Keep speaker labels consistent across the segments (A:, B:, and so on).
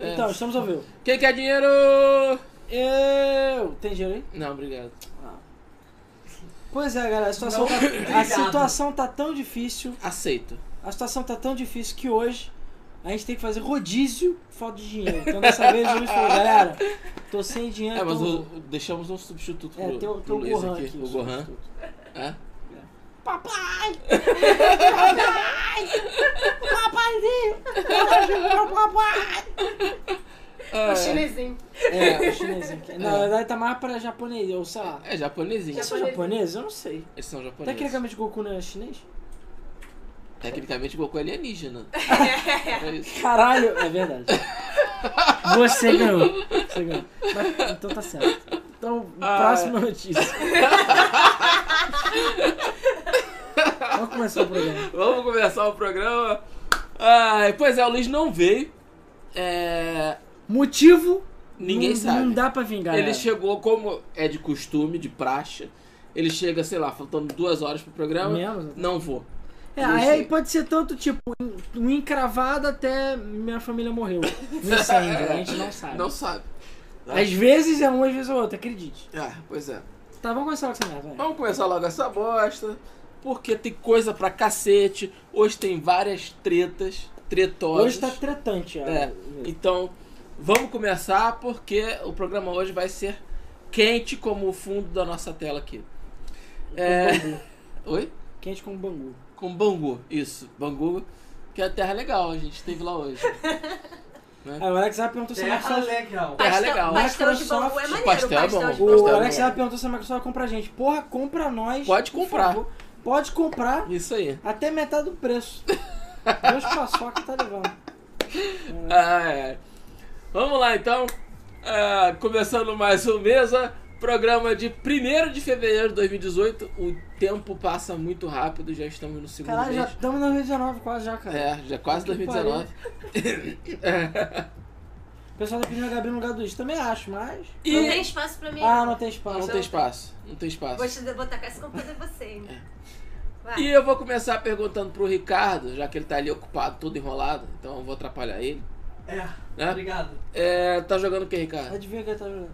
A: É. Então, estamos ao vivo.
B: Quem quer dinheiro?
A: Eu. Tem dinheiro aí?
B: Não, obrigado.
A: Pois é, galera, a situação,
C: Não,
A: tá, a
C: obrigado.
A: situação tá tão difícil.
B: Aceito.
A: A situação tá tão difícil que hoje a gente tem que fazer rodízio por falta de dinheiro. Então dessa vez o Luiz falou, galera, tô sem dinheiro.
B: É, mas
A: tô...
B: o- deixamos um substituto pro,
A: É, tem, o- tem
B: pro
A: o
B: Luiz
A: Gohan
B: aqui.
A: aqui. um
B: O Gohan. É?
A: Papai! Papai! Papaizinho! Papai!
C: O chinesinho.
A: É, o chinesinho. aqui. Na verdade tá mais pra japonês, ou sei lá.
B: É japonesinho.
A: Eles são japoneses? Eu não sei.
B: Eles são japoneses.
A: Tecnicamente Goku não é chinês?
B: Tecnicamente, Goku é alienígena. é isso.
A: Caralho! É verdade. Você ganhou. Você ganhou. Mas, então tá certo. Então,
B: Ah,
A: próxima notícia. Vamos começar o programa.
B: Vamos começar o programa. Ai, pois é, o Luiz não veio. É,
A: Motivo?
B: Ninguém
A: não,
B: sabe.
A: Não dá pra vingar.
B: Ele
A: né?
B: chegou como é de costume, de praxe. Ele chega, sei lá, faltando duas horas pro programa.
A: Menos.
B: Não vou.
A: É,
B: Não
A: aí
B: sei.
A: pode ser tanto tipo um- um encravado até minha família morreu. No incêndio, a gente não sabe.
B: Não sabe.
A: Às vezes é um, às vezes é outro, acredite.
B: Ah, pois é.
A: Tá, vamos começar com essa merda. vai.
B: Vamos começar logo essa bosta. Porque tem coisa pra cacete. Hoje tem várias tretas. Tretosas.
A: Hoje tá tretante, ó.
B: É, Então, vamos começar porque o programa hoje vai ser quente como o fundo da nossa tela aqui. É... Oi?
A: Quente como bangu.
B: Com Bangu, isso. Bangu, que é a terra legal, a gente esteve lá hoje. É.
A: Ah, o Alex Zara perguntou se a
C: Terra
A: Microsoft.
C: legal.
B: Terra legal.
D: Pastel de
A: Microsoft,
D: bambu é maneiro.
B: pastel é
D: pastel
B: bom.
D: de
B: O
D: bambu.
A: O
B: Gostava,
A: Alex
B: né?
A: Zara perguntou se a Microsoft compra a gente. Porra, compra nós.
B: Pode
A: por
B: comprar.
A: favor. Pode comprar
B: Isso aí.
A: até metade do preço. Deus paçoca tá levando.
B: Ah, é. Vamos lá então. Ah, começando mais um Mesa, programa de 1 de fevereiro de 2018. O tempo passa muito rápido, já estamos no segundo
A: Caralho, já
B: mês.
A: estamos em 2019 quase já, cara.
B: É, já quase
A: Puta que
B: 2019.
A: O pessoal tá pedindo a Gabi no lugar do Luiz. Também acho, mas.
B: E
D: Não tem espaço pra mim.
A: Ah, não tem espaço.
B: não tem espaço, não tem espaço.
D: Vou, te, vou tacar esse computador em você, hein? Vai.
B: E eu vou começar perguntando pro Ricardo, já que ele tá ali ocupado, todo enrolado, então eu vou atrapalhar ele.
C: É.
B: Né?
C: Obrigado.
B: É, tá jogando o que, Ricardo?
A: Adivinha quem tá jogando?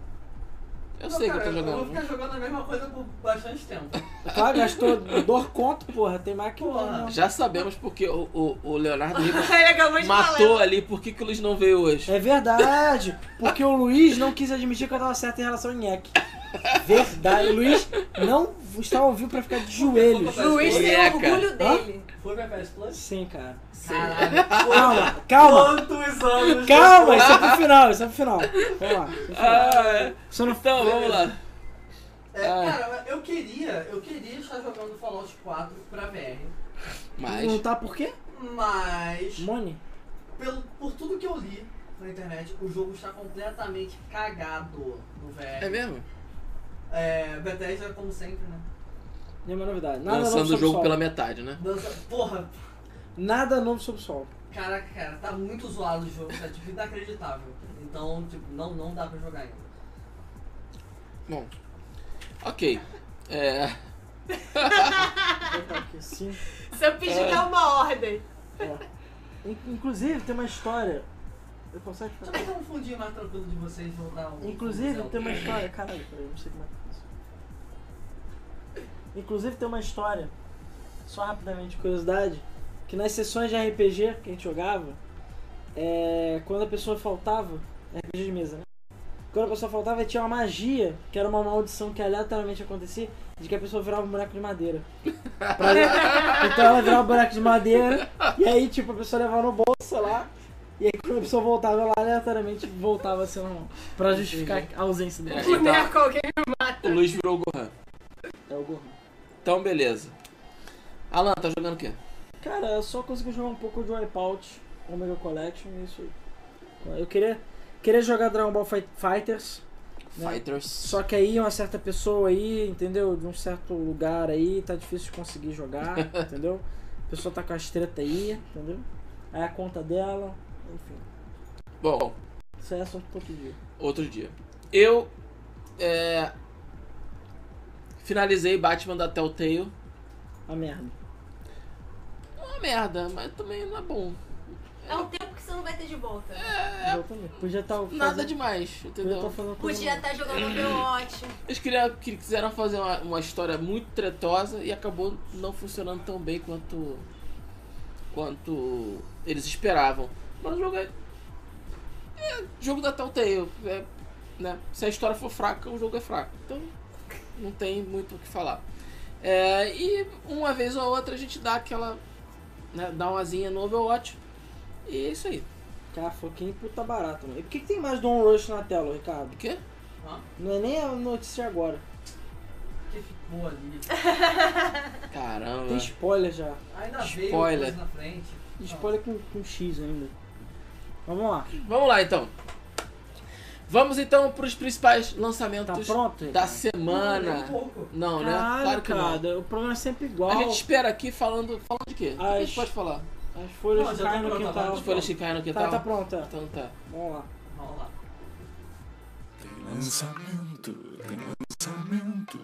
B: Eu sei
C: cara,
B: que eu tô
C: Eu vou
B: jogando. um.
C: ficar jogando a mesma coisa por bastante tempo.
A: Claro, gastou dor conto, porra. Tem mais que
C: Porra.
A: não.
B: Já sabemos porque o, o- o Leonardo Rico
D: Ele acabou de
B: matou
D: falar.
B: ali, por que, que o Luiz não veio hoje?
A: É verdade, porque o Luiz não quis admitir que eu tava certo em relação ao Nheque. Verdade, o Luiz não estava ouvindo pra ficar de joelhos.
C: Lu-
D: Luiz tem
B: Boneca.
D: orgulho dele.
C: Foi pra PS Plus?
A: Sim, cara.
C: Caralho.
A: Calma, calma,
C: Quantos anos?
A: calma, isso é pro final, isso é pro final. Vamos lá. isso é pro final.
B: Ah,
A: Só não-
B: então, vamos lá.
C: É,
B: Ah.
C: cara, eu queria, eu queria estar jogando Fallout 4 pra VR,
B: Mas,
A: Perguntar por quê?
C: mas
A: Mone?
C: pelo, por tudo que eu li na internet, o jogo está completamente cagado no VR.
B: é mesmo?
C: É, Bethesda, como sempre, né?
A: Nenhuma novidade. Nada
B: Lançando
A: novo
B: o
A: sobre o
B: jogo
A: sol.
B: pela metade, né?
C: Dança- Porra,
A: Nada novo sobre o sol.
C: caraca, cara, tá muito zoado o jogo, tá tipo inacreditável. Então, tipo, não, não dá pra jogar ainda.
B: Bom, ok. É,
A: Porque sim.
D: Se eu pedir que é uma ordem.
B: Tá.
A: In- Inclusive, tem uma história. Eu consigo falar?
C: Deixa eu pegar um fundinho mais tranquilo de vocês, vou dar um.
A: Inclusive
C: um
A: tem uma história. Caralho, peraí, não sei como é que é isso. Inclusive tem uma história, só rapidamente, curiosidade, que nas sessões de RPG que a gente jogava, é, quando a pessoa faltava, RPG de mesa, né? Quando a pessoa faltava, tinha uma magia, que era uma maldição que aleatoriamente acontecia, de que a pessoa virava um buraco de madeira. Pra- Então ela virava um buraco de madeira, e aí, tipo, a pessoa levava no bolso, sei lá, e aí quando a pessoa voltava, ela aleatoriamente voltava a ser normal. Pra justificar a ausência dela.
B: É. Então-
D: Boneco, alguém.
B: o Luiz virou o Gohan.
A: É o Gohan.
B: Então, beleza. Alan, tá jogando o quê?
A: Cara, eu só consegui jogar um pouco de Wipeout, Omega Collection e isso aí. Eu queria, queria jogar Dragon Ball Fight- Fighters, Não.
B: Fighters.
A: Né. só que aí uma certa pessoa aí, entendeu? De um certo lugar aí, tá difícil de conseguir jogar, entendeu? A pessoa tá com as treta aí, entendeu? Aí a conta dela, enfim.
B: Bom,
A: Isso aí é assunto pra outro dia.
B: outro dia. Eu é, finalizei Batman da Telltale.
A: A merda.
B: uma merda, mas também não é bom.
D: É um tempo que você não vai ter de volta.
B: É.
A: Exatamente. Podia tá estar
B: Nada demais,
A: Podia estar
B: entendeu?
A: fazendo uma coisa
D: Podia estar jogando um beote.
B: Eles queriam, que- quiseram fazer uma, uma história muito tretosa e acabou não funcionando tão bem quanto quanto eles esperavam. Mas o jogo é, é jogo da Telltale, é, né? Se a história for fraca, o jogo é fraco. Então não tem muito o que falar. É, e uma vez ou outra a gente dá aquela né, dá uma asinha no Overwatch e é isso aí.
A: Cara, foquinho puta barata, mano. E por que, que tem mais Don Rush na tela, Ricardo?
B: O quê?
C: Hã?
A: Não é nem a notícia agora.
C: Que ficou ali.
B: Caramba. É.
A: Tem spoiler já.
C: Ainda veio
B: Spoiler.
C: coisa na frente.
A: E Spoiler com, com X ainda. Vamos lá.
B: Vamos lá então. Vamos então para os principais
A: Tá
B: lançamentos
A: pronto?
B: da
A: Ricardo?
B: semana.
C: Um pouco.
B: Não, né?
A: Caralho,
B: Claro que não.
A: cara, O programa é sempre igual.
B: A gente espera aqui falando, falando de quê? O que a
A: As-
B: gente pode falar?
A: As folhas um
C: Não, já
A: caem
C: tá
A: no
C: pronto,
A: quintal.
C: tá
B: As folhas é que caem no
A: Tá,
B: quintal?
A: tá pronta.
B: Então tá.
A: Vamos lá.
C: Vamos lá.
E: Tem lançamento, tem lançamento.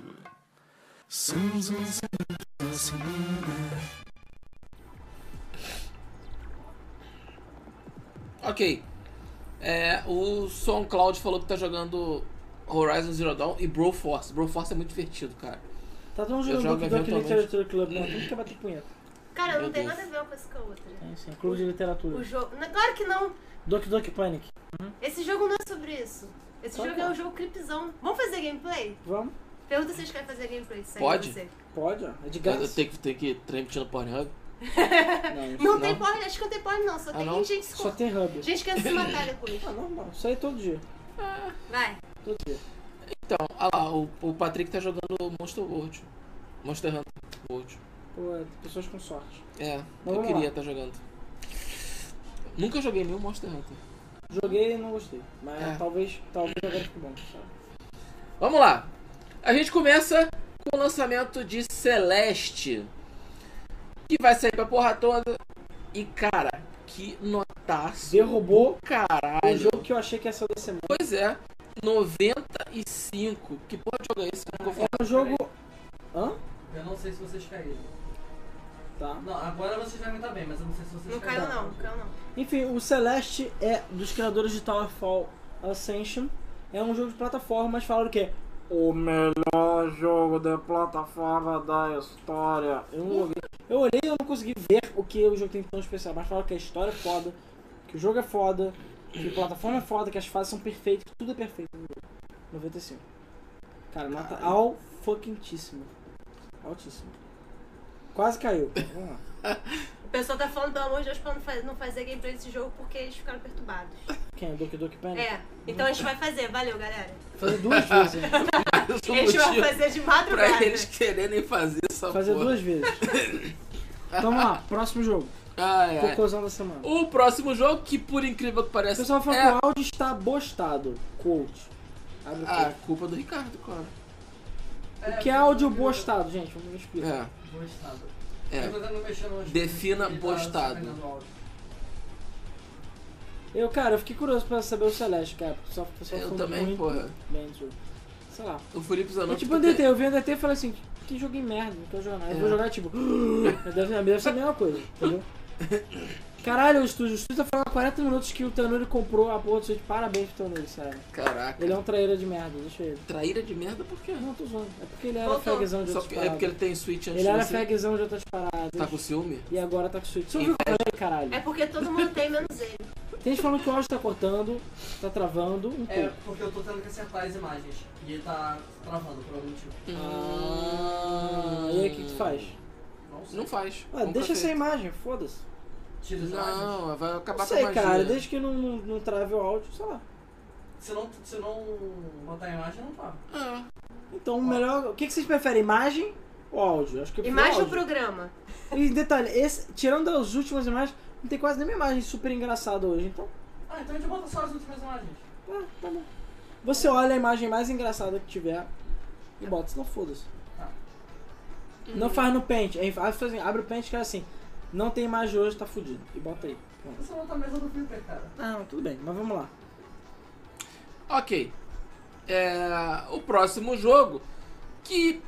E: São os lançamentos da semana.
B: Ok. É, o Son Cloud falou que tá jogando Horizon Zero Dawn e Broforce. Broforce é muito divertido, cara.
A: Tá todo mundo
B: Eu
A: jogando
B: jogo
A: Book Duck
B: eventualmente.
A: Literature Club. Não, tudo que bater punheta.
D: Cara, não
B: Meu
D: tem
B: Deus. Hum.
D: nada a ver uma coisa com a outra.
A: É, sim. Clube de
D: O
A: literatura.
D: jogo. não, Claro que não.
A: Doki Doki Panic.
D: Esse jogo não é sobre isso. Esse
A: Claro
D: jogo
A: que
D: é
A: não.
D: um jogo cripzão. Vamos fazer gameplay?
A: Vamos?
D: Pergunta se vocês querem fazer gameplay. Sai
B: Pode?
D: Você.
A: Pode, ó. É de
B: Eu
A: graça.
B: tenho que, tenho que transmitir no Pornhub.
D: Não,
B: Não.
D: tem porn, acho que não tem porn não. Só tem
B: não?
D: gente se
A: Ah, Só
D: com...
A: tem hub.
D: Gente é querendo se matar depois.
A: Ah, normal. Isso aí todo dia.
D: Vai.
A: Todo dia.
B: Então, ah lá, o, o Patrick tá jogando Monster World. Monster Hunter World.
A: Pô, é pessoas com sorte.
B: É, eu
A: vamos
B: queria
A: lá.
B: estar jogando. Nunca joguei nenhum Monster Hunter.
A: Joguei e não gostei. Mas
B: É.
A: talvez, talvez agora fique bom. sabe?
B: Vamos lá. A gente começa com o lançamento de Celeste. Que vai sair pra porra toda. E cara, que notaço.
A: Derrubou o
B: Caralho.
A: jogo que eu achei que ia ser da semana.
B: Pois é. 95. Que porra de jogo é esse? Eu não vou
A: É um jogo. Hã?
C: Eu não sei se vocês caíram.
A: Tá.
C: Não, agora vocês vão estar bem, mas eu não sei se vocês
D: Não caiu
C: caíram.
D: não, não caiu não.
A: Enfim, o Celeste é dos criadores de Towerfall Ascension. É um jogo de plataforma, mas falaram que é o melhor jogo de plataforma da história. Eu não joguei. Eu olhei e eu não consegui ver o que o jogo tem de tão especial, mas falaram que a história é foda, que o jogo é foda, que a plataforma é foda, que as fases são perfeitas, que tudo é perfeito no jogo. 95. Cara, nota ao fucking Altíssimo. Quase caiu. Vamos lá.
D: O pessoal tá falando, pelo amor de Deus, pra não faz- não fazer gameplay desse jogo porque eles ficaram perturbados.
A: Quem? O Doki Doki Panic?
D: É, então a gente vai fazer, valeu galera.
A: Fazer duas vezes. Né?
B: falar mais um
D: A gente vai
B: motivo
D: fazer de
B: Pra
D: madrugada.
B: eles quererem fazer essa
A: Fazer
B: porra.
A: duas vezes. Então vamos lá, próximo jogo.
B: Ai, ai.
A: Cocôzão da semana. O
B: O próximo jogo, que por incrível que pareça,
A: pessoal fala
B: é...
A: que o áudio está bostado. Quote. Abre o
B: Ah,
A: quote.
B: culpa do Ricardo, claro.
A: o que é áudio bostado, gente? Vamos me explicar.
B: É,
C: Bostado.
B: é.
C: Eu tô tentando mexer no-
B: Defina
C: Ele tá
B: bostado.
C: suspendendo o áudio.
A: Eu, cara, eu fiquei curioso pra saber o Celeste, cara. porque Só, só
B: Eu também, porra.
A: Bem, do jogo. Sei lá.
B: O Felipe Zanon.
A: É tipo Undertale. Eu vi Undertale e falei assim, que jogo em merda, não quero jogar nada. Eu
B: É.
A: vou jogar tipo... mas deve, ser- deve ser a mesma coisa, entendeu? Caralho, o estúdio. O estúdio tá falando há 40 minutos que o Tanuri comprou a porra do Switch. Parabéns pro Tanuri, sério.
B: Caraca.
A: Ele é um traíra de merda, deixa ele.
B: Traíra de merda por quê?
A: Não, tô zoando. É porque ele era
D: Voltou.
A: fagzão de
B: Só
A: outras
B: porque, é
A: paradas.
B: porque ele tem Switch antes
A: Ele
B: de
A: era
B: você.
A: fagzão de outras paradas.
B: Tá com ciúme?
A: E agora tá com suíte. Você ouviu o que eu falei, caralho?
D: É porque todo mundo tem, menos ele.
A: Tem gente falando que o áudio tá cortando, tá travando um
C: É,
A: pouco.
C: porque eu tô tendo que acertar as imagens. E ele tá travando por algum motivo.
A: Ah, e aí o que que tu faz?
C: Não sei.
B: Não faz.
A: Ué,
B: Hum, Nunca
A: deixa
B: fez.
A: essa imagem, foda-se.
C: Tira as imagens.
B: Não, vai acabar
A: Não sei,
B: com a magia.
A: cara, desde que não, não, não trave o áudio, sei lá.
C: Se não, se não botar a imagem, não tá.
B: Ah,
A: Então, o melhor. O que, que vocês preferem, imagem ou áudio? Acho que eu prefiro
D: Imagem do
A: áudio.
D: programa.
A: E detalhe, esse, tirando as últimas imagens, não tem quase nenhuma imagem super engraçada hoje, então.
C: Ah, então a gente bota só as últimas imagens.
A: Ah, tá bom. Você olha a imagem mais engraçada que tiver e bota, senão foda-se.
C: Tá.
A: Não faz no pente. Abre o pente que era assim. Não tem imagem hoje, tá fudido. E bota aí. Pronto.
C: Você bota a mesa do Twitter, cara.
A: Ah, tudo bem, mas vamos lá.
B: ok. É, o próximo jogo, que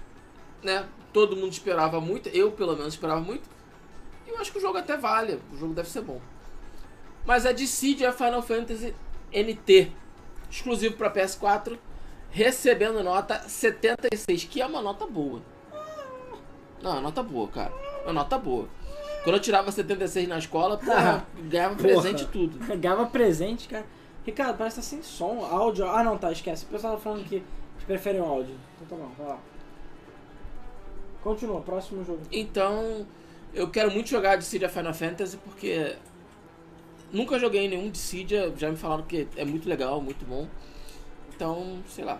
B: né, todo mundo esperava muito, eu pelo menos esperava muito, e o eu acho que o jogo até vale. O jogo deve ser bom. Mas a Decide é Final Fantasy NT, exclusivo para PS4, recebendo nota 76, que é uma nota boa. Não, é uma nota boa, cara. É Uma nota boa. Quando eu tirava 76 na escola, porra, ganhava
A: Porra.
B: presente e tudo.
A: Pegava presente, cara. Ricardo, parece que tá sem som, áudio. Ah, não, tá, esquece. O pessoal tá falando que eles preferem o áudio. Então tá bom, vai lá. Continua, próximo jogo.
B: Então, eu quero muito jogar Dissidia Final Fantasy porque nunca joguei nenhum Dissidia, já me falaram que é muito legal, muito bom. Então, sei lá.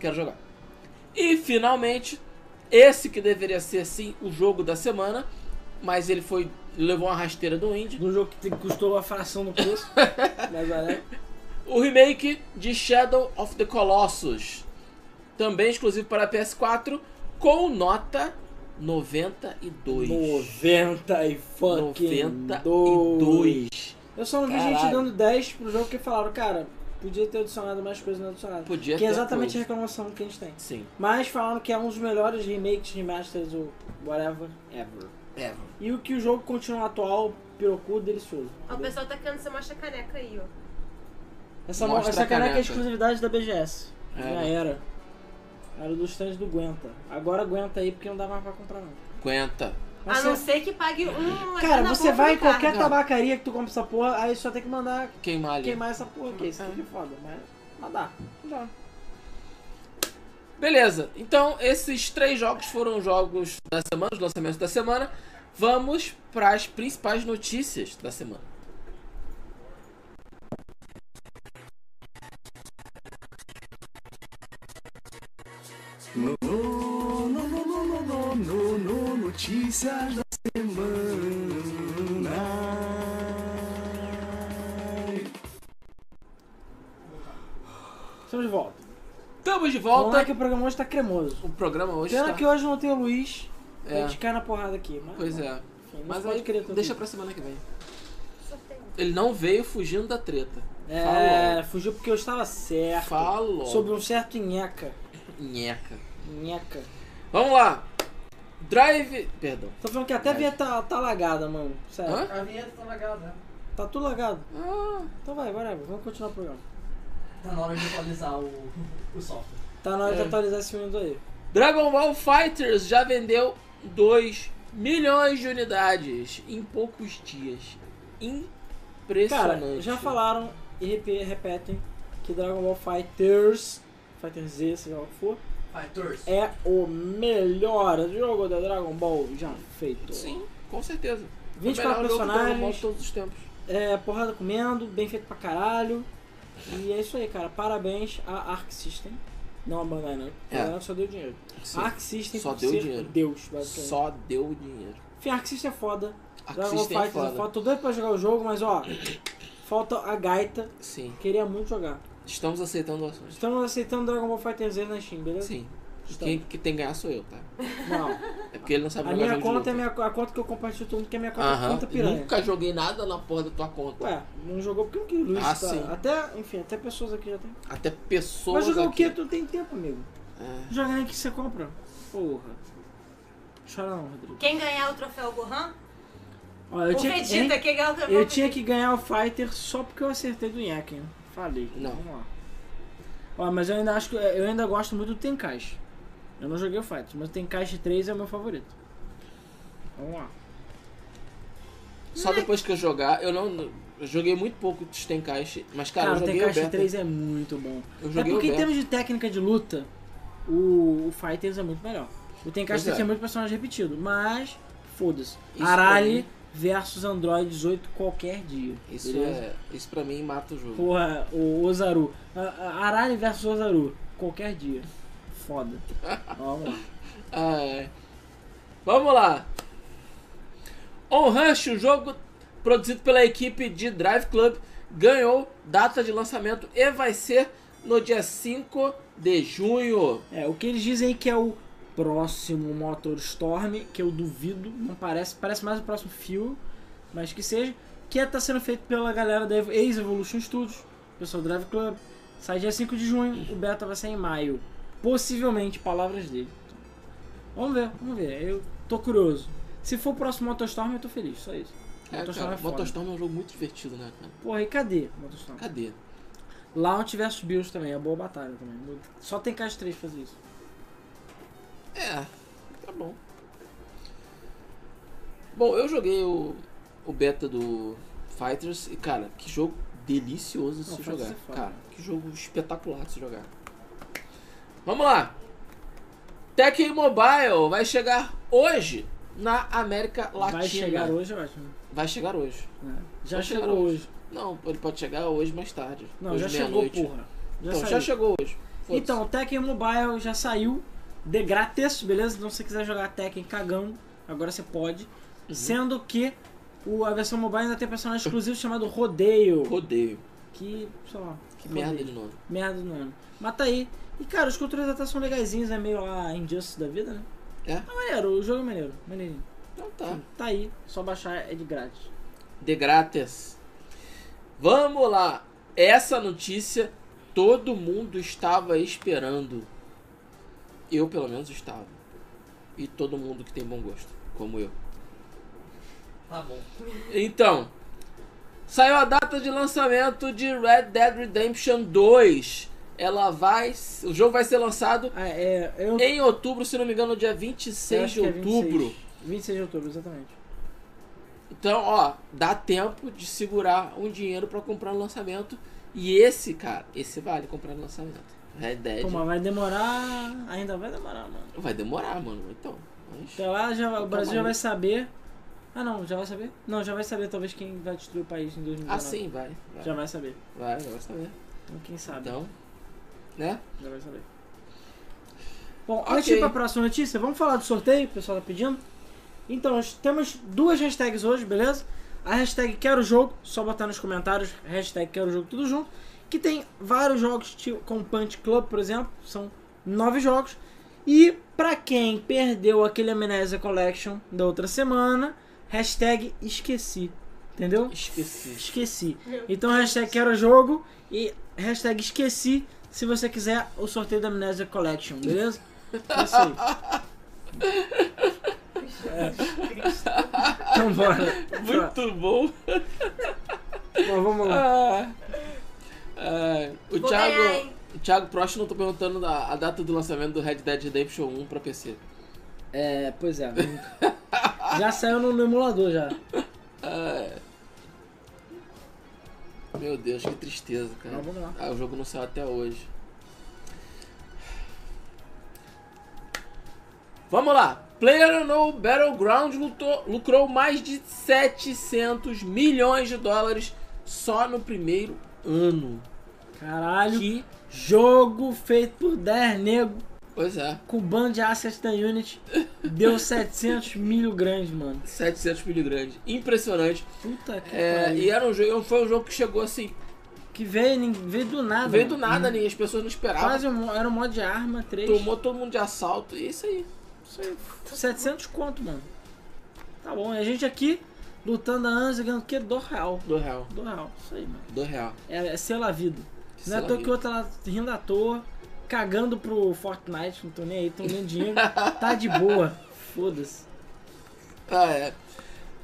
B: Quero jogar. E finalmente, esse que deveria ser sim o jogo da semana, mas ele foi levou uma rasteira do indie,
A: Um jogo que te- custou a fração do preço. mas né? olha,
B: o remake de Shadow of the Colossus, também exclusivo para PS4, com nota 92.
A: 90 e fucking 92.
B: 92.
A: Eu só não vi gente
B: Caralho.
A: dando 10 pro jogo que falaram, cara, podia ter adicionado mais coisas não adicionado.
B: Podia
A: que é
B: ter
A: exatamente
B: coisa.
A: a reclamação que a gente tem.
B: Sim.
A: Mas falaram que é um dos melhores remakes, remasters ou whatever ever.
B: É.
A: E o que o jogo continua atual, pirocudo, delicioso.
D: Ó, o pessoal tá querendo você mostra a caneca aí, ó.
A: Essa, mo-
B: Mostra
A: essa
B: a É.
A: caneca é
B: caneca.
A: exclusividade da BGS.
B: Era.
A: Já era. Era do stand do Guenta. Agora aguenta aí porque não dá mais pra comprar não.
B: Aguenta.
A: Mas
D: A não
A: você-
D: ser que pague um.
A: Cara,
D: na
A: você
D: ponta
A: vai
D: do
A: em qualquer
D: carro.
B: carro.
A: tabacaria que tu compra essa porra, aí só tem que mandar
B: Queimar ali.
A: queimar essa porra aqui. Isso aqui é foda, mas, mas dá.
B: Dá. Beleza. Então, esses três jogos foram os jogos da semana, os lançamentos da semana. Vamos para as principais notícias da semana.
E: No, no, no, no, no, no, no, no, notícias da semana.
A: Estamos de volta.
B: Estamos de
A: Vamos lá
B: volta.
A: que o programa hoje tá cremoso.
B: O programa hoje
A: Pena
B: tá...
A: que hoje não tem o Luiz,
B: É.
A: a gente cai na porrada aqui. Mas,
B: Pois é.
A: enfim, não
B: Mas
A: pode
B: aí,
A: querer tudo.
B: deixa pra semana que vem.
D: Sorteio.
B: Ele não veio fugindo da treta.
A: É, fugiu porque eu estava certo.
B: Falou.
A: Sobre um certo nheca.
B: Nheca.
A: Nheca.
B: Vamos lá. Drive... Perdão.
A: Tô falando que até a
B: Vai.
A: vinheta tá, tá lagada, mano. Sério.
B: Hã?
C: A vinheta tá lagada.
A: Tá tudo lagado.
B: Ah,
A: Então vai, vai, vamos continuar o programa.
C: Tá na hora de atualizar o, o software.
A: Tá na hora de
B: É.
A: atualizar esse mundo aí.
B: Dragon Ball Fighters já vendeu 2 milhões de unidades em poucos dias.
A: Cara,
B: Impressionante.
A: já falaram e repe- repetem que Dragon Ball Fighters, Fighter Z, seja lá o que for,
C: Vai, torce.
A: é o melhor jogo da Dragon Ball já feito.
B: Sim, com certeza. É o
A: 24
B: melhor jogo do Dragon Ball de
A: personagens,
B: todos os tempos.
A: é, porrada comendo, bem feito pra caralho. E é isso aí, cara. Parabéns à Arc System. Não a Bandai, não. A
B: É.
A: Bandai só deu dinheiro.
B: Sim.
A: A Arc System
B: Só
A: por
B: deu
A: ser
B: dinheiro.
A: Deus, basicamente.
B: Só deu o dinheiro.
A: Enfim, Arc System é foda.
B: Arc
A: Dragon Ball
B: System é
A: Fighter é
B: foda.
A: foda. Tô doido pra jogar o jogo, mas ó, falta a gaita.
B: Sim.
A: Queria muito jogar.
B: Estamos aceitando doações.
A: Estamos aceitando Dragon Ball Fighter Z na Steam, beleza?
B: Sim.
A: Estamos.
B: Quem que tem que ganhar sou eu, tá?
A: Não.
B: É porque ele não sabe
A: A
B: jogar
A: minha
B: jogo
A: conta
B: de
A: é
B: luta.
A: minha, a conta que eu compartilho todo mundo, que é minha conta,
B: Aham.
A: conta piranha.
B: Nunca joguei nada na porra da tua conta.
A: Ué, não jogou porque não quis, Luiz. tá?
B: Ah, sim.
A: Até, enfim, até pessoas aqui já tem.
B: Até
A: Mas
B: pessoas
A: jogar o
B: aqui.
A: que? Tu tem tempo, amigo.
B: É.
A: Joga nem que você compra. Porra. Chora não, Rodrigo.
D: Quem ganhar o troféu Gohan?
A: Ó, eu
D: o
A: tinha, hein?
D: Vegeta, quem ganhar o troféu
A: eu tinha que ganhar o Fighter só porque eu acertei do Yakin. Falei.
B: Não.
A: Vamos lá. Ó, mas eu ainda acho que eu ainda gosto muito do Tenkaichi. Eu não joguei o Fighter, mas o Tenkaichi 3 é o meu favorito. Vamos lá.
B: Só depois que eu jogar, eu não. Eu joguei muito pouco dos Tenkaichi, mas cara,
A: Cara,
B: eu
A: o
B: joguei o
A: Tenkaichi
B: beta.
A: 3 é muito bom.
B: Eu
A: É
B: joguei o
A: porque em
B: beta.
A: termos de técnica de luta, o, o Fighters é muito melhor. O Tenkaichi
B: Pois é.
A: 3 é. muito personagem repetido, mas foda-se.
B: Isso
A: Arale
B: pra
A: versus Android 18 qualquer dia.
B: Isso
A: beleza?
B: é. Isso pra mim mata o jogo.
A: Porra, o Ozaru. A- a- Arale versus Ozaru. Qualquer dia. Foda. Ó, Vamos lá.
B: Ah, é. Vamos lá. On Rush, o jogo produzido pela equipe de Drive Club, ganhou data de lançamento e vai ser no dia 5 de junho.
A: É, o que eles dizem aí que é o próximo Motor Storm, que eu duvido, não parece, parece mais o próximo Fuel, mas que seja, que é, tá sendo feito pela galera da Evo- Ace Evolution Studios, pessoal do Drive Club, sai dia 5 de junho, o beta vai ser em maio, possivelmente, palavras dele. Vamos ver, vamos ver, eu tô curioso. Se for o próximo Motostorm, eu tô feliz, só isso.
B: É,
A: Motostorm é
B: cara,
A: foda.
B: Motostorm é um jogo muito divertido, né, cara?
A: Porra, e cadê Motostorm?
B: Cadê?
A: Launch vs Bills também, é boa batalha também. Só tem Caixa 3 fazer isso.
B: É, tá bom. Bom, eu joguei o, o beta do Fighters e, cara, que jogo delicioso de
A: Não,
B: se
A: Fighters
B: jogar.
A: é foda.
B: Cara, que jogo espetacular de se jogar. Vamos lá! Tekken Mobile vai chegar hoje na América Latina.
A: Vai chegar hoje, eu acho. né?
B: Vai chegar hoje.
A: É. Já
B: Vai chegar
A: chegou
B: hoje.
A: hoje.
B: Não, ele pode chegar hoje mais tarde.
A: Não,
B: hoje
A: já chegou,
B: meia-noite.
A: porra. Já
B: Então,
A: saiu.
B: já chegou hoje. Foda-se.
A: Então, o Tekken Mobile já saiu de grátis, beleza? Então, se você quiser jogar Tekken cagão, agora você pode.
B: Uhum.
A: Sendo que o, a versão mobile ainda tem um personagem exclusivo chamado Rodeio.
B: rodeio.
A: Que, sei lá.
B: Que
A: rodeio.
B: merda né? de nome.
A: Merda do nome. Mas tá aí. E, cara, os controles até são legaisinhos, é meio lá Injustice da vida, né?
B: É?
A: Tá maneiro, o jogo é maneiro. Maneirinho.
B: Então tá.
A: Tá aí, só baixar é de grátis.
B: de grátis. Vamos lá. Essa notícia todo mundo estava esperando. Eu, pelo menos, estava. E todo mundo que tem bom gosto, como eu.
C: Tá bom.
B: Então, saiu a data de lançamento de Red Dead Redemption 2. Ela vai. O jogo vai ser lançado
A: Ah, é. Eu,
B: em outubro, se não me engano, dia 26
A: eu acho
B: de
A: que é
B: outubro.
A: 26, 26 de outubro, exatamente.
B: Então, ó, dá tempo de segurar um dinheiro pra comprar no lançamento. E esse, cara, esse vale comprar no lançamento. Red Dead.
A: Pô, mas vai demorar. Ainda vai demorar, mano.
B: Vai demorar, mano. Então. mas-
A: Até lá já,
B: Então,
A: o Brasil já vai
B: maluco.
A: saber. Ah não, já vai saber? Não, já vai saber talvez quem vai destruir o país em 2019.
B: Ah, sim, vai. Vai,
A: Já vai saber.
B: vai, vai saber.
A: Então quem sabe,
B: Então, né?
A: já vai saber. Bom,
B: Ok.
A: antes de ir pra próxima notícia, vamos falar do sorteio, o pessoal tá pedindo. Então, nós temos duas hashtags hoje, beleza? A hashtag Quero Jogo, só botar nos comentários, hashtag Quero Jogo tudo junto. Que tem vários jogos, tipo, como Punch Club, por exemplo, são nove jogos. E pra quem perdeu aquele Amnesia Collection da outra semana, hashtag esqueci, entendeu?
B: Esqueci.
A: Esqueci.
D: Meu
A: Então hashtag quero jogo e hashtag esqueci se você quiser o sorteio da Amnesia Collection, beleza? É isso aí. É. Então bora.
B: Muito bom.
A: Bom, vamos lá.
B: Ah, ah, o,
D: Vou ganhar,
B: Thiago,
D: hein?
B: o Thiago Prostino tá perguntando da- a data do lançamento do Red Dead Redemption 1 pra PC.
A: É, pois é. nunca. Já saiu no, no emulador já.
B: Meu Deus, que tristeza, cara.
A: Mas vamos lá.
B: Ah, o jogo não saiu até hoje. Vamos lá. Player No Battleground lutou- lucrou mais de 700 milhões de dólares só no primeiro ano.
A: Caralho.
B: Que-
A: Jogo feito por 10 nego
B: Pois é,
A: com band de assets da Unity. Deu 700 milho grande, mano.
B: 700 miligramas. Impressionante.
A: Puta que
B: É,
A: pariu.
B: e era um jogo, foi um jogo que chegou assim,
A: Que veio, nin- veio do nada.
B: veio do
A: mano.
B: nada, ninguém, as pessoas não esperavam.
A: Quase um, era um mod de arma, 3.
B: Tomou todo mundo de assalto e é isso aí.
A: Isso aí, 700 conto, mano. Tá bom, e a gente aqui lutando a Anza ganhando o quê? Do real.
B: Do real,
A: Do real, isso aí, mano.
B: do real.
A: É, é selo a vida. Não é
B: Sei
A: à
B: lá,
A: toa que outra lá rindo à toa, cagando pro Fortnite, não tô nem aí, tô ganhando dinheiro. tá de boa, foda-se.
B: Ah, é.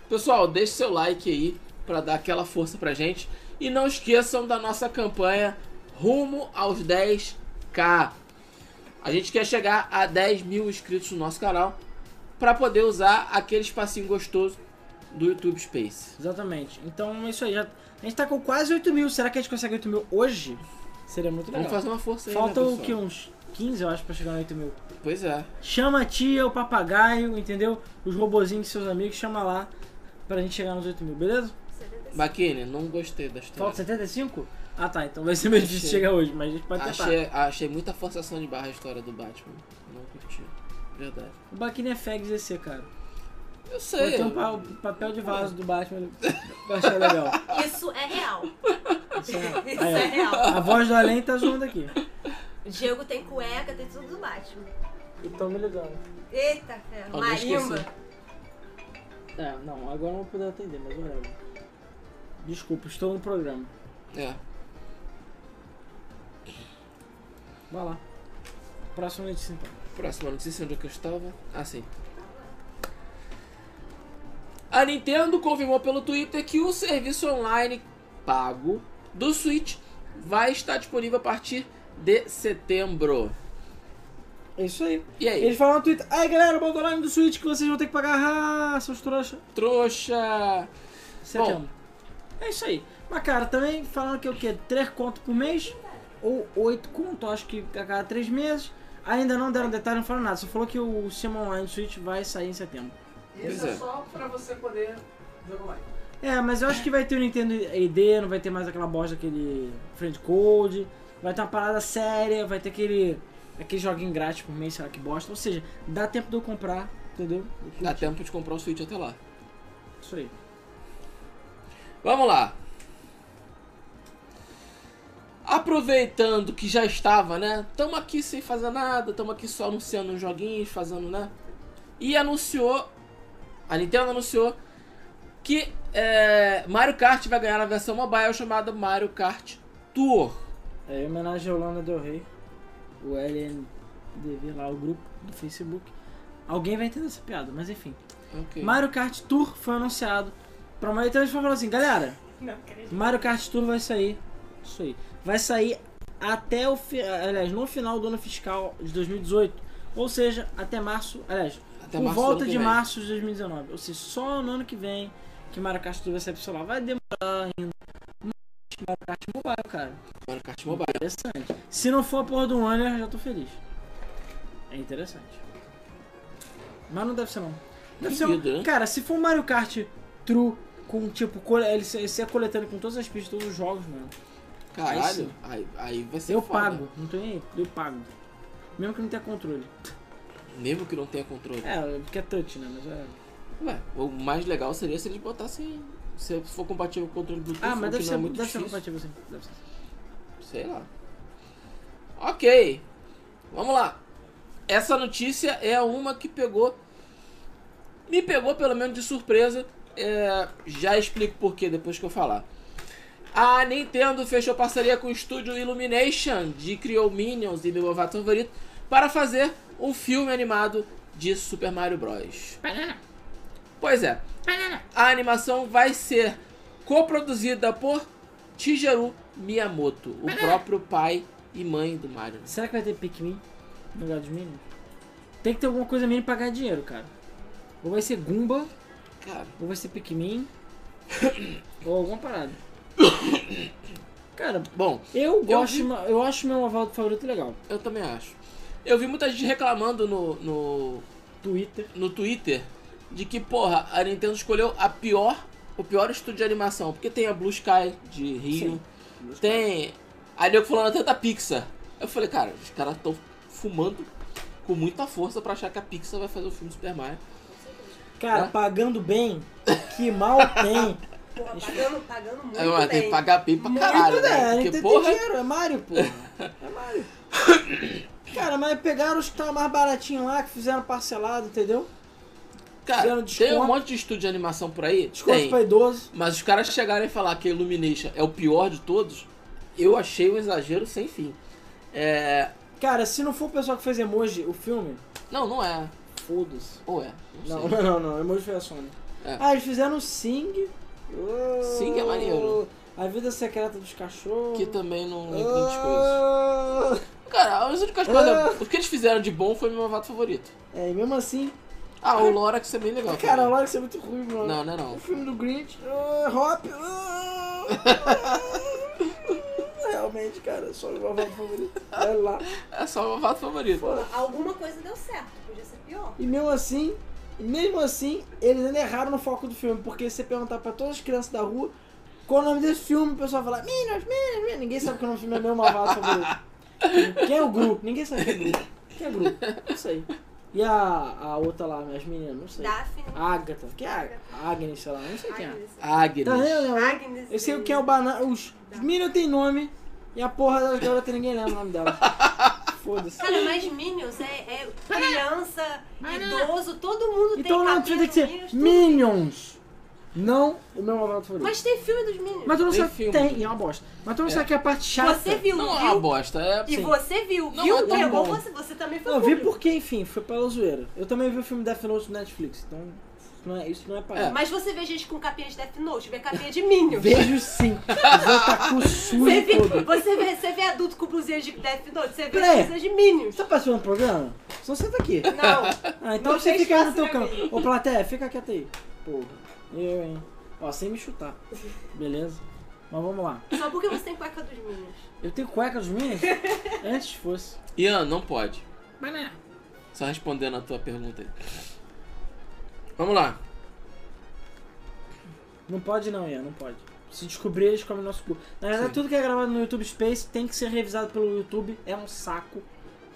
B: Pessoal, deixe seu like aí pra dar aquela força pra gente. E não esqueçam da nossa campanha rumo aos 10k. A gente quer chegar a 10 mil inscritos no nosso canal pra poder usar aquele espacinho gostoso do YouTube Space.
A: Exatamente. Então é isso aí. Já... A gente tá com quase 8 mil. Será que a gente consegue 8 mil hoje? Seria muito legal.
B: Vamos fazer uma força aí, né,
A: Falta o
B: pessoal?
A: que? Uns 15, eu acho, pra chegar no 8 mil.
B: Pois é.
A: Chama a tia, o papagaio, entendeu? Os robozinhos de seus amigos, chama lá pra gente chegar nos 8 mil, beleza?
D: 75.
B: Baquine, não gostei da
A: Falta
B: história.
A: 75? Ah tá, então vai ser meio difícil
B: Achei.
A: chegar hoje, mas a gente pode tentar.
B: Achei, achei muita forçação de barra a história do Batman. Não curti. Verdade.
A: O Baquinha é fag GC, cara.
B: Eu sei.
A: Vai ter um pa- o papel de vaso do Batman, eu achei legal.
D: Isso é real.
A: Isso é-
D: Isso
A: Aí, ó.
D: é real.
A: A voz do além tá zoando aqui.
D: Diego tem cueca, tem tudo do Batman.
A: Então me ligando.
D: Eita, ferro.
B: Alguém
D: Marimba.
B: esqueceu.
A: É, não, agora eu não vou poder atender, mas whatever. Desculpa, estou no programa.
B: É.
A: Vai lá. Próxima notícia então.
B: Próxima notícia, onde é que eu estava? Ah, sim. A Nintendo confirmou pelo Twitter que o serviço online pago do Switch vai estar disponível a partir de setembro.
A: É isso aí.
B: E aí?
A: Eles falaram no Twitter, ai galera, bota o online do Switch que vocês vão ter que pagar, ah, seus trouxa.
B: Trouxa.
A: Setembro. é isso aí. Mas cara, também falaram que é o quê? 3 conto por mês? Ou 8 conto, acho que a cada 3 meses. Ainda não deram detalhe, não falaram nada. Só falou que o sistema online do Switch vai sair em setembro.
C: Isso
B: Pois
C: é
B: é.
C: só pra você poder jogar online.
A: É, mas eu acho que vai ter o Nintendo ID, não vai ter mais aquela bosta daquele friend code, vai ter uma parada séria, vai ter aquele aquele joguinho grátis por mês, sei lá que bosta. Ou seja, dá tempo de eu comprar, entendeu?
B: Dá tempo de comprar o Switch até lá.
A: Isso aí.
B: Vamos lá. Aproveitando que já estava, né? Tamo aqui sem fazer nada, tamo aqui só anunciando uns joguinhos, fazendo, né? E anunciou, a Nintendo anunciou que é, Mario Kart vai ganhar a versão mobile chamada Mario Kart Tour.
A: É em homenagem a Holanda Del Rey, o LNDV lá, o grupo do Facebook. Alguém vai entender essa piada, mas enfim.
B: Ok.
A: Mario Kart Tour foi anunciado. Pra uma então eles falaram assim, galera,
D: Não acredito.
A: Mario Kart Tour vai sair. Isso aí. Vai sair até o. Fi... Aliás, no final do ano fiscal de 2018. Ou seja, até março. Aliás,
B: Até
A: por
B: março do
A: volta
B: ano que
A: de
B: vem.
A: março de 2019. Ou seja, só no ano que vem que Mario Kart Tour vai sair pro celular. Vai demorar ainda. Mas Mario Kart é Mobile, cara.
B: Mario Kart Mobile.
A: Interessante. Se não for a porra do ano, eu já tô feliz. É interessante. Mas não deve ser não. Deve ser
B: Duvido,
A: um...
B: né?
A: Cara, se for um Mario Kart True com tipo, cole- ele se se é coletando com todas as pistas, todos os jogos, mano. Aí
B: Caralho,
A: sim.
B: aí, aí vai ser
A: eu
B: é foda.
A: pago, não tô nem aí, eu pago. Mesmo que não tenha controle.
B: Mesmo que não tenha controle.
A: É, porque é touch, né? Mas é...
B: Ué, o mais legal seria se eles botassem. Se for compatível com o controle Bluetooth,
A: Ah,
B: o
A: mas
B: que
A: deve
B: não
A: ser,
B: é muito
A: deve ser
B: difícil.
A: compatível sim. Deve ser.
B: Sei lá. Ok. Vamos lá. Essa notícia é uma que pegou. Me pegou pelo menos de surpresa. É, já explico por que depois que eu falar. A Nintendo fechou parceria com o estúdio Illumination, de criou Minions e meu novato favorito, para fazer um filme animado de Super Mario Bros. Pois é, a animação vai ser coproduzida por Tigeru Miyamoto, o próprio pai e mãe do Mario.
A: Será que vai ter Pikmin no lugar dos Minions? Tem que ter alguma coisa mínima pra ganhar dinheiro, cara. Ou vai ser Goomba,
B: Cara,
A: Ou vai ser Pikmin. ou alguma parada. Cara,
B: bom,
A: eu gosto.
B: vi-
A: ma- Eu acho meu Valdo favorito legal.
B: eu também acho. Eu vi muita gente reclamando no, no,
A: Twitter.
B: no Twitter de que, porra, a Nintendo escolheu a pior, o pior estúdio de animação. Porque tem a Blue Sky de Rio, tem. Aí eu falando até da Pixar. Eu falei, cara, os caras estão fumando com muita força pra achar que a Pixar vai fazer o filme do Super Mario.
A: Cara,
B: É?
A: Tá pagando bem, que mal tem.
D: Porra, pagando, pagando muito
B: É, mas tem que
D: bem.
B: pagar bem pra
A: Muito,
B: caralho,
A: né?
B: né?
A: Tem-
B: Porque,
A: tem
B: porra,
A: dinheiro, é Mario, pô. É Mario. Cara, mas pegaram os que estavam mais baratinhos lá, que fizeram parcelado, entendeu?
B: cara,
A: fizeram
B: tem um
A: desconto.
B: monte de estúdio de animação por aí.
A: Desconto
B: tem.
A: pra idoso.
B: Mas os caras chegarem e falar que a Illumination é o pior de todos, eu achei um exagero sem fim. É.
A: Cara, se não for o pessoal que fez emoji, o filme,
B: Não, não é.
A: foda-se.
B: Ou é. Não,
A: Não,
B: sei.
A: não, não, não. Emoji foi a Sony.
B: É.
A: Ah, eles fizeram o Sing. Oh,
B: Sing é maneiro.
A: A vida secreta dos cachorros.
B: Que também não é grandes coisas.
A: oh.
B: Cara, as únicas
A: Ah.
B: coisas. O que eles fizeram de bom foi meu novato favorito.
A: É, e mesmo assim.
B: Ah, o Lorax é bem legal.
A: Cara,
B: também.
A: olha que isso é muito ruim, mano.
B: Não, não é
A: O
B: não.
A: filme do Grinch. ah, Hop. ah. Realmente, cara, só o meu avô favorito. Vai lá.
B: É só o meu novato favorito.
D: Alguma coisa deu certo, podia ser pior.
A: E mesmo assim. e Mesmo assim, eles ainda erraram no foco do filme, porque se você perguntar pra todas as crianças da rua qual o nome desse filme, o pessoal vai falar Minas, Minas, Minas. Ninguém sabe que o nome do filme é meu malvado favorito. Quem é o grupo? Ninguém sabe quem é o grupo. Quem é o grupo? Não sei. E a, a outra lá, as meninas? Não sei.
D: Daphne. né?
A: Agatha. Que é a Agnes, sei lá, não sei quem é.
D: Agnes.
B: Agnes.
A: Tá vendo, né?
D: Agnes.
A: Eu sei o que é o banana. Os, os Minions tem nome e a porra das garotas ninguém lembra o nome delas. Foda-se.
D: Cara, mas Minions é, é criança, idoso, todo mundo tem
A: Então não
D: cabelo,
A: tinha que ser
D: Minions, tudo.
A: Minions. Não o meu malvado favorito. Mas,
D: Mas tem filme dos Minions.
A: tu não
B: Tem
A: sabe.
B: filme.
A: Tem, é uma bosta. Mas tu não
B: É.
A: sabe que é a parte chata.
D: Você viu,
B: Não é
D: viu?
B: uma bosta. É...
D: E
A: Sim.
D: você viu,
B: Não
D: viu?
B: é tão
D: pegou
B: bom.
D: você, você também foi
A: Não, eu vi
D: público.
A: porque, enfim, foi pela zoeira. Eu também vi o filme Death Note no Netflix, então Isso não é, isso não é parada.
D: Mas você vê gente com capinha de Death Note, vê capinha de Minion.
A: Vejo sim. Os otaku
D: Você
A: sujo
D: vê,
A: todo.
D: você, vê, você vê adulto com blusinha de Death Note, você vê
A: Peraí.
D: blusinha de Minions.
A: Você tá participando do programa? Só senta aqui.
D: Não.
A: Ah, então
D: Não
A: você
D: tem
A: fica aí no
D: espaço
A: teu
D: pra
A: canto.
D: mim.
A: Ô, plateia, fica quieto aí. Porra. Eu, hein. Ó, sem me chutar. Beleza? Mas vamos lá.
D: Só porque você tem cueca dos Minions.
A: Eu tenho cueca dos meninos? Antes fosse.
B: Ian, não pode.
A: Mas
D: é-
A: né?
B: Só respondendo a tua pergunta aí. Vamos lá.
A: Não pode não, Ian, não pode. Se descobrir, eles comem nosso cu. Na verdade,
B: Sim.
A: tudo que é gravado no YouTube Space tem que ser revisado pelo YouTube. É um saco.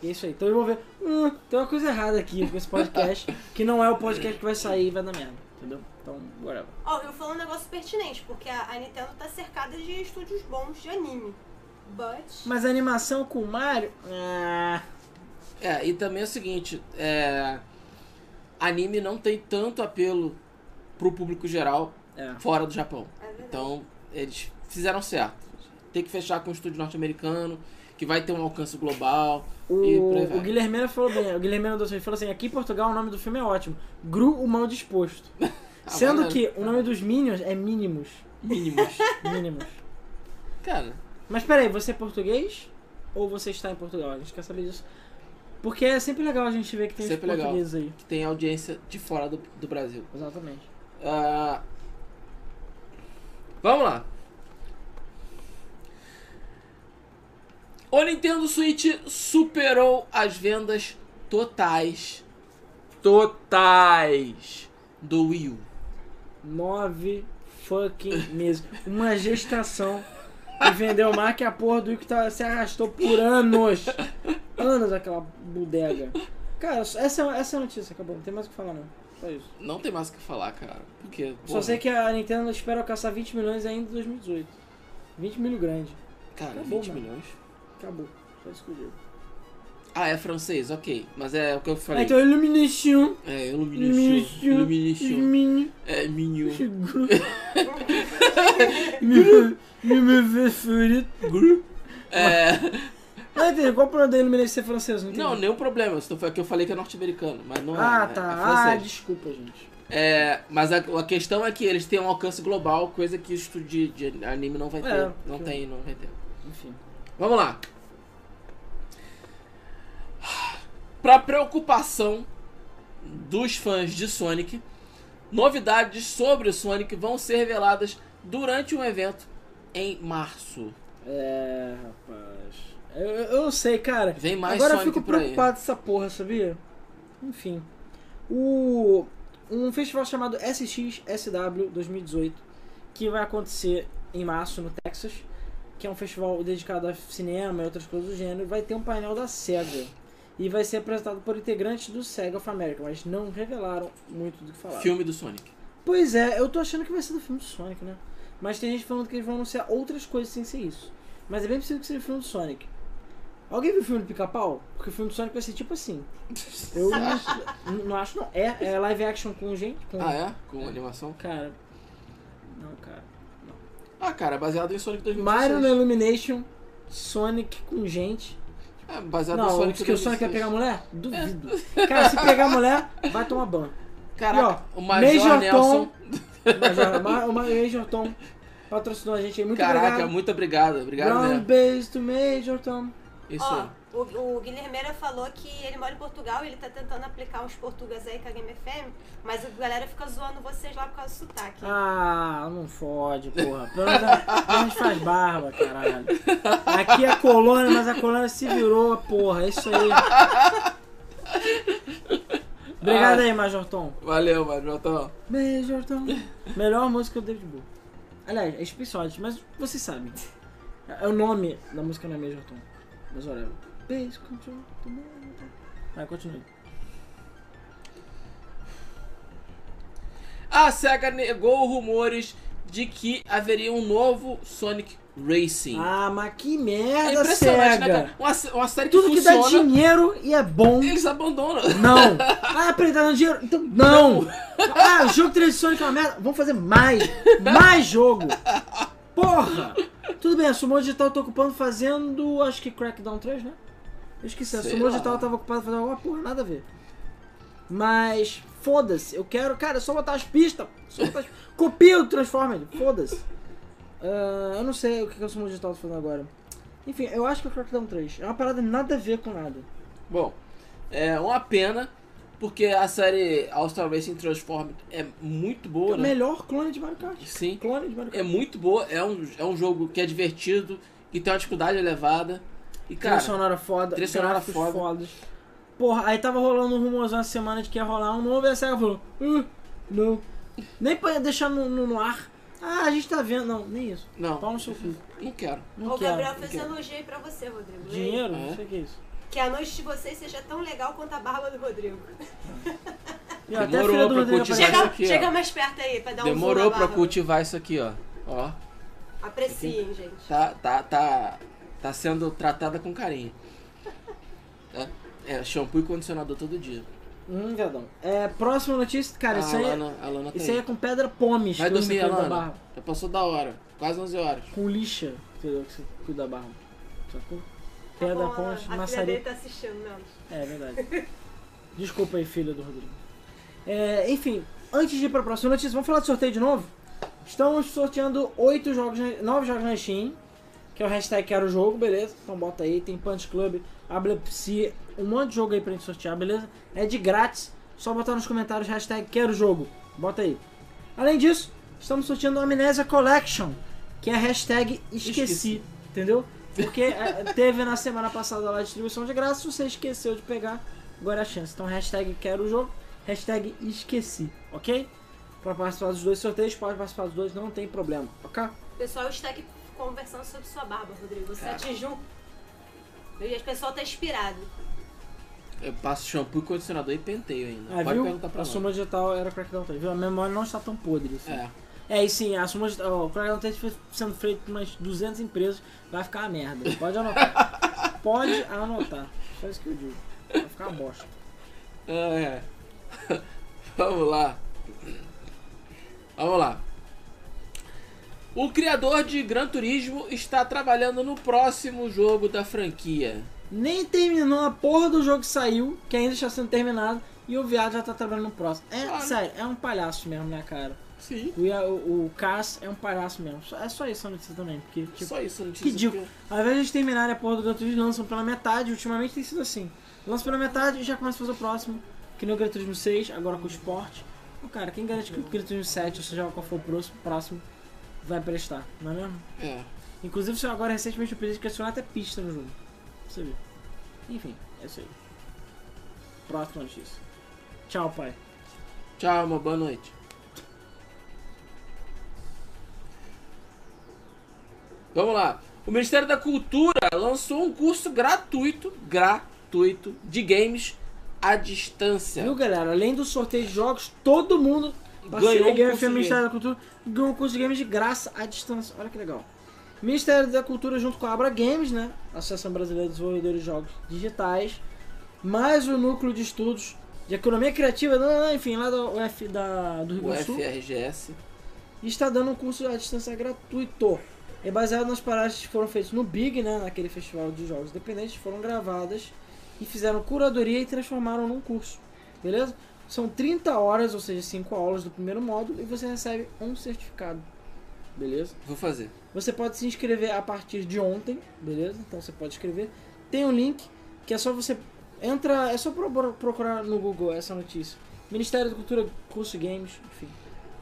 A: E é isso aí. Então eu vou ver. Hum, tem uma coisa errada aqui com esse podcast. que não é o podcast que vai sair e vai dar merda. Entendeu? Então, whatever.
D: Ó, eu falo um negócio pertinente, porque a, a Nintendo tá cercada de estúdios bons de anime. But...
A: Mas a animação com o Mario. Ah,
B: É, e também é o seguinte, é, anime não tem tanto apelo pro público geral
A: é.
B: fora do Japão.
D: É verdade.
B: Então, eles fizeram certo. Tem que fechar com o estúdio norte-americano, que vai ter um alcance global. E por aí vai.
A: O, o Guilhermeno falou bem, o Guilhermeno dos Reis falou assim: aqui em Portugal o nome do filme é ótimo. Gru, o mal disposto. Sendo
B: Ah, maneiro.
A: que o nome dos Minions é Mínimos.
B: Mínimos.
A: Mínimos.
B: Cara,
A: Mas peraí, você é português ou você está em Portugal? A gente quer saber disso. Porque é sempre legal a gente ver que tem os
B: Sempre legal.
A: portugueses aí.
B: que tem audiência de fora do, do Brasil.
A: Exatamente.
B: Ah, Vamos lá. O Nintendo Switch superou as vendas totais. Totais do Wii U.
A: Nove fucking meses. Uma gestação. E vendeu mais que a porra do que tá- se arrastou por anos. Anos aquela bodega. Cara, essa, essa é a notícia, acabou. Não tem mais o que falar, não. Só isso.
B: Não tem mais o que falar, cara. Porque.
A: Só sei que a Nintendo espera alcançar 20 milhões ainda em 2018. 20 milho grande.
B: Cara,
A: acabou,
B: 20
A: mano.
B: milhões.
A: Acabou. Só isso que eu digo.
B: Ah, é francês, ok. Mas é o que eu
A: Ah,
B: falei.
A: então, Illumination.
B: É,
A: Ilumination.
B: Illumination. Illumination.
A: Illumination.
B: É, Minho.
A: Chegou. Meu- Meu favorito.
B: É.
A: Não entendi, qual o problema da Illumination ser francês? Não,
B: Não,
A: entendi.
B: nenhum problema. Isso foi o que eu falei que é norte-americano, mas não é,
A: Ah,
B: é.
A: tá.
B: É
A: ah,
B: francês.
A: desculpa, gente.
B: É, mas a, a questão é que eles têm um alcance global, coisa que o estúdio de, de anime não vai ter.
A: É,
B: não
A: sim.
B: tem, não vai ter.
A: Enfim.
B: Vamos lá. Pra preocupação dos fãs de Sonic, novidades sobre o Sonic vão ser reveladas durante um evento em março.
A: É, rapaz. Eu, eu não sei, cara.
B: Vem mais
A: Agora eu
B: Sonic
A: fico
B: por aí.
A: preocupado com essa porra, sabia? Enfim. O. Um festival chamado SXSW 2018, que vai acontecer em março no Texas, que é um festival dedicado a cinema e outras coisas do gênero, vai ter um painel da SEGA. E vai ser apresentado por integrantes do SEGA of America, mas não revelaram muito do que falaram.
B: Filme do Sonic.
A: Pois é, eu tô achando que vai ser do filme do Sonic, né? Mas tem gente falando que eles vão anunciar outras coisas sem ser isso. Mas é bem possível que seja o filme do Sonic. Alguém viu o filme do Pica-Pau? Porque o filme do Sonic vai ser tipo assim. Eu não acho, não, acho, não. É, é live action com gente. Com...
B: Ah, é? Com animação?
A: Cara. Não, cara.
B: Ah, cara, é baseado em Sonic 2016.
A: Mario na Illumination, Sonic com gente.
B: É, baseado em
A: Não,
B: Sonic
A: porque o Sonic vai pegar
B: 2016.
A: mulher? Duvido. Cara, se pegar mulher, vai tomar ban.
B: Caraca,
A: E, ó,
B: o Major,
A: Major
B: Nelson.
A: Major, Ma- o Major Tom patrocinou a gente aí. Muito
B: Caraca, é
A: obrigado.
B: muito obrigado. Obrigado
A: Brown
B: mesmo.
A: base to Major Tom.
B: Isso
D: Ó,
B: aí.
D: o, o Guilhermeira falou que ele mora em Portugal e ele tá tentando aplicar uns portugueses aí com a Game FM, mas a galera fica zoando vocês lá por causa do sotaque.
A: Ah, não fode, porra. Pelo menos a a gente faz barba, caralho. Aqui é colônia, mas a colônia se virou, porra. É isso aí. Obrigado
B: Ah.
A: aí, Major Tom.
B: Valeu, Major Nelson.
A: Major Tom. Melhor música do David Bowie. Aliás, é Space Oddity, mas vocês sabem. É o nome da música não é Major Tom. Mas olha. Base Control to Major Tom. Vai, continue.
B: A SEGA negou rumores de que haveria um novo Sonic Racing.
A: Ah, mas que
B: é
A: merda,
B: impressionante,
A: cega.
B: né, cara? Uma, sé- uma série que
A: Tudo que dá
B: funciona,
A: dinheiro e é bom.
B: eles abandonam.
A: Não! Ah, peraí, tá dando dinheiro? Então, não! Ah, o jogo tradicional que é uma merda. Vamos fazer mais! Mais jogo! Porra! Tudo bem, a Sumo Digital tá ocupando fazendo. Acho que Crackdown 3, né? Eu esqueci, a
B: Sei
A: Sumo
B: lá.
A: Digital tava ocupada fazendo alguma porra, nada a ver. Mas foda-se, eu quero, cara, é só botar as pistas. Só botar as... Copia o Transformer, foda-se. Ah, eu não sei o que que eu sou muito digital tá fazendo agora. Enfim, eu acho que é o Crackdown 3. É uma parada nada a ver com nada.
B: Bom, é uma pena, porque a série All-Star Racing Transformed é muito
A: É
B: boa,
A: o
B: né?
A: melhor clone de Mario Kart.
B: Sim.
A: Clone de Mario
B: É
A: Kart.
B: muito boa, é um, é um jogo que é divertido, que tem uma dificuldade elevada. E cara,
A: trilha sonora foda,
B: trilha sonora
A: gráficos
B: foda.
A: fodas. Porra, aí tava rolando um rumor uma semana de que ia rolar um novo, e a SEGA falou, "Uh, não. Nem pra deixar no, no, no ar. Ah, a gente tá vendo. Não, nem isso. Pau
B: não,
A: no seu filho.
B: não quero.
A: Não
D: o Gabriel
A: quero.
D: fez
B: quero.
D: um elogio aí pra você, Rodrigo.
A: Dinheiro?
B: É?
A: Não sei o que é isso.
D: Que a noite de vocês seja tão legal quanto a barba do Rodrigo.
A: E até a
B: Demorou
A: filha do
B: pra
A: Rodrigo
B: curtir
A: apareceu.
B: Mas
D: Chega,
B: aqui, ó.
D: chega mais perto aí pra dar um zoom
B: Demorou
D: na
B: pra
D: barba.
B: cultivar isso aqui, ó. Ó,
D: Apreciem, gente.
B: tá, tá, tá, tá sendo tratada com carinho. Tá? É, shampoo e condicionador todo dia. Ah,
A: Hum, viadão. É, próxima notícia, cara,
B: a,
A: isso aí,
B: Lana, a Lana tá
A: isso aí
B: aí.
A: é com pedra pomes
B: Vai
A: que você
B: dormir,
A: cuida da
B: Alana.
A: barra.
B: Já passou da hora. Quase 11 horas.
A: Com lixa, entendeu? Que você cuida da barra. Sacou?
D: Tá
A: Pedra
D: bom,
A: pomes,
D: a filha dele
A: maçarico.
D: tá assistindo, não.
A: É verdade. Desculpa aí, filha do Rodrigo. É, enfim, antes de ir pra próxima notícia, vamos falar de sorteio de novo? Estamos sorteando oito jogos, na- nove jogos na Steam, que é o hashtag Quero Jogo, beleza? Então bota aí, tem Punch Club, Ablepsia, um monte de jogo aí pra gente sortear, beleza? É de grátis, só botar nos comentários hashtag Quero Jogo, bota aí. Além disso, estamos sorteando o Amnesia Collection, que é a hashtag Esqueci,
B: Esqueci.
A: entendeu? Porque eh, teve na semana passada lá a distribuição de graça, se você esqueceu de pegar, agora é a chance. Então hashtag Quero Jogo, hashtag Esqueci, ok? Pra participar dos dois sorteios, pode participar dos dois, não tem problema, ok?
D: O pessoal está aqui conversando sobre sua barba, Rodrigo.
A: É.
D: Você atingiu. E o pessoal tá inspirado.
B: Eu passo shampoo e condicionador e penteio ainda.
A: Ah,
B: Pode
A: viu?
B: perguntar pra
A: a
B: nós.
A: soma digital era Crackdown 3, viu? A memória não está tão podre assim.
B: É.
A: É, e sim, a soma digital. ó, O Crackdown 3 foi sendo feito por umas 200 empresas, vai ficar uma merda. Pode anotar. pode anotar. Só isso que eu digo. Vai ficar uma bosta.
B: Ah, é. Vamos lá. Vamos lá. O criador de Gran Turismo está trabalhando no próximo jogo da franquia.
A: Nem terminou a porra do jogo que saiu, que ainda está sendo terminado, e o viado já tá trabalhando no próximo. É,
B: Ah.
A: sério, é um palhaço mesmo, né, cara?
B: Sim.
A: O, Ia- o, o Cass é um palhaço mesmo. Só- É só isso a notícia também, porque, tipo,
B: Só isso, notícia.
A: Ridículo. Ao invés de eles terminarem a porra do Gran Turismo, lançam pela metade. Ultimamente tem sido assim. Lançam pela metade e já começa a fazer o próximo. Que nem o Gran Turismo 6, agora com o esporte. Então, cara, quem garante que o Gran Turismo 7, ou seja lá qual for o próximo, próximo, vai prestar, não é mesmo?
B: porque- É.
A: Inclusive, saiu agora recentemente o pedido de adicionar até pista no jogo. Pra Você viu? Enfim, é isso aí. Próxima notícia. Tchau, pai.
B: Tchau, uma boa noite. Vamos lá. O Ministério da Cultura lançou um curso gratuito, gratuito, de games à distância.
A: Viu, galera? Além do sorteio de jogos, todo mundo
B: Ganhou
A: ganhou
B: um
A: o Game
B: curso de
A: Feminista da Cultura ganhou um curso de games de graça à distância. Olha que legal. Ministério da Cultura junto com a Abra Games, né? Associação Brasileira de Desenvolvedores de Jogos Digitais, mais o Núcleo de Estudos de Economia Criativa, não, não, enfim, lá da UF da, do Rio
B: O
A: Grande do Sul,
B: FRGS.
A: e está dando um curso à distância gratuito. É baseado nas paradas que foram feitas no Big, né? Naquele festival de jogos independentes, foram gravadas e fizeram curadoria e transformaram num curso. Beleza? São 30 horas, ou seja, 5 aulas do primeiro módulo e você recebe um certificado. Beleza?
B: Vou fazer.
A: Você pode se inscrever a partir de ontem, beleza? Então você pode escrever. Tem um link que é só você entra, é só pro- pro- procurar no Google essa notícia. Ministério da Cultura, curso games, enfim.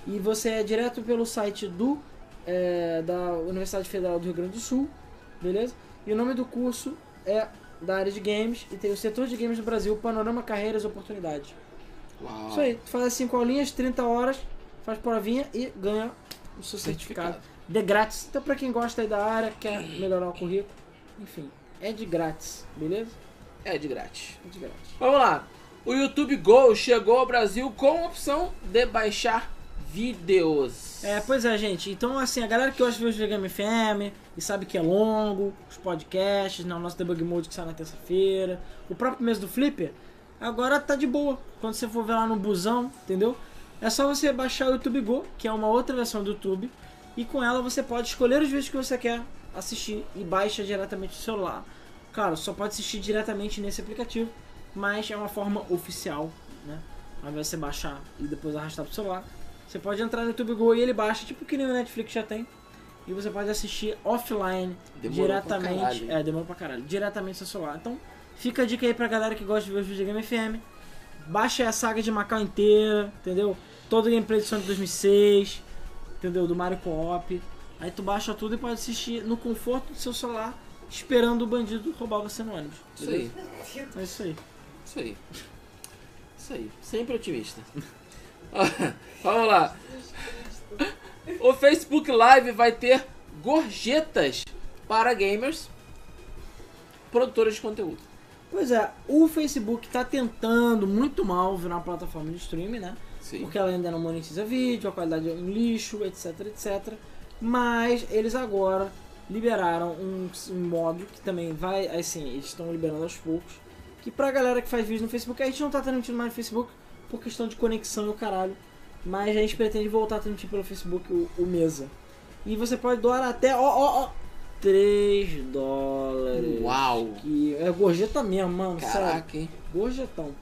A: E você é direto pelo site do é, da Universidade Federal do Rio Grande do Sul, beleza? E o nome do curso é da área de games e tem o setor de games no Brasil, panorama, carreiras, oportunidades.
B: Uau.
A: Isso aí, tu faz as 5 aulinhas, 30 horas, faz provinha e ganha o seu certificado. De grátis. Então pra quem gosta aí da área, quer melhorar o currículo, enfim, é de grátis, beleza?
B: É de grátis.
A: É de grátis.
B: Vamos lá. O YouTube Go chegou ao Brasil com a opção de baixar vídeos.
A: É, pois é, gente. Então, assim, a galera que gosta de ver os Videogame FM e sabe que é longo, os podcasts, né, o nosso debug mode que sai na terça-feira, o próprio mês do Flipper, agora tá de boa. Quando você for ver lá no busão, entendeu? É só você baixar o YouTube Go, que é uma outra versão do YouTube, e com ela você pode escolher os vídeos que você quer assistir e baixa diretamente do celular. Claro, só pode assistir diretamente nesse aplicativo, mas é uma forma oficial, né? ao invés de você baixar e depois arrastar pro celular, você pode entrar no YouTube Go e ele baixa, tipo que nem o Netflix já tem. E você pode assistir offline,
B: Demorou
A: diretamente.
B: pra caralho, hein?
A: é, demora pra caralho. Diretamente no seu celular. Então, fica a dica aí pra galera que gosta de ver os vídeos da Game FM. Baixa aí a saga de Macau inteira, entendeu? Todo o gameplay do Sonic 2006, entendeu? Do Mario Co-op. Aí tu baixa tudo e pode assistir no conforto do seu celular, esperando o bandido roubar você no ônibus.
B: Isso aí,
A: É isso aí.
B: isso aí. Isso aí. Sempre otimista. Vamos lá. O Facebook Live vai ter gorjetas para gamers, produtores de conteúdo.
A: Pois é, o Facebook tá tentando muito mal virar uma plataforma de streaming, né?
B: Sim.
A: Porque ela ainda não monetiza vídeo, a qualidade é um lixo, etc, etc. Mas eles agora liberaram um, um modo que também vai, assim, eles estão liberando aos poucos. Que pra galera que faz vídeo no Facebook, a gente não tá transmitindo mais no Facebook por questão de conexão e o caralho. Mas a gente pretende voltar a transmitir pelo Facebook o, o Mesa. E você pode doar até, ó, ó, ó, 3 dólares.
B: Uau!
A: Que é gorjeta mesmo, mano, sério
B: Caraca, hein?
A: gorjetão.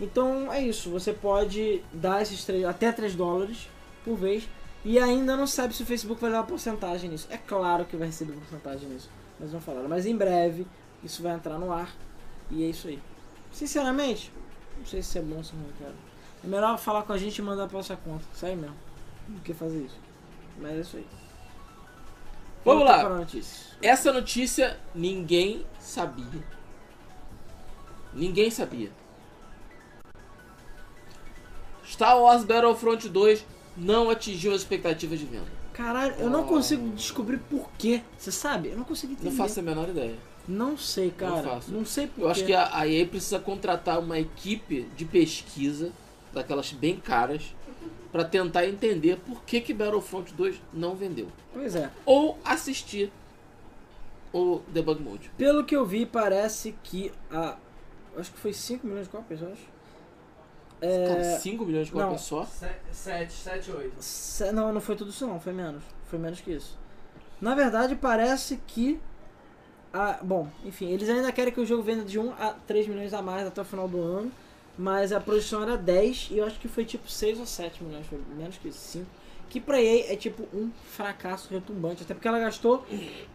A: Então é isso, você pode dar esses três, até 3 dólares por vez e ainda não sabe se o Facebook vai dar uma porcentagem nisso. É claro que vai receber porcentagem nisso, mas não falaram. Mas em breve isso vai entrar no ar e é isso aí. Sinceramente, não sei se é bom ou se é ruim, cara. É melhor falar com a gente e mandar pra nossa conta, sério mesmo, do que fazer isso. Mas é isso aí.
B: Vamos
A: Volta
B: lá.
A: Para notícias.
B: Essa notícia ninguém sabia. Ninguém sabia. Star Wars Battlefront 2 não atingiu as expectativas de venda.
A: Caralho, eu não
B: Oh.
A: consigo descobrir porquê. Você sabe? Eu não consigo entender.
B: Não faço a menor ideia.
A: Não sei, cara. Não,
B: faço.
A: sei por
B: Eu acho
A: quê.
B: que a a EA precisa contratar uma equipe de pesquisa, daquelas bem caras, pra tentar entender por que, que Battlefront 2 não vendeu.
A: Pois é.
B: Ou assistir o Debug Mode.
A: Pelo que eu vi, parece que a. Acho que foi 5 milhões de cópias, eu acho. É,
B: Cara, 5 milhões de
A: não.
B: cópias só?
C: 7, 7, 8.
A: Se- Não, não foi tudo isso, não. Foi menos. Foi menos que isso. Na verdade, parece que. A... Bom, enfim, eles ainda querem que o jogo venda de 1 a 3 milhões a mais até o final do ano. Mas a produção era 10 e eu acho que foi tipo 6 ou 7 milhões, foi menos que isso, 5. Que pra EA é tipo um fracasso retumbante, até porque ela gastou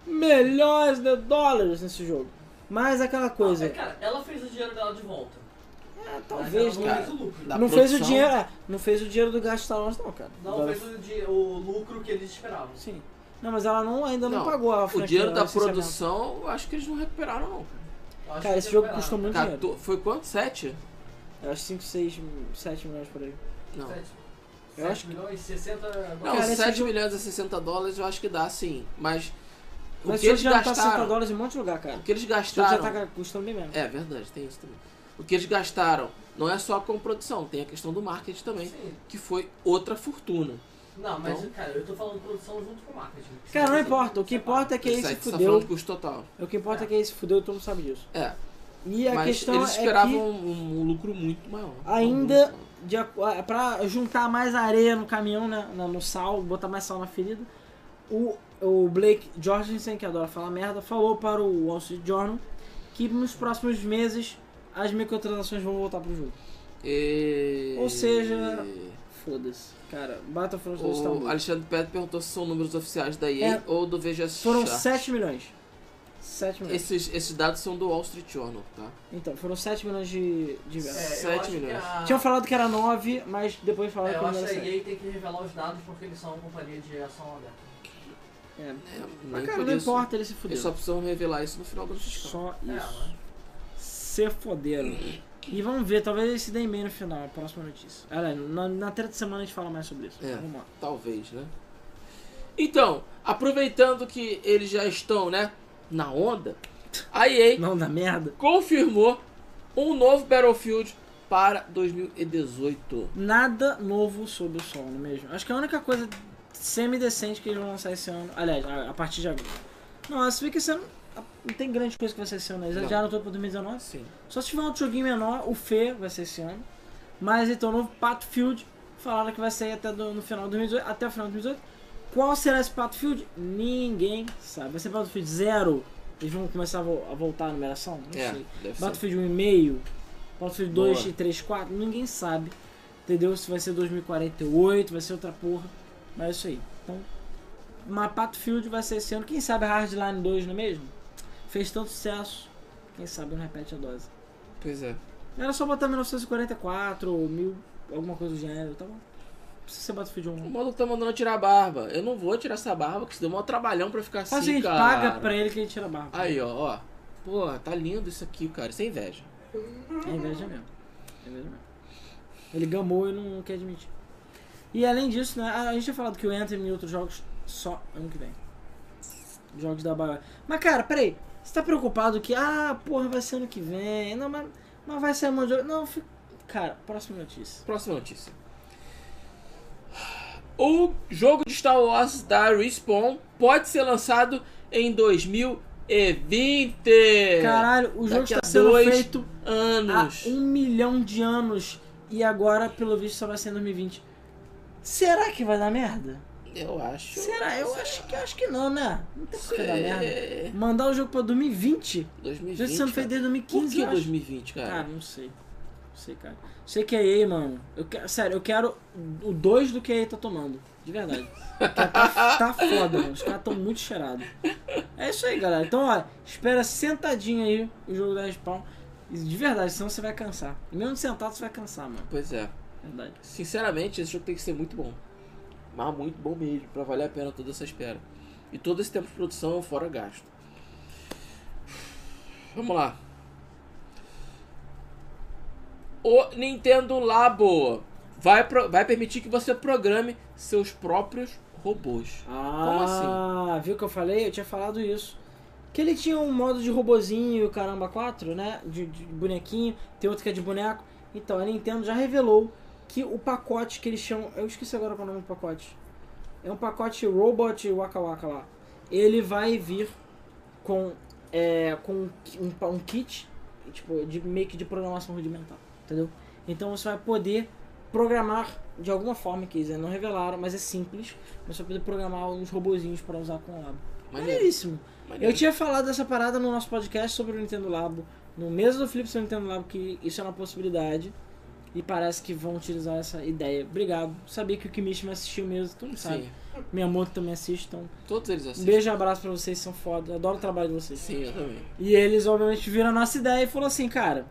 A: milhões de dólares nesse jogo. Mas aquela coisa.
C: Ah, é, Cara, ela fez o dinheiro dela de volta.
A: Ah, talvez,
C: mas
A: né?
C: ela não
B: cara.
C: fez o lucro.
B: Da
A: Não fez o
B: produção-
A: dinheiro, é, não fez o dinheiro do gasto Star Wars não, cara.
C: Não
A: Agora-
C: fez o, di- o lucro que eles esperavam.
A: Sim. Não, mas ela não, ainda não,
B: Não,
A: pagou a
B: O
A: franquia,
B: dinheiro tá da
A: licenciamento.
B: produção, eu acho que eles não recuperaram, não. cara.
C: Eu acho
A: Cara,
C: que
B: é
A: esse jogo
C: esperavam.
A: custou muito dinheiro. É
B: 14 Foi quanto? 7?
A: Eu acho 5, 6, 7 milhões por aí.
B: Não.
C: Sete-
A: Eu
C: sete
A: acho que-
C: milhões, 60 agora.
B: Não,
A: Cara, esse
B: 7
A: jogo-
B: milhões a 60 dólares eu acho que dá sim. Mas o
A: Mas
B: que
A: esse jogo
B: eles
A: já tá 60
B: gastaram.
A: dólares em um monte de lugar, cara.
B: O que eles
A: Esse jogo já
B: gastaram.
A: tá custando bem menos.
B: É verdade, tem isso também. O que eles gastaram não é só com produção, tem a questão do marketing também,
C: Sim.
B: que foi outra fortuna.
C: Não, mas
B: Então-
C: cara, eu tô falando produção junto com marketing.
B: É,
A: Cara, não importa. O que importa é que aí
B: Isso
A: se
B: aí, tu tá falando de
A: fudeu.
B: custo total.
A: O que importa é que aí se fudeu e todo mundo sabe disso.
B: É,
A: E a
B: mas
A: questão
B: eles
A: é
B: esperavam
A: que
B: um, um lucro muito maior.
A: Ainda-
B: Muito maior.
A: de, aco- ah, pra juntar mais areia no caminhão, né? na- No sal, botar mais sal na ferida. O, o Blake Jorgensen, que adora falar merda, falou para o Wall Street Journal que nos próximos meses as microtransações vão voltar pro jogo.
B: E-
A: Ou seja, Foda-se. Cara, Battlefront 2 tá
B: O
A: muito.
B: Alexandre Pedro perguntou se são números oficiais da EA
A: É.
B: ou do VGS.
A: Foram né?
B: Chart.
A: 7 milhões. 7 milhões.
B: Esses, esses dados são do Wall Street Journal, tá?
A: Então, foram 7 milhões de, de
C: É, eu
A: versos.
B: Sete
C: acho que
B: milhões.
C: a-
A: Tinham falado que era 9, mas depois
C: É,
A: falaram
C: eu
A: que
C: acho
A: não era
C: que a
A: 7.
C: EA tem que revelar os dados porque eles são uma companhia de ação aberta.
A: É.
B: É,
A: Mas,
B: nem
A: cara,
B: por
A: não
B: isso.
A: importa, ele se
B: Eles
A: fudeu.
B: só precisam revelar isso no final do ano fiscal.
A: Só
C: É,
A: isso.
C: mas-
A: Se foderam. E vamos ver, talvez eles se deem bem no final, a próxima notícia. Ah, não, na, na treta de semana a gente fala mais sobre isso.
B: É.
A: Vamos lá.
B: Talvez, né? Então, aproveitando que eles já estão, né, na onda, a EA
A: Não da merda.
B: confirmou um novo Battlefield para 2018.
A: Nada novo sob o sol, não é mesmo? Acho que a única coisa semi-decente que eles vão lançar esse ano. Aliás, a, a partir de agora. Não, se bem que esse ano a- não tem grande coisa que vai ser esse ano. né? Eles
B: Não.
A: adiaram todo pra 2019.
B: Sim.
A: Só se tiver um outro joguinho menor, o Fê vai ser esse ano. Mas então, o novo Patfield falaram que vai sair até do- no final de 2018, até o final de 2018. Qual será esse Patfield? Ninguém sabe. Vai ser Battlefield 0? Eles vão começar a, vo- a voltar à numeração? Não
B: É,
A: sei. um
B: deve ser.
A: Battlefield 1,5, Battlefield 2
B: Boa.
A: e 3, 4, ninguém sabe. Entendeu? Se vai ser 2048, vai ser outra porra. Mas é isso aí. Então, Mapato Field vai ser esse ano. Quem sabe Hardline 2, não é mesmo? Fez tanto sucesso. Quem sabe não repete a dose.
B: Pois é.
A: Era só botar 1944 ou mil, alguma coisa do gênero, tá bom? Não precisa ser Battlefield 1.
B: O
A: não.
B: maluco tá mandando eu tirar a barba. Eu não vou tirar essa barba, que isso deu um trabalhão pra ficar
A: Faz o
B: assim,
A: seguinte,
B: cara.
A: paga pra ele que ele tira a barba.
B: Aí, ó, ó. Porra, tá lindo isso aqui, cara. Sem inveja.
A: É inveja mesmo. É inveja mesmo. Ele gamou e não, não quer admitir. E além disso, né, a a gente tinha falado que o Anthem e outros jogos só ano que vem. Jogos da Bioware. Mas cara, peraí. Você tá preocupado que, ah, porra, vai ser ano que vem. Não, mas, mas vai ser um monte de jogo. Não, fica... cara, próxima notícia.
B: Próxima notícia. O jogo de Star Wars da Respawn pode ser lançado em 2020.
A: Caralho, o jogo
B: É, Daqui
A: está
B: a
A: sendo
B: dois
A: feito
B: anos.
A: há um milhão de anos e agora, pelo visto, só vai ser em 2020. Será que vai dar merda?
B: Eu acho.
A: Será? Eu acho que, acho que não, né? Não tem por é que dar merda.
B: É,
A: Mandar o jogo pra 2020? Já
B: 2020.
A: sendo feito
B: cara.
A: desde
B: Por
A: 2015,
B: que
A: eu acho.
B: 2020, cara?
A: Cara, não sei. Não sei, cara. Sei que é EA, mano. Eu quero, sério, eu quero o 2 do que a EA tá tomando. De verdade. Cara, tá, tá foda, mano. Os caras tão muito cheirados. É isso aí, galera. Então, ó, espera sentadinho aí o jogo da Respawn. E De verdade, senão você vai cansar. E mesmo sentado, você vai cansar, mano.
B: Pois é.
A: Verdade.
B: Sinceramente, esse jogo tem que ser muito bom. Mas muito bom mesmo, pra valer a pena toda essa espera. E todo esse tempo de produção fora gasto. Vamos lá. O Nintendo Labo vai, pro- vai permitir que você programe seus próprios robôs. Como
A: Ah, viu que eu falei? Eu tinha falado isso. Que ele tinha um modo de robozinho, caramba, 4, né? De, de bonequinho, tem outro que é de boneco. Então, a Nintendo já revelou que o pacote que eles chamam. Eu esqueci agora qual é o nome do pacote. É um pacote Robot Waka Waka lá. Ele vai vir com, é, com um, ki- um pa- um kit, tipo, de, meio que de programação rudimentar, entendeu? Então você vai poder programar de alguma forma, que eles ainda não revelaram, mas é simples. Você vai poder programar uns robozinhos para usar com o Labo.
B: Maneiro,
A: Maneiríssimo. É Eu
B: maneiro.
A: tinha falado dessa parada no nosso podcast sobre o Nintendo Labo, no mesmo do Flip sobre o Nintendo Labo, que isso é uma possibilidade. E parece que vão utilizar essa ideia. Obrigado. Sabia que o Kimish me assistiu mesmo, tu não sabe.
B: Sim,
A: Minha moto também assiste, então.
B: todos eles
A: Um
B: assistem.
A: beijo e abraço pra vocês, são foda. Adoro o trabalho de vocês.
B: Sim, eu também.
A: E eles, obviamente, viram a nossa ideia e falaram assim, cara,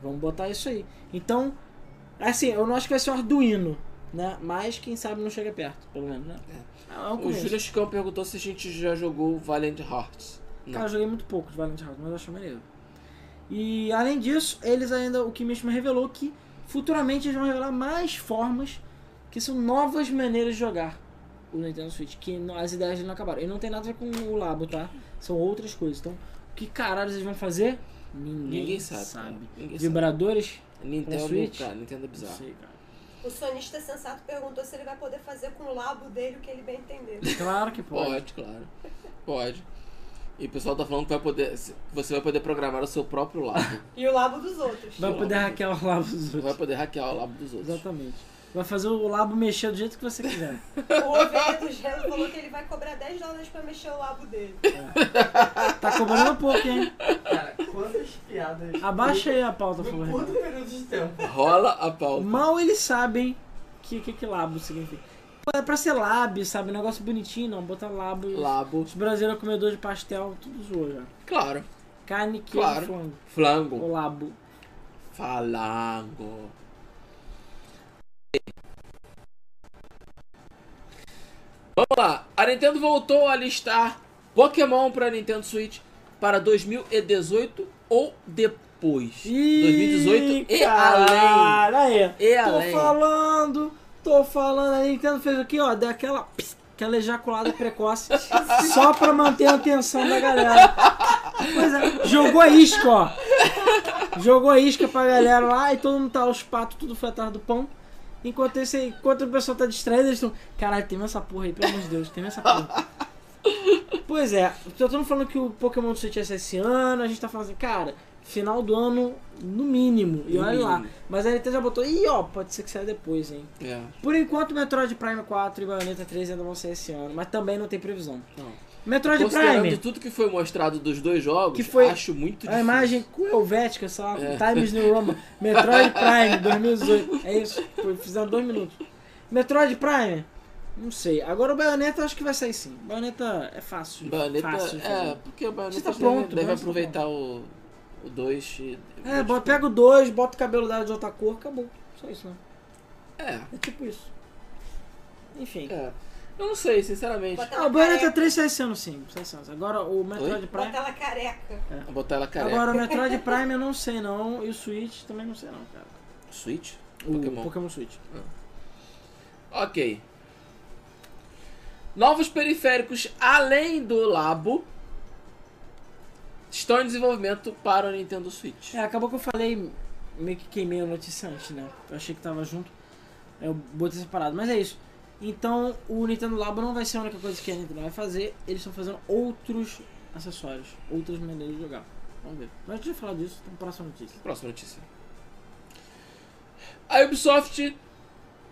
A: vamos botar isso aí. Então, assim, eu não acho que vai ser um Arduino, né? Mas quem sabe não chega perto, pelo menos, né? É, um
B: O
A: começo.
B: Júlio Chicão perguntou se a gente já jogou Valiant Hearts. Não.
A: Cara, eu joguei muito pouco de Valiant Hearts, mas eu achei maneiro. E além disso, eles ainda, o que mesmo revelou que futuramente eles vão revelar mais formas que são novas maneiras de jogar o Nintendo Switch, que não- as ideias não acabaram. E não tem nada a ver com o Labo, tá? São outras coisas. Então, o que caralho eles vão fazer? Ninguém,
B: Ninguém sabe,
A: sabe.
B: cara. Ninguém sabe.
A: Vibradores? Pra
B: Nintendo,
A: Switch?
B: cara, Nintendo é
A: Não
B: bizarro.
A: sei, cara.
D: O sonista sensato perguntou se ele vai poder fazer com o labo dele o que ele bem entender.
A: Claro que pode.
B: Pode, claro. Pode. E o pessoal tá falando que vai poder, se- você vai poder programar o seu próprio lado.
D: E o labo dos outros.
A: Vai poder hackear o Labo dos
B: Você vai
A: outros.
B: poder hackear o lado dos outros.
A: Exatamente. Vai fazer o Labo mexer do jeito que você quiser.
D: O ovelha do gelo falou que ele vai cobrar 10 dólares pra mexer o labo dele.
A: Tá cobrando um pouco, hein?
C: Cara, quantas piadas.
A: Abaixa aí a pauta,
C: No
A: por favor.
C: curto período de tempo.
B: Rola a pauta.
A: Mal eles sabem que que, que labo significa. Pô, É pra ser lab, sabe? Um negócio bonitinho, não. Botar labo.
B: Labo.
A: Os brasileiros comedores de pastel, tudo zoou já.
B: Claro.
A: Carne, queijo,
B: Claro.
A: frango. O
B: Flango.
A: labo.
B: Falango. Vamos lá. A Nintendo voltou a listar Pokémon pra Nintendo Switch para 2018 ou depois.
A: Ih,
B: 2018 e além.
A: caralho, Aí.
B: E
A: tô
B: além.
A: falando, tô falando. A Nintendo fez o quê? Ó, deu aquela, pss, aquela ejaculada precoce só pra manter a atenção da galera. Pois é, jogou a isca, ó. Jogou a isca pra galera lá e todo mundo tá, os patos tudo foi atrás do pão. Enquanto, esse, enquanto o pessoal tá distraído, eles estão. Caralho, tem essa porra aí, pelo amor de Deus, tem essa porra. é Pois é, todo mundo falando que o Pokémon do Switch ia ser esse ano, a gente tá falando assim, cara, final do ano, no mínimo. E
B: No
A: olha lá.
B: mínimo.
A: Mas a NT já botou, ih, ó, pode ser que saia depois, hein.
B: É.
A: Por enquanto, Metroid Prime 4 e Bayonetta 3 ainda vão ser esse ano, mas também não tem previsão.
B: Não.
A: Metroid
B: Considerando
A: Prime,
B: tudo que foi mostrado dos dois jogos,
A: Que foi
B: acho muito difícil.
A: a imagem com Helvética, sei lá,
B: É.
A: com Times New Roman, Metroid Prime 2018, é isso, foi- fizeram dois minutos. Metroid Prime, não sei. Agora o Bayonetta eu acho que vai sair sim. Bayonetta é fácil,
B: Bayonetta,
A: fácil de fazer.
B: é, porque o Bayonetta
A: Você tá
B: deve-
A: pronto,
B: deve
A: Bayonetta tá
B: aproveitar o 2 e...
A: É,
B: tipo-
A: bota, pega o 2, bota o cabelo dela de outra cor, acabou. Só isso, né?
B: É,
A: É tipo isso. Enfim.
B: é. Eu não sei, sinceramente.
D: Bota-
A: Ah, o Bayonetta 3 sai esse ano sim, sai esse ano. Agora o Metroid Prime...
D: Bota ela careca.
B: Vou botar ela careca.
A: Agora o Metroid Prime eu não sei não, e o Switch também não sei não, cara.
B: Switch?
A: O
B: Pokémon.
A: Pokémon Switch.
B: Ok. Novos periféricos além do Labo estão em desenvolvimento para o Nintendo Switch.
A: É, acabou que eu falei, meio que queimei a notícia antes, né? Eu achei que tava junto, eu botei separado, mas é isso. Então, o Nintendo Labo não vai ser a única coisa que a Nintendo vai fazer, eles estão fazendo outros acessórios, outras maneiras de jogar. Vamos ver. Mas deixa eu falar disso na próxima notícia.
B: Próxima notícia. A Ubisoft,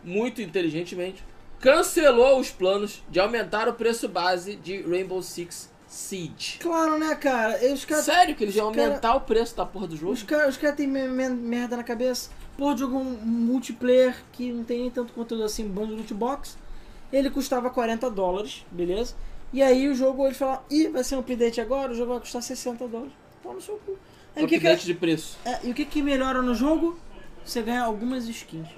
B: muito inteligentemente, cancelou os planos de aumentar o preço base de Rainbow Six Siege.
A: Claro, né, cara? E Os caras
B: Sério que eles iam
A: os cara-
B: aumentar o preço da porra do jogo?
A: os cara, os cara têm me- me- merda na cabeça. Porra, jogo um multiplayer que não tem nem tanto conteúdo assim, um bando de loot box. Ele custava 40 dólares, beleza? E aí o jogo, ele fala, ih, vai ser um update agora, o jogo vai custar 60 dólares. Toma no seu cu. Aí o que que,
B: Update de preço.
A: é, e o que que melhora no jogo? Você ganha algumas skins.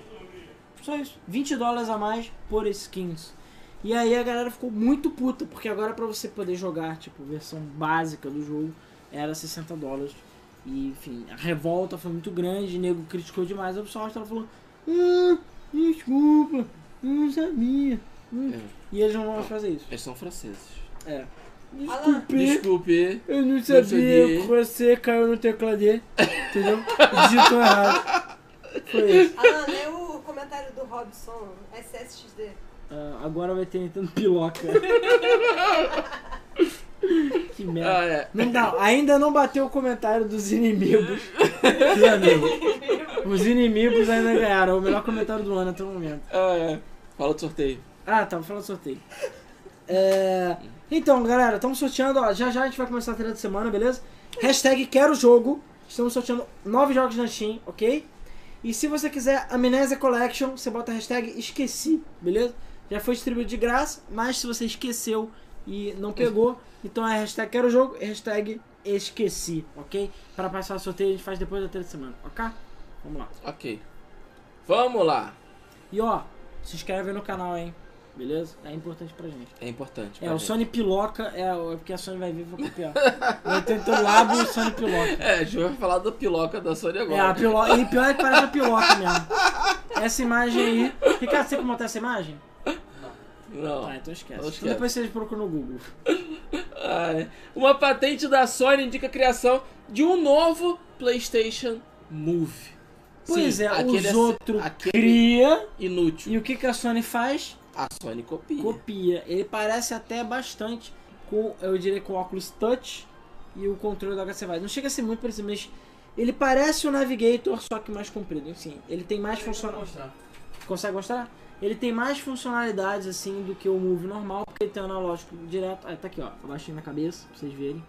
A: Só isso. 20 dólares a mais por skins. E aí a galera ficou muito puta, porque agora pra você poder jogar, tipo, versão básica do jogo, era 60 dólares. E, enfim, a revolta foi muito grande, o nego criticou demais a Ubisoft, ela falou, ah, desculpa, eu não sabia. Hum.
B: É.
A: E eles não vão mais fazer isso.
B: Eles são franceses.
A: É.
D: Alan.
A: Desculpe.
B: Desculpe.
A: Eu não sabia
B: sabia.
A: que você caiu no teclado dele. Entendeu? Digitou errado. Foi isso.
D: Alan, lê o comentário do Robson, SSXD.
A: Ah, agora vai ter Nintendo Piloca. que merda.
B: Ah, é.
A: Não, não, ainda não bateu o comentário dos inimigos. Dos amigos. Os inimigos ainda ganharam. É O melhor comentário do ano até o momento.
B: Ah, é. Fala do sorteio.
A: Ah, tá, vou falar do sorteio. É, Então, galera, estamos sorteando, ó, já já a gente vai começar a trilha de semana, beleza? Hashtag quero jogo. Estamos sorteando nove jogos na Steam, ok? E se você quiser Amnesia Collection, você bota a hashtag esqueci, beleza? Já foi distribuído de graça, mas se você esqueceu e não pegou, então é hashtag quero jogo e hashtag esqueci, ok? Para passar o sorteio a gente faz depois da trilha de semana, ok? Vamos lá.
B: Ok. Vamos lá.
A: E ó, se inscreve no canal, hein? Beleza? É importante pra gente.
B: É importante.
A: É,
B: pra
A: o
B: gente.
A: Sony Piloca é, o- é porque a Sony vai vir e vou copiar. Vai ter teu lado e o Sony Piloca.
B: É, a gente vai falar da piloca da Sony
A: É, a
B: agora.
A: piloca. E pior é que parece a piloca mesmo. Essa imagem aí. Ricardo, você quer montar essa imagem?
B: Não.
A: Tá, então esquece. Então
B: Não esquece.
A: depois vocês procuram no Google.
B: Ai. Uma patente da Sony indica a criação de um novo PlayStation Move.
A: Pois é, os
B: ass-
A: outros
B: Aquele é
A: Cria.
B: inútil.
A: E o que, que a Sony faz?
B: A Sony copia.
A: Copia. Ele parece até bastante com, eu diria, com o Oculus Touch e o controle do HC Vive. Não chega a ser muito parecido, mas ele parece o Navigator, só que mais comprido. Enfim, ele tem mais funcionalidade.
C: mostrar.
A: Consegue gostar? Ele tem mais funcionalidades assim do que o Move normal, porque ele tem o analógico direto. Aí tá aqui, ó, abaixinho na cabeça, pra vocês verem.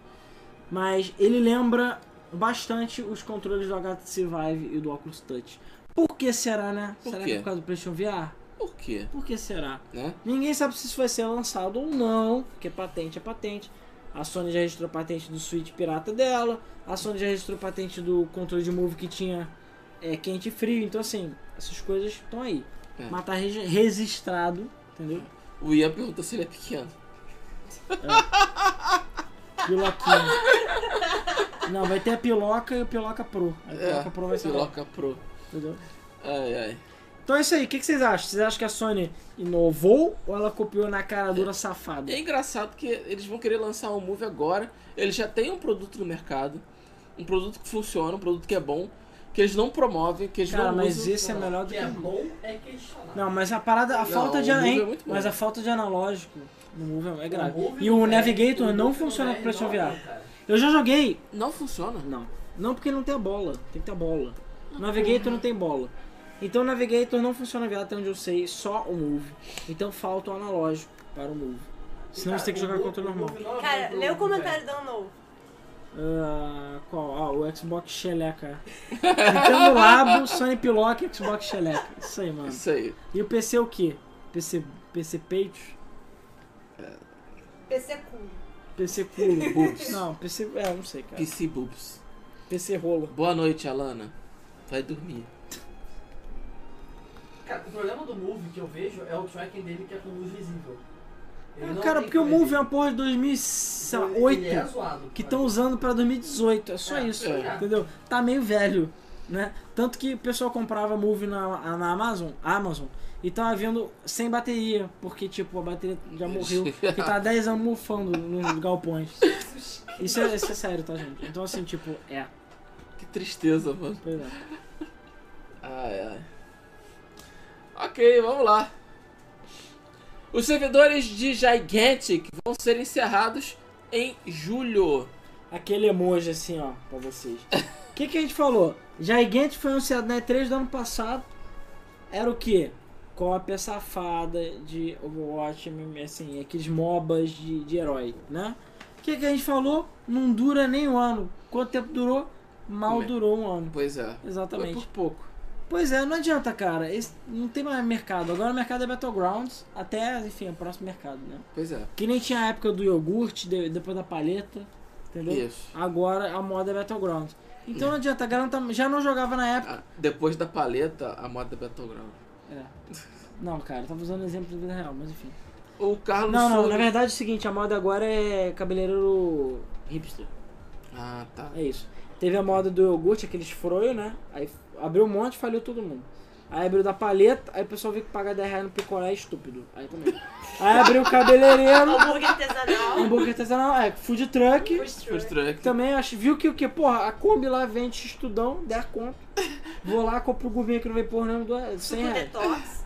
A: Mas ele lembra bastante os controles do HTC Vive e do Oculus Touch. Por que será, né?
B: Por
A: será
B: quê?
A: que é por causa do PlayStation VR?
B: Por quê?
A: Por que será?
B: Né?
A: Ninguém sabe se isso vai ser lançado ou não, porque patente é patente. A Sony já registrou a patente do Switch pirata dela, a Sony já registrou a patente do controle de move que tinha é, quente e frio, então assim, essas coisas estão aí.
B: É.
A: Mas tá regi- registrado, entendeu?
B: O Ian pergunta se ele é pequeno.
A: Piloquinha. não, vai ter a piloca e o piloca pro. A piloca pro vai ser lá,
B: É, Piloca Ah, Pro.
A: entendeu?
B: Ai, ai.
A: Então é isso aí, o que, que vocês acham? Vocês acham que a Sony inovou ou ela copiou na cara dura safada?
B: É engraçado que eles vão querer lançar um move agora. Eles já têm um produto no mercado. Um produto que funciona, um produto que é bom. Que eles não promovem, que eles
A: Cara,
B: não
A: mas
B: usam.
A: esse é melhor
C: O
A: do
C: que
A: que
C: é
A: o
C: bom é questionar.
A: Não, mas a parada, a
B: Não,
A: falta de
B: o Move
A: hein?
B: é muito bom.
A: mas a falta de analógico no Move é grave.
C: Move
A: e o
C: não é,
A: Navigator
C: o
A: não
C: Move
A: funciona
C: é,
A: com PlayStation
C: não é,
A: VR.
C: cara.
A: Eu já joguei,
B: Não funciona?
A: não. Não porque ele não tem a bola, tem que ter a bola. Navigator não tem bola. Então o Navigator não funciona virado até onde eu sei, só o Move. Então falta o analógico para o Move. Senão você tem que jogar contra o normal.
C: é
D: Cara, lê o comentário da Unknown.
A: Ah, qual? Ah, o Xbox Xeleca. Nintendo Labo, Sony Pilock, Xbox Xeleca. Isso aí, mano.
B: Isso aí.
A: E o PC é o quê? PC, PC Peitos?
D: PC cool.
A: PC Culo? Boobs. Não, PC... É, não sei, cara.
B: PC Boobs.
A: PC Rolo.
B: Boa noite, Alana. Vai dormir.
C: Cara, o problema do Move que eu vejo é o tracking dele que é com luz visível. Ele
A: Ah,
C: não
A: cara,
C: tem
A: porque o
C: como ele-
A: Move é uma porra de
C: Ele é
A: 2008
C: zoado,
A: que
C: cara.
A: estão usando pra 2018. É só
C: É,
A: isso,
B: é.
A: entendeu? Tá meio velho, né? Tanto que o pessoal comprava Move na, na Amazon, Amazon e tava vendo sem bateria, porque, tipo, a bateria já morreu. Que tá há 10 anos mufando nos galpões. Isso é, isso é sério, tá, gente? Então, assim, tipo, é.
B: Que tristeza, mano.
A: Pois é.
B: Ai, ai. Ok, vamos lá. Os servidores de Gigantic vão ser encerrados em julho.
A: Aquele emoji, assim, ó, pra vocês. O que, que a gente falou? Gigante foi anunciado na E3 do ano passado. Era o quê? Cópia safada de Overwatch, MM, assim, aqueles MOBAs de, de herói, né? O que, que a gente falou? Não dura nem um ano. Quanto tempo durou? Mal
B: Me-
A: durou um ano.
B: Pois é. Foi
A: Exatamente.
B: por pouco.
A: Pois é, não adianta, cara. Esse- não tem mais mercado. Agora o mercado é Battlegrounds, até, enfim, o próximo mercado, né?
B: Pois é.
A: Que nem tinha a época do iogurte, de- depois da palheta, entendeu?
B: Isso.
A: Agora a moda é Battlegrounds. Então não adianta, a galera tá- já não jogava na época.
B: Ah, depois da paleta, a moda Battleground.
A: É. Não, cara, eu tava usando exemplo da vida real, mas enfim.
B: O Carlos
A: Não, não,
B: Souza-
A: na verdade é o seguinte, a moda agora é cabeleireiro hipster.
B: Ah, tá.
A: É isso. Teve a moda do iogurte, aqueles froio, né? Aí abriu um monte, falhou todo mundo. Aí abriu da palheta, aí o pessoal viu que pagar 10 reais no picolé é estúpido. Aí também. Aí abriu o cabeleireiro,
D: Hambúrguer artesanal.
A: hambúrguer artesanal, é, food truck.
D: food truck.
B: Food truck.
A: Também acho, viu que o que? Porra, a Kombi lá vende estudão, 10 conto. Vou lá, compro o gourmet que não vem porra nenhuma, dou 100
D: Suco
A: reais.
D: detox.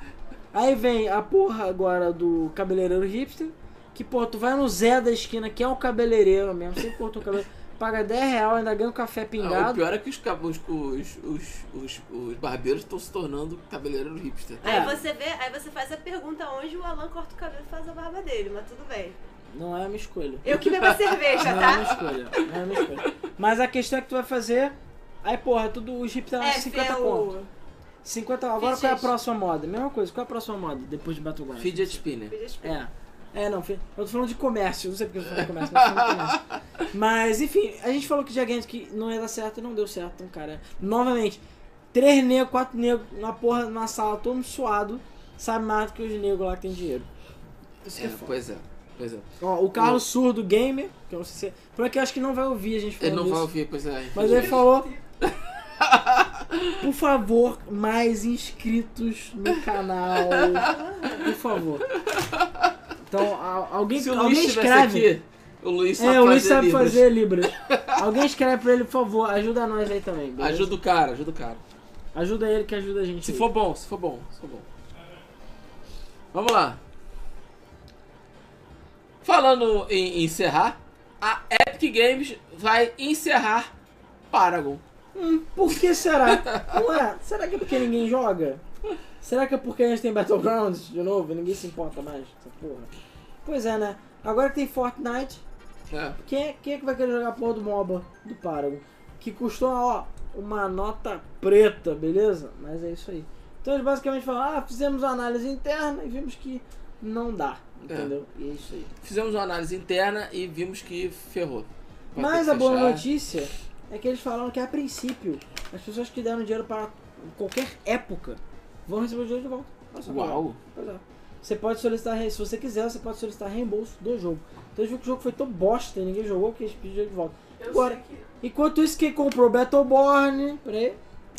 A: Aí vem a porra agora do cabeleireiro hipster, que porra, tu vai no Zé da esquina, que é um cabeleireiro mesmo, sempre cortou o cabelo, paga 10 reais, ainda ganha um café
B: Ah, o
A: pingado.
B: pior é que os, cab- os, os, os, os, os barbeiros estão se tornando cabeleireiros hipster.
A: É.
D: Aí você vê, aí você faz a pergunta onde o Alan corta o cabelo e faz a barba dele, mas tudo bem.
A: Não é a minha escolha.
D: Eu que bebo a cerveja,
A: Não é a minha
D: tá?
A: escolha, não é a minha escolha. Mas a questão é que tu vai fazer, aí porra, tudo os hipster lá,
D: É,
A: 50 conto.
D: Feu.
A: 50, agora qual é a
D: Fidget.
A: próxima moda? Mesma coisa, qual é a próxima moda depois de Battleground?
B: Fidget spinner.
D: Fidget spinner.
A: É. É, não, fi- eu tô falando de comércio, não sei porque eu tô falando de comércio, mas eu tô falando de comércio. Mas, enfim, a gente falou que Gigantic que não ia dar certo, não deu certo, então, cara. Novamente, três negros, quatro negros na porra, na sala, todo mundo suado, sabe mais do que os negros lá que tem dinheiro. Isso que é,
B: É,
A: foda.
B: pois é. Pois é.
A: Ó, o Carlos Surdo Gamer, que eu não sei se. Por que eu acho que não vai ouvir a gente falando
B: Ele não
A: isso.
B: vai ouvir, pois é.
A: Mas ele falou. Por favor, mais inscritos no canal. Por favor. Então, a- alguém,
B: Se o Luiz
A: alguém
B: estivesse
A: escreve.
B: aqui, o Luiz sabe
A: é, o
B: fazer
A: Luiz sabe
B: livros.
A: fazer Libras. Alguém escreve pra ele, por favor. Ajuda nós aí também. beleza?
B: Ajuda o cara, ajuda o cara.
A: Ajuda ele que ajuda a gente.
B: Se
A: aí.
B: for bom, se for bom, se for bom. Vamos lá. Falando em encerrar, a Epic Games vai encerrar Paragon.
A: Hum, por que será? Não é? Será que é porque ninguém joga? Será que é porque a gente tem Battlegrounds de novo e ninguém se importa mais? com Essa porra. Pois é, né? Agora que tem Fortnite,
B: É.
A: Quem é, quem é que vai querer jogar a porra do MOBA do Paragon? Que custou, ó, uma nota preta, beleza? Mas é isso aí. Então eles basicamente falam, ah, fizemos uma análise interna e vimos que não dá, entendeu? E é isso aí.
B: Fizemos uma análise interna e vimos que ferrou. Vai ter
A: Mas
B: que
A: a boa
B: fechar.
A: notícia é que eles falaram que a princípio as pessoas que deram dinheiro para qualquer época vão receber o dinheiro de volta. Olha só que legal.
B: Uau!
A: Pois é. Você pode solicitar, re- se você quiser, você pode solicitar reembolso do jogo. Então eles viram que o jogo foi tão bosta e ninguém jogou que eles pediram dinheiro de volta.
C: Eu
A: Agora-
C: sei que-
A: Enquanto isso, quem comprou Battleborn, peraí,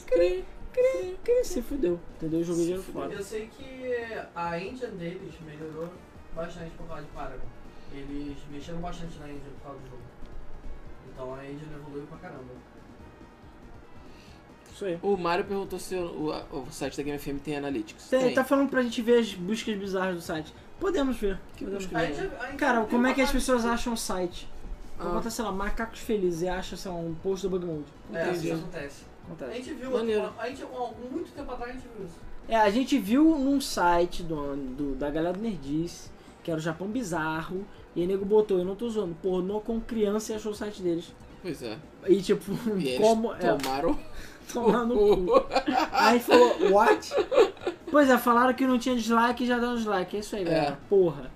A: cri, cri, cri, se fudeu, entendeu? Eu Joguei
B: Se
A: dinheiro fora.
C: Eu sei que a engine deles melhorou bastante por causa de Paragon. Eles mexeram bastante na engine por causa do jogo. Então a engine evoluiu pra caramba.
A: Isso aí.
B: O Mário perguntou se o, o- o site da Game FM tem analytics.
A: Tem, Tá falando pra gente ver as buscas bizarras do site. Podemos ver.
B: Que
A: podemos
B: busca Ah.
A: ver.
C: A engine- a engine
A: Cara,
C: evoluiu
A: como é que
C: pra
A: as pessoas
C: caramba.
A: acham o site? Vou botar, sei lá, macacos felizes e acha, sei lá, um post do Bug Mode.
C: É,
B: Entendi.
C: isso acontece. A
A: Acontece.
C: gente viu,
B: Maneiro.
C: a gente, há muito tempo atrás a gente viu isso.
A: É, a gente viu num site do, do- da galera do Nerdice, que era o Japão Bizarro, e aí nego botou, eu não tô zoando, pornô com criança e achou o site deles.
B: Pois é.
A: E tipo,
B: E eles
A: como. É,
B: tomaram
A: tomar no cu. Aí falou, what? Pois é, falaram que não tinha dislike e já deram dislike. É isso aí, galera. Porra.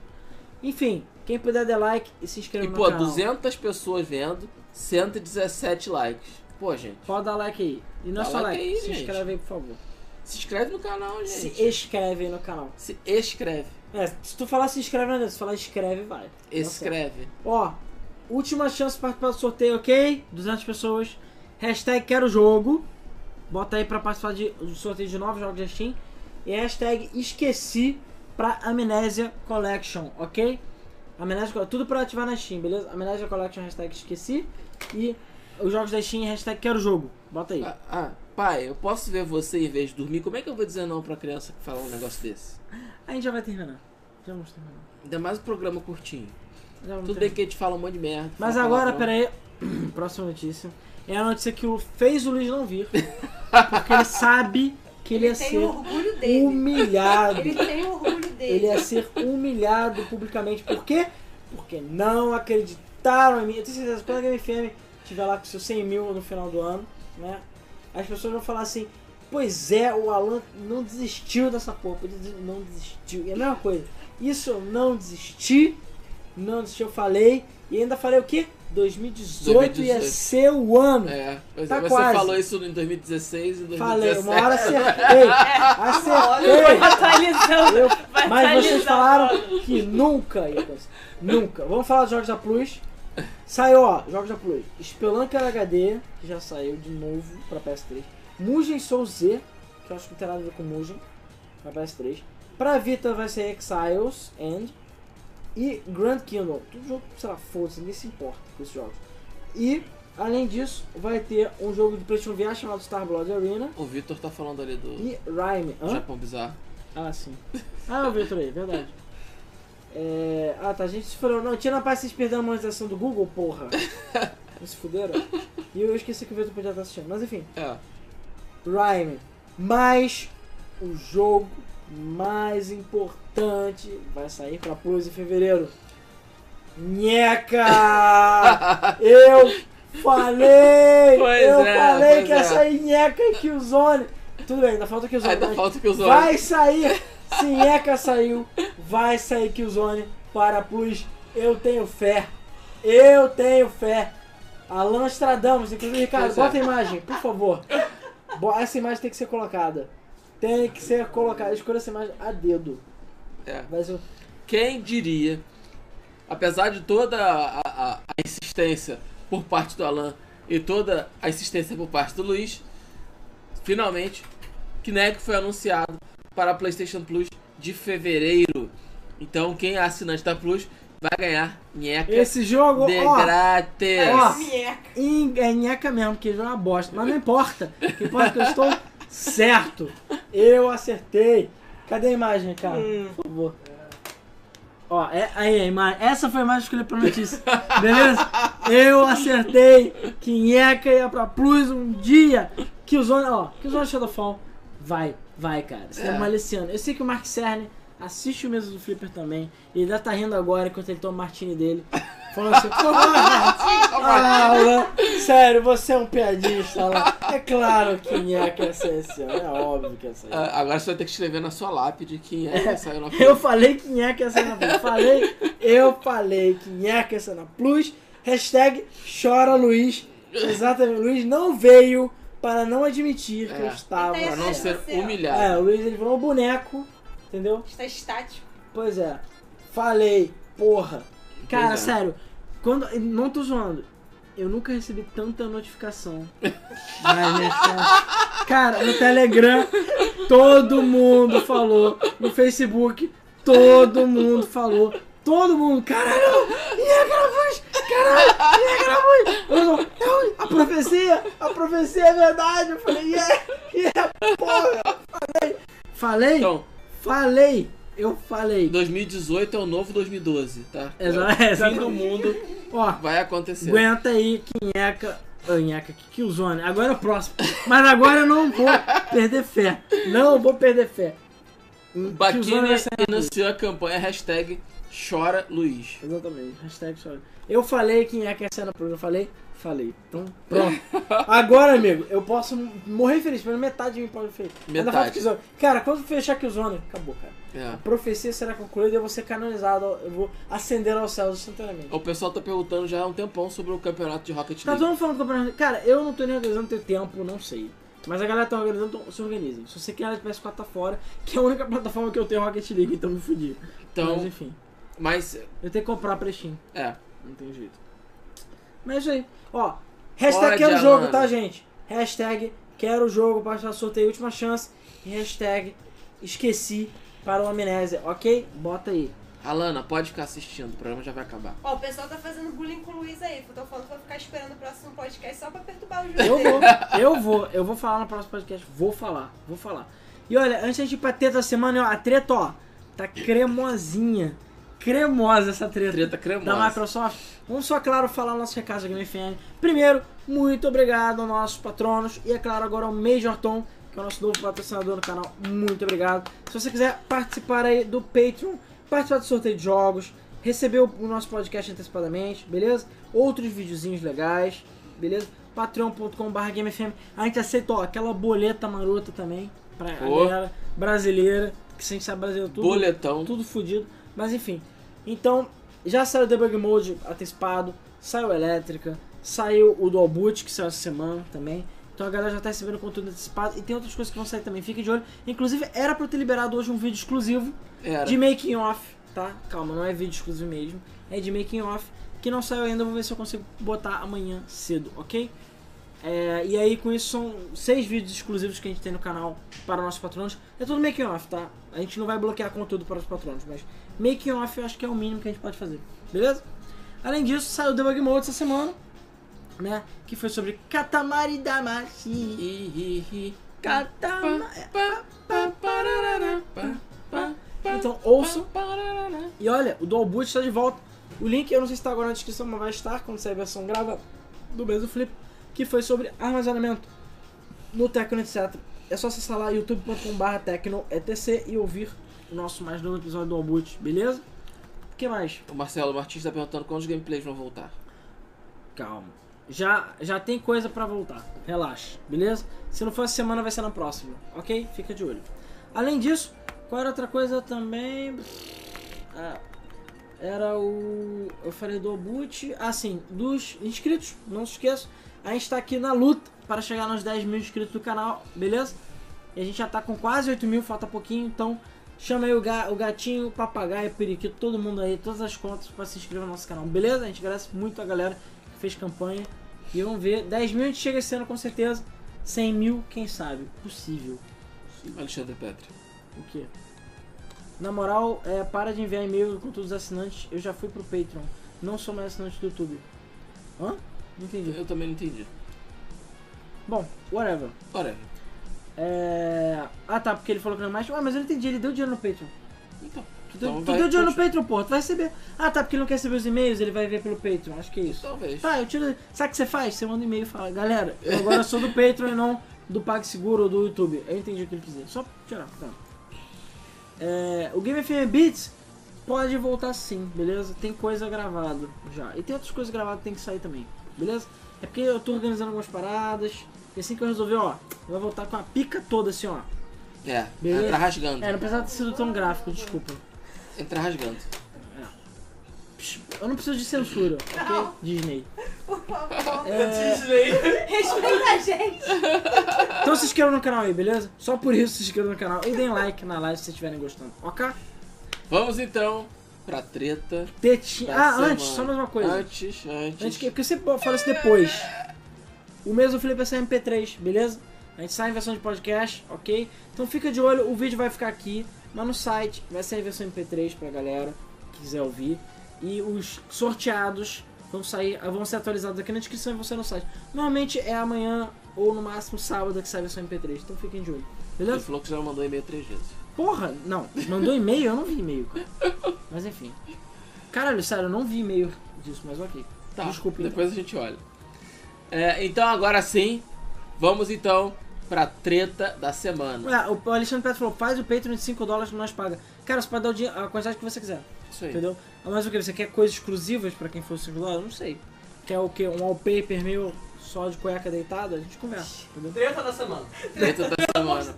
A: Enfim, quem puder dar like e se inscreva
B: E,
A: no
B: pô,
A: canal.
B: 200 pessoas vendo, 117 likes. Pô, gente,
A: Pode dar like aí. E não é
B: Dá
A: só like,
B: like aí,
A: se
B: gente.
A: inscreve aí, por favor.
B: se inscreve no canal,
A: Se
B: gente.
A: inscreve aí no canal.
B: Se escreve.
A: É, se tu falar se inscreve, não adianta. Se falar escreve, vai.
B: Escreve.
A: Ó, última chance para participar do sorteio, ok? 200 pessoas. Hashtag quero jogo. Bota aí pra participar de, do sorteio de novos jogos da Steam. E hashtag esqueci pra Amnésia Collection, ok? Amnésia Collection, tudo pra ativar na Steam, beleza? Amnésia Collection, hashtag esqueci. E os jogos da Steam, hashtag quero jogo. Bota aí.
B: Ah, ah, pai, eu posso ver você em vez de dormir? Como é que eu vou dizer não pra criança que falar um negócio desse?
A: A gente já vai terminar. Já vamos terminar.
B: Ainda mais o programa curtinho.
A: Já vamos
B: Tudo
A: terminar.
B: bem que a gente fala um monte de merda.
A: Mas
B: fala
A: agora,
B: palavrão.
A: peraí. Próxima notícia. É a notícia que o fez o Luiz não vir. Porque ele sabe que ele ia
D: Tem
A: ser
D: o orgulho dele.
A: humilhado.
D: Ele tem o orgulho dele.
A: Ele é- ia ser humilhado publicamente. Por quê? Porque não acreditaram em mim. Eu tenho certeza que quando a Game FM estiver lá com seus 100 mil no final do ano, né? As pessoas vão falar assim: Pois é, o Alan não desistiu dessa porra. Ele des- não desistiu. E é a mesma coisa. Isso eu não desisti. Não desisti, eu falei. E ainda falei o quê? 2018, ia
B: 2018.
A: ser o ano.
B: É, pois
A: Tá
B: é, você
A: quase.
B: falou isso em 2016 É, e 2017.
A: Falei, uma hora acertei.
D: Vai
A: Acertei.
D: atualizando.
A: Eu-
D: Vai
A: mas vocês
D: atualizando.
A: falaram que nunca ia acontecer. Nunca. Vamos falar dos Jogos da Plus. Saiu, ó, Jogos da Plus. Spelunker HD, que já saiu de novo pra PS3. Mugen Soul Z, que eu acho que não tem nada a ver com Mugen, pra PS3. Pra Vita vai ser Exiles End. E Grand Kingdom. Tudo jogo, sei lá, foda-se, ninguém se importa com esses jogos. E, além disso, vai ter um jogo de PlayStation VR chamado Star Blood Arena.
B: O Vitor tá falando ali do
A: E Rhyme. Hã?
B: Japão Bizarro.
A: Ah, sim. Ah, eu vi outro aí, verdade. É... Ah, tá. A gente se falou. Não, tinha na parte vocês perderam a monetização do Google, porra. Não se fuderam? E eu esqueci que o Vitor podia estar assistindo. Mas enfim,
B: É.
A: Rhyme. Mas o jogo mais importante vai sair pra Plus em fevereiro. Nheca! Eu falei!
B: Pois
A: eu
B: é,
A: falei
B: pois
A: que ia
B: é.
A: sair Nheca e Killzone! Tudo bem, ainda falta Killzone.
B: Ainda
A: mas-
B: falta que os olhos.
A: Vai sair! Sinheca saiu, vai sair Killzone para Plus. Eu tenho fé. Eu tenho fé. Alan Stradamus, inclusive, Ricardo,
B: Pois é.
A: bota a imagem, por favor. Bo- Essa imagem tem que ser colocada. Tem que ser colocada. Escolha essa imagem a dedo.
B: É.
A: Vai ser- um-
B: Quem diria, apesar de toda a, a- a insistência por parte do Alan e toda a insistência por parte do Luiz, finalmente, Kinect foi anunciado para a PlayStation Plus de fevereiro. Então, quem é assinante da Plus vai ganhar Nheca
A: Esse jogo,
B: de
A: ó,
B: grátis.
A: Ó.
D: Mieca.
A: em- é nheca mesmo, que jogo é uma bosta. Mas não importa. O que importa é que eu estou certo. Eu acertei. Cadê a imagem, cara? Por favor. Ó, é, aí a imagem. Essa foi a imagem que eu escolhi pra notícia. Beleza? Eu acertei. Quinheca ia pra Plus um dia. Que o Zona, ó, que o Zona Shadowfall. Vai, vai, cara. Você
B: É.
A: tá maliciando. Eu sei que o Mark Cerny assiste o mesmo do Flipper também. Ele deve tá rindo agora enquanto ele toma o martini dele. Falando assim, pô, ah, Alan, sério, você é um piadista, Alan. É claro que Nheca ia ser esse ano. É óbvio que ia ser.
B: Ah, Agora você vai ter que escrever na sua lápide quem é que saiu na
A: Eu
B: Plus.
A: falei que nheca ia sair na Plus. Falei, eu falei que nheca ia sair na Plus. Hashtag chora Luiz. Exatamente. Luiz não veio para não admitir que eu
B: É.
A: estava.
D: Então,
B: Pra não ser
D: Você, ó.
B: humilhado.
A: É, o Luiz ele virou um boneco, entendeu?
D: Está estático.
A: Pois é. Falei, porra. Cara,
B: é.
A: sério, quando. Não tô zoando. Eu nunca recebi tanta notificação. Mas, né, cara, cara, no Telegram, todo mundo falou. No Facebook, todo mundo falou. Todo mundo, caralho! E a Gravuz! Caralho! E a Gravuz! Eu não, eu- a profecia! A profecia é verdade! Eu falei, yeah! Yeah! Porra! Falei! Falei!
B: Então,
A: Falei! Eu falei.
B: 2018 é o novo 2012, tá?
A: Exa-
B: É o fim
A: exatamente.
B: do mundo
A: Ó,
B: vai acontecer.
A: aguenta aí, quinheca. Ah, Nheca, que Killzone. Agora é o próximo. Mas agora eu não vou perder fé. Não vou perder fé. Hum, Killzone
B: Baquini
A: vai sair
B: anunciou a campanha hashtag Chora Luiz.
A: Exatamente, hashtag só. Eu falei quem é que é a cena pro eu falei? Falei. Então, pronto. Agora, amigo, eu posso m- morrer feliz, pelo menos metade de mim pode feliz. Ainda
B: Metade.
A: falta que zone. Cara, quando fechar que o zone, acabou, cara. A
B: É.
A: profecia será concluída e eu vou ser canonizado, eu vou ascender aos céus instantaneamente.
B: O pessoal tá perguntando já há um tempão sobre o campeonato de Rocket
A: Tá
B: League.
A: todo mundo falando do campeonato. Cara, eu não tô nem organizando tenho tempo, não sei. Mas a galera tá organizando, então se organizem. Se você quer de PS4 tá fora, que é a única plataforma que eu tenho Rocket League, então me fudi. Mas
B: Então,
A: enfim,
B: mas
A: eu tenho que comprar pra Steam.
B: é,
A: Não tem jeito. Mas é isso aí. Ó, hashtag
B: Bora,
A: quero o jogo,
B: Diamante.
A: tá, gente? Hashtag quero o jogo para achar sorteio última chance. E hashtag esqueci para o amnésia, ok? Bota aí.
B: Alana, pode ficar assistindo, o programa já vai acabar.
D: Ó, o pessoal tá fazendo bullying com o Luiz aí. Tô falando que vou ficar esperando o próximo podcast só pra perturbar o jogo
A: Eu
D: dele.
A: vou, eu vou, eu vou falar no próximo podcast. Vou falar, vou falar. E olha, antes de ir pra treta da semana, ó, a treta, ó, tá cremosinha. Cremosa essa treta.
B: Treta
A: da
B: cremosa.
A: Microsoft. Vamos só, claro, falar nossos recados aqui no FM. Primeiro, muito obrigado aos nossos patronos e, é claro, agora ao Major Tom, que é o nosso novo patrocinador no canal. Muito obrigado. Se você quiser participar aí do Patreon, participar do sorteio de jogos, receber o o nosso podcast antecipadamente, beleza? Outros videozinhos legais, beleza? patreon.com.br GameFM. A gente aceita, ó, aquela boleta marota também, pra
B: Pô.
A: a galera brasileira, que sem sabe brasileiro tudo
B: Boletão.
A: Então, tudo fudido. Mas enfim. Então, já saiu o Debug Mode antecipado, saiu Elétrica, saiu o Dual Boot, que saiu essa semana também. Então a galera já tá recebendo conteúdo antecipado e tem outras coisas que vão sair também, fiquem de olho. Inclusive, era pra eu ter liberado hoje um vídeo exclusivo
B: Era.
A: de making off, tá? Calma, não é vídeo exclusivo mesmo, é de making off, que não saiu ainda, vou ver se eu consigo botar amanhã cedo, ok? É, e aí com isso são seis vídeos exclusivos que a gente tem no canal para nossos patronos. É tudo making off, tá? A gente não vai bloquear conteúdo para os patronos, mas making off eu acho que é o mínimo que a gente pode fazer, beleza? Além disso, saiu o Debug Mode essa semana, né? Que foi sobre Katamari Damacy.
B: Ih, ih, ih.
A: Katamari.
B: Pá, pá, parará, pá, pá, pá,
A: Então ouçam
B: pá, parará.
A: E olha, o Dual Boot está de volta. O link eu não sei se está agora na descrição, mas vai estar quando sair a versão grava do mesmo flip, que foi sobre armazenamento no Tecno, etc. É só acessar lá youtube.com.br tecnoetc e ouvir o nosso mais novo episódio do Dual Boot, beleza? O que mais?
B: O Marcelo Martins tá perguntando quando os gameplays vão voltar.
A: Calma. Já, já tem coisa pra voltar. Relaxa, beleza? Se não for essa semana, vai ser na próxima, ok? Fica de olho. Além disso, qual era outra coisa também? Ah, era o. Eu falei do Obut. Ah, sim, dos inscritos, não se esqueça. A gente tá aqui na luta para chegar nos 10 mil inscritos do canal, beleza? E a gente já tá com quase 8 mil, falta pouquinho, então chama aí o, ga- o gatinho, o papagaio, o periquito, todo mundo aí, todas as contas para se inscrever no nosso canal, beleza? A gente agradece muito a galera que fez campanha. E vamos ver, 10 mil a gente chega esse ano com certeza, 100 mil, quem sabe, possível.
B: Alexandre Petri.
A: O quê? Na moral, é, para de enviar e-mail com todos os assinantes. Eu já fui pro Patreon. Não sou mais assinante do YouTube. Hã? Não entendi.
B: Eu também não entendi.
A: Bom, whatever.
B: Ora,
A: É... Ah tá, porque ele falou que não é mais. Ah, mas eu não entendi, ele deu dinheiro no Patreon.
B: então.
A: Tu, deu-
B: Então
A: tu
B: vai-
A: deu dinheiro é no
B: continua.
A: Patreon, porra, tu vai receber. Ah tá, porque ele não quer receber os e-mails, ele vai ver pelo Patreon. Acho que é isso.
B: Talvez.
A: Tá, eu tiro. Sabe o que você faz? Você manda um e-mail e fala, galera, eu agora sou do Patreon e não do PagSeguro ou do YouTube. Eu entendi o que ele quis dizer. Só tirar, tá. É, o Game FM Beats pode voltar sim, beleza? Tem coisa gravada já. E tem outras coisas gravadas que tem que sair também, beleza? É porque eu tô organizando algumas paradas. E assim que eu resolver, ó, eu vou voltar com a pica toda assim, ó.
B: É,
A: Beleza.
B: entra rasgando.
A: É, não precisava ter sido tão gráfico, desculpa.
B: Entra rasgando.
A: Psh, Eu não preciso de censura, ok?
D: Não.
A: Disney.
D: Por favor,
A: É,
D: respeita a gente.
A: Então se inscrevam no canal aí, beleza? Só por isso se inscrevam no canal e deem like na live se vocês estiverem gostando, ok?
B: Vamos então pra treta.
A: Tetinha.
B: da
A: Ah,
B: semana.
A: antes, só mais uma coisa. Antes,
B: Antes, antes.
A: que, porque eu sempre falo isso depois. O mesmo Felipe é só MP3, beleza? A gente sai em versão de podcast, ok? Então fica de olho, o vídeo vai ficar aqui, mas no site vai sair em versão MP3 pra galera que quiser ouvir. E os sorteados vão sair, vão ser atualizados aqui na descrição e vão sair no site. Normalmente é amanhã ou no máximo sábado que sai a versão MP3, então fiquem de olho,
B: Ele
A: beleza?
B: falou que já mandou e-mail três vezes.
A: Porra, não. Mandou e-mail? Eu não vi e-mail. cara. Mas enfim. Caralho, sério, eu não vi e-mail disso, mas ok.
B: Tá,
A: Desculpa, então.
B: depois a gente olha. É, então, agora sim, vamos então pra treta da semana.
A: Ah, o Alexandre Petro falou, faz o Patreon de 5 dólares que nós paga. Cara, você pode dar o dinhe- a quantidade que você quiser,
B: Isso aí.
A: entendeu? Ah, Mas o que? Você quer coisas exclusivas pra quem for 5 dólares? Não sei. Quer o quê? Um wallpaper meu só de cueca deitado? A gente conversa, entendeu?
C: Treta da semana.
B: Treta da semana.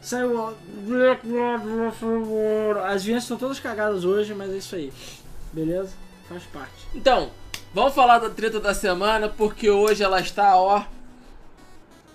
A: Saiu ó, As vinhetas estão todas cagadas hoje, mas é isso aí. Beleza? Faz parte.
B: Então, vamos falar da treta da semana, porque hoje ela está, ó,
A: Tá,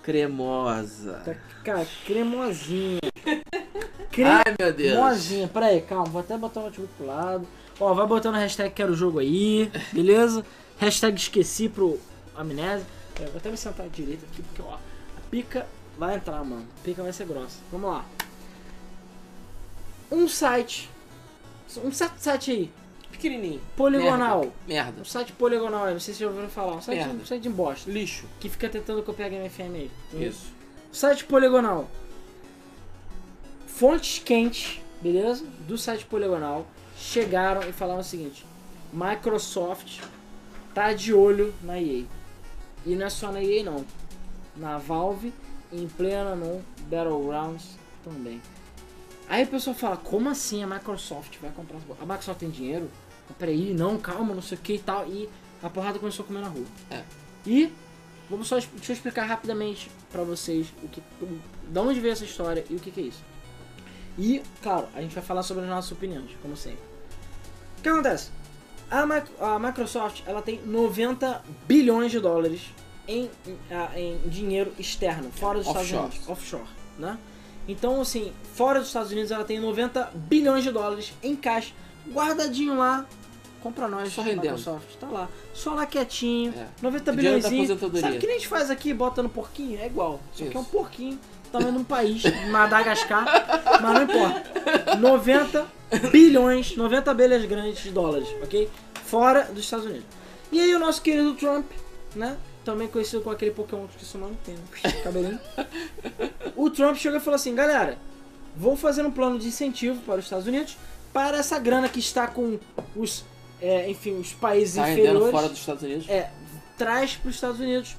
B: cremosa.
A: cara, cremosinha.
B: Ai, meu Deus.
A: Cremosinha. Pera aí, calma. Vou até botar o notebook pro lado. Ó, vai botando a hashtag quero o jogo aí. Beleza? Hashtag esqueci pro amnésia. Pera, vou até me sentar direito aqui, porque ó, a pica vai entrar, mano. A pica vai ser grossa. Vamos lá. Um site. Um certo site aí.
B: Pequenininho.
A: Poligonal.
B: Merda.
A: Um site poligonal aí, não sei se já ouviram falar. Um site,
B: Merda.
A: um site de bosta.
B: Lixo.
A: Que fica tentando copiar a Game FM aí.
B: Isso.
A: Site poligonal. Fontes quentes, beleza? Do site poligonal chegaram e falaram o seguinte: Microsoft tá de olho na EA. E não é só na EA não. Na Valve e em plena no Battlegrounds também. Aí o pessoal fala, como assim a Microsoft vai comprar essa porra? A Microsoft tem dinheiro? Mas Peraí, não, calma, não sei o que e tal. E a porrada começou a comer na rua.
B: É.
A: E vamos só es- deixa eu explicar rapidamente pra vocês o que, o- da onde veio essa história e o que, que é isso. E, claro, a gente vai falar sobre as nossas opiniões, como sempre. O que acontece? A, Mac- a Microsoft ela tem 90 bilhões de dólares em, em, ah, em dinheiro externo, fora dos Estados
B: Offshore.
A: Unidos, offshore, né? Então, assim, fora dos Estados Unidos ela tem 90 bilhões de dólares em caixa, guardadinho lá, compra nós,
B: Só rendendo.
A: Microsoft, tá lá. Só lá quietinho,
B: É.
A: 90
B: Dinheiro
A: bilhões.
B: da aposentadoria.
A: Sabe o que nem a gente faz aqui, bota no porquinho? É igual, só que é um
B: Isso.
A: porquinho, também num país, Madagascar, mas não importa. 90 bilhões, 90 abelhas grandes de dólares, ok? Fora dos Estados Unidos. E aí o nosso querido Trump, né? Também conhecido com aquele Pokémon que seu nome tem, né? cabelinho. O Trump chegou e falou assim, galera, vou fazer um plano de incentivo para os Estados Unidos para essa grana que está com os, é, enfim, os países
B: Tá rendendo
A: inferiores
B: fora dos Estados Unidos.
A: é, traz para os Estados Unidos.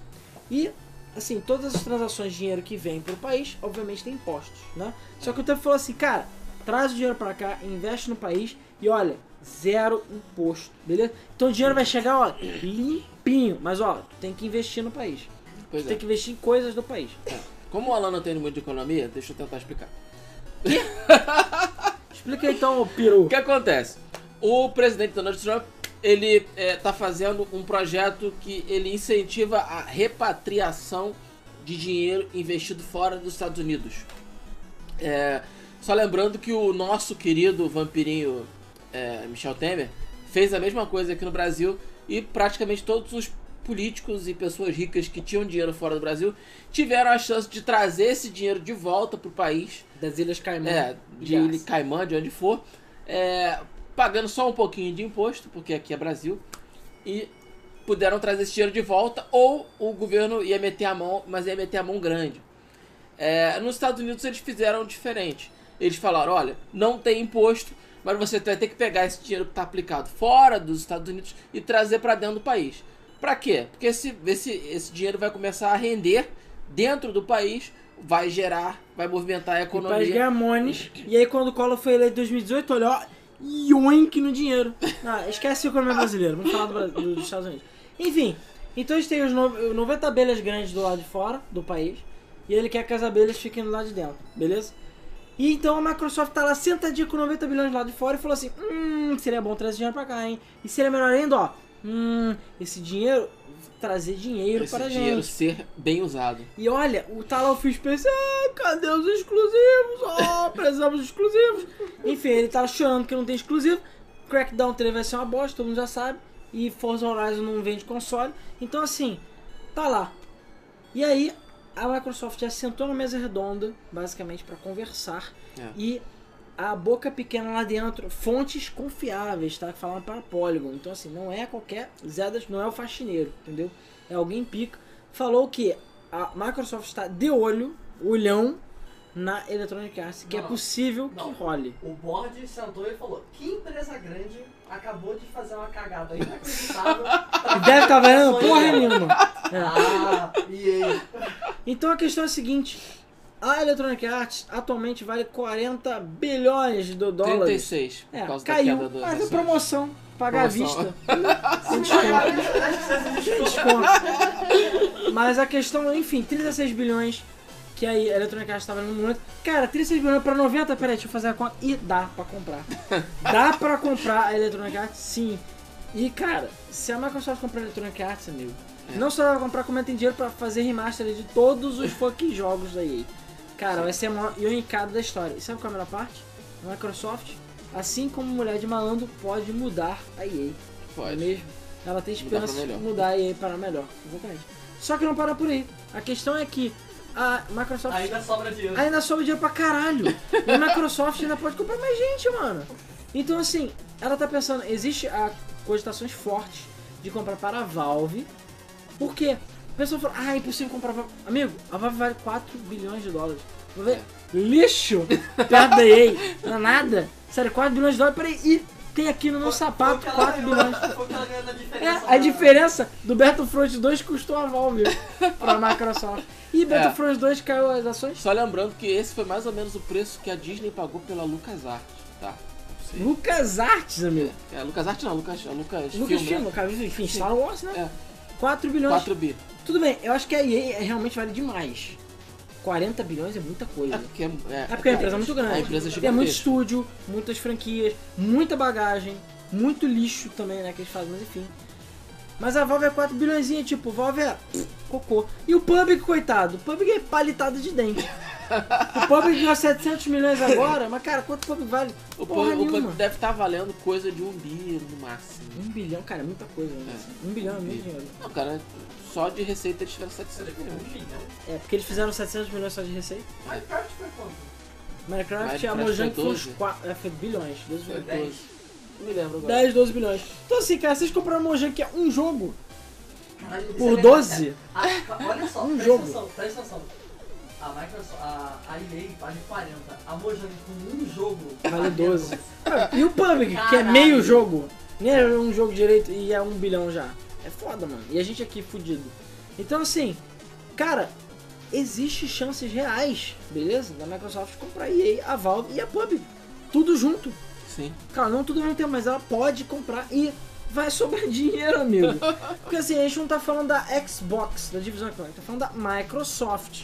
A: E, assim, todas as transações de dinheiro que vem para o país, obviamente, tem impostos, né? Só que o Trump falou assim, cara, traz o dinheiro para cá, investe no país e, olha, zero imposto, beleza? Então o dinheiro vai chegar, ó, limpinho. Mas, ó, tu tem que investir no país. Tu
B: Pois
A: tem
B: é.
A: que investir em coisas do país.
B: Como o Alan não tem muito de economia, deixa eu tentar explicar.
A: Explica aí, então, ô peru.
B: O que acontece? O presidente Donald Trump, ele é, tá fazendo um projeto que ele incentiva a repatriação de dinheiro investido fora dos Estados Unidos. É, só lembrando que o nosso querido vampirinho é, Michel Temer fez a mesma coisa aqui no Brasil e praticamente todos os políticos e pessoas ricas que tinham dinheiro fora do Brasil tiveram a chance de trazer esse dinheiro de volta pro país
A: Das Ilhas Caimã.
B: é, de
A: Graça.
B: Ilha Caimã, de onde for, é, pagando só um pouquinho de imposto, porque aqui é Brasil, e puderam trazer esse dinheiro de volta, ou o governo ia meter a mão, mas ia meter a mão grande. É, nos Estados Unidos eles fizeram diferente. Eles falaram, olha, não tem imposto, mas você vai ter que pegar esse dinheiro que está aplicado fora dos Estados Unidos e trazer para dentro do país. Para quê? Porque esse, esse, esse dinheiro vai começar a render dentro do país, vai gerar, vai movimentar a
A: O país
B: economia.
A: ganha mones. E aí quando o Collor foi eleito em 2018, olha, ó, yoink no dinheiro. Ah, esquece a economia brasileira, vamos falar do, Bra- do- dos Estados Unidos. Enfim, então a gente tem os no- 90 abelhas grandes do lado de fora do país. E ele quer que as abelhas fiquem do lado de dentro, beleza? E então a Microsoft tá lá sentadinha com 90 bilhões lá de fora e falou assim: hum, seria bom trazer dinheiro pra cá, hein? E seria melhor ainda, ó, hum, esse dinheiro, trazer dinheiro
B: esse
A: para a
B: dinheiro
A: gente.
B: ser bem usado.
A: E olha, o tá lá o Phil Spencer, ah, cadê os exclusivos? Oh, precisamos de exclusivos. Enfim, ele tá chorando que não tem exclusivo. Crackdown 3 vai ser uma bosta, todo mundo já sabe. E Forza Horizon não vende console. Então, assim, tá lá. E aí a Microsoft já sentou na mesa redonda, basicamente, para conversar.
B: É.
A: E a boca pequena lá dentro, fontes confiáveis, tá? Que falaram para a Polygon. Então, assim, não é qualquer Zedas, não é o faxineiro, entendeu? É alguém pica. Falou que a Microsoft está de olho, olhão, na Electronic Arts, que
C: Não,
A: é
C: não.
A: possível
C: Não.
A: que role.
C: O board sentou e falou: Que empresa grande acabou de fazer uma cagada inacreditável.
A: E deve estar valendo porra nenhuma. É.
C: Ah, e aí?
A: Então a questão é a seguinte: a Electronic Arts atualmente vale 40 bilhões de do- dólares.
B: 36, por
A: É,
B: causa da
A: caiu,
B: queda do
A: mas é
B: ações.
A: promoção. Pagar
B: Promoção.
A: à vista. Sem desconto. Sem desconto. Mas a questão, enfim, 36 bilhões. Que aí a Electronic Arts tava no momento. Cara, 36 bilhões pra 90, peraí, deixa eu fazer a conta. E dá pra comprar. dá pra comprar a Electronic Arts, sim. E cara, se a Microsoft comprar a Electronic Arts, amigo, não só ela vai comprar, como ela tem dinheiro pra fazer remaster de todos os fucking jogos da EA. Cara, vai ser a maior ionicada da história. E sabe qual é a melhor parte? A Microsoft, assim como mulher de malandro, pode mudar a EA. Não é
B: Pode.
A: mesmo? Ela tem
B: Mudar pra
A: esperança de
B: melhor.
A: mudar e aí para melhor. Exatamente. Só que não para por aí. A questão é que a Microsoft ainda,
C: Ainda sobra dinheiro.
A: sobe dinheiro pra caralho. e a Microsoft ainda pode comprar mais gente, mano. Então, assim, ela tá pensando, existe a cogitações fortes de comprar para a Valve. Por quê? A pessoa fala, ah, é impossível comprar a Valve. Amigo, a Valve vale 4 bilhões de dólares. Vou
B: É.
A: ver. Lixo! Perto da EA. Não é nada. Sério, 4 bilhões de dólares, peraí. Ih, tem aqui no meu sapato
C: é
A: 4 bilhões.
C: Foi o que ela ganhou na diferença.
A: É, a
C: da-
A: diferença do Battlefront 2 custou a Valve pra Microsoft. E Battlefront 2 caiu as ações?
B: Só lembrando que esse foi mais ou menos o preço que a Disney pagou pela LucasArts, tá? Sim.
A: Lucas Arts, amigo.
B: É, LucasArts não, Lucas, é Lucas
A: Lucas
B: Film,
A: Filma,
B: né?
A: cara, enfim, Star Wars, né?
B: É.
A: 4 bilhões.
B: 4 bi.
A: Tudo bem, eu acho que a EA realmente vale demais. 40 bilhões é muita coisa.
B: É porque é,
A: É porque a empresa é muito grande.
B: A empresa é
A: Tem muito
B: gigantesca.
A: estúdio, muitas franquias, muita bagagem, muito lixo também, né, que eles fazem, mas enfim. Mas a Valve é 4 bilhões, tipo, Valve é pff, cocô. E o Public, coitado, o Public é palitado de dente. o Public ganhou 700 milhões agora, mas cara, quanto o Public vale?
B: O
A: Porra
B: pub- o pub
A: nenhuma.
B: deve estar valendo coisa de um bi no máximo.
A: Um bilhão, cara, é muita coisa, né? Um bilhão é muito dinheiro.
B: Não, cara, só de receita eles tiveram 700 milhões.
C: Enfim, né?
A: É, porque eles fizeram 700 milhões só de receita.
C: Minecraft foi quanto?
A: Minecraft,
B: Minecraft
A: a
B: foi
A: Mojang foi uns
B: 12.
A: 4, é, foi bilhões, 12
B: Foi
A: bilhões.
B: 12. Não me lembro agora.
A: 10, 12 bilhões. Então assim, cara, vocês compraram a Mojang, que é um jogo,
C: Caralho, isso é
A: por
C: legal,
A: 12...
C: Ah, olha só,
A: Um
C: presta
A: jogo.
C: atenção, presta atenção. A Microsoft, a, a EA vale 40. A Mojang com um jogo
A: Vale 12.
C: 12.
A: E o Public, que é
C: Caralho.
A: meio jogo, nem é um jogo direito e é um bilhão já. É foda, mano. E a gente aqui fudido. Então, assim, cara, existe chances reais, beleza? Da Microsoft comprar a EA, a Valve e a Public. Tudo junto.
B: Sim.
A: Cara, não tudo ao mesmo tempo, mas ela pode comprar e vai sobrar dinheiro, amigo. Porque assim, a gente não tá falando da Xbox, da divisão Xbox, tá falando da Microsoft.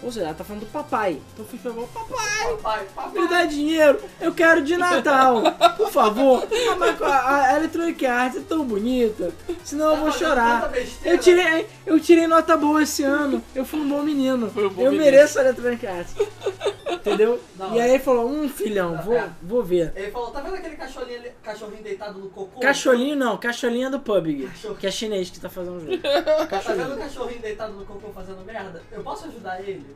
A: Ou seja, ela tá falando do papai. Então eu fui pegar o papai.
C: Papai,
A: Me
C: papai.
A: dá dinheiro, eu quero de Natal. Por favor. Ah, mas A a Electronic Arts é tão bonita. Senão eu vou chorar. Eu tirei, eu tirei nota boa esse ano. Eu fui um bom menino.
B: Foi um bom
A: eu
B: menino.
A: mereço a Electronic Arts. Entendeu?
C: Não.
A: E aí ele falou: hum, filhão, vou,
C: É.
A: vou ver.
C: Ele falou, tá vendo aquele cachorrinho, ali- cachorrinho deitado no cocô?
A: Cacholinho não, cacholinha é do PUBG.
C: Cachorro.
A: Que é chinês que tá fazendo o jogo.
C: Tá vendo o cachorrinho deitado no cocô fazendo merda? Eu posso ajudar ele?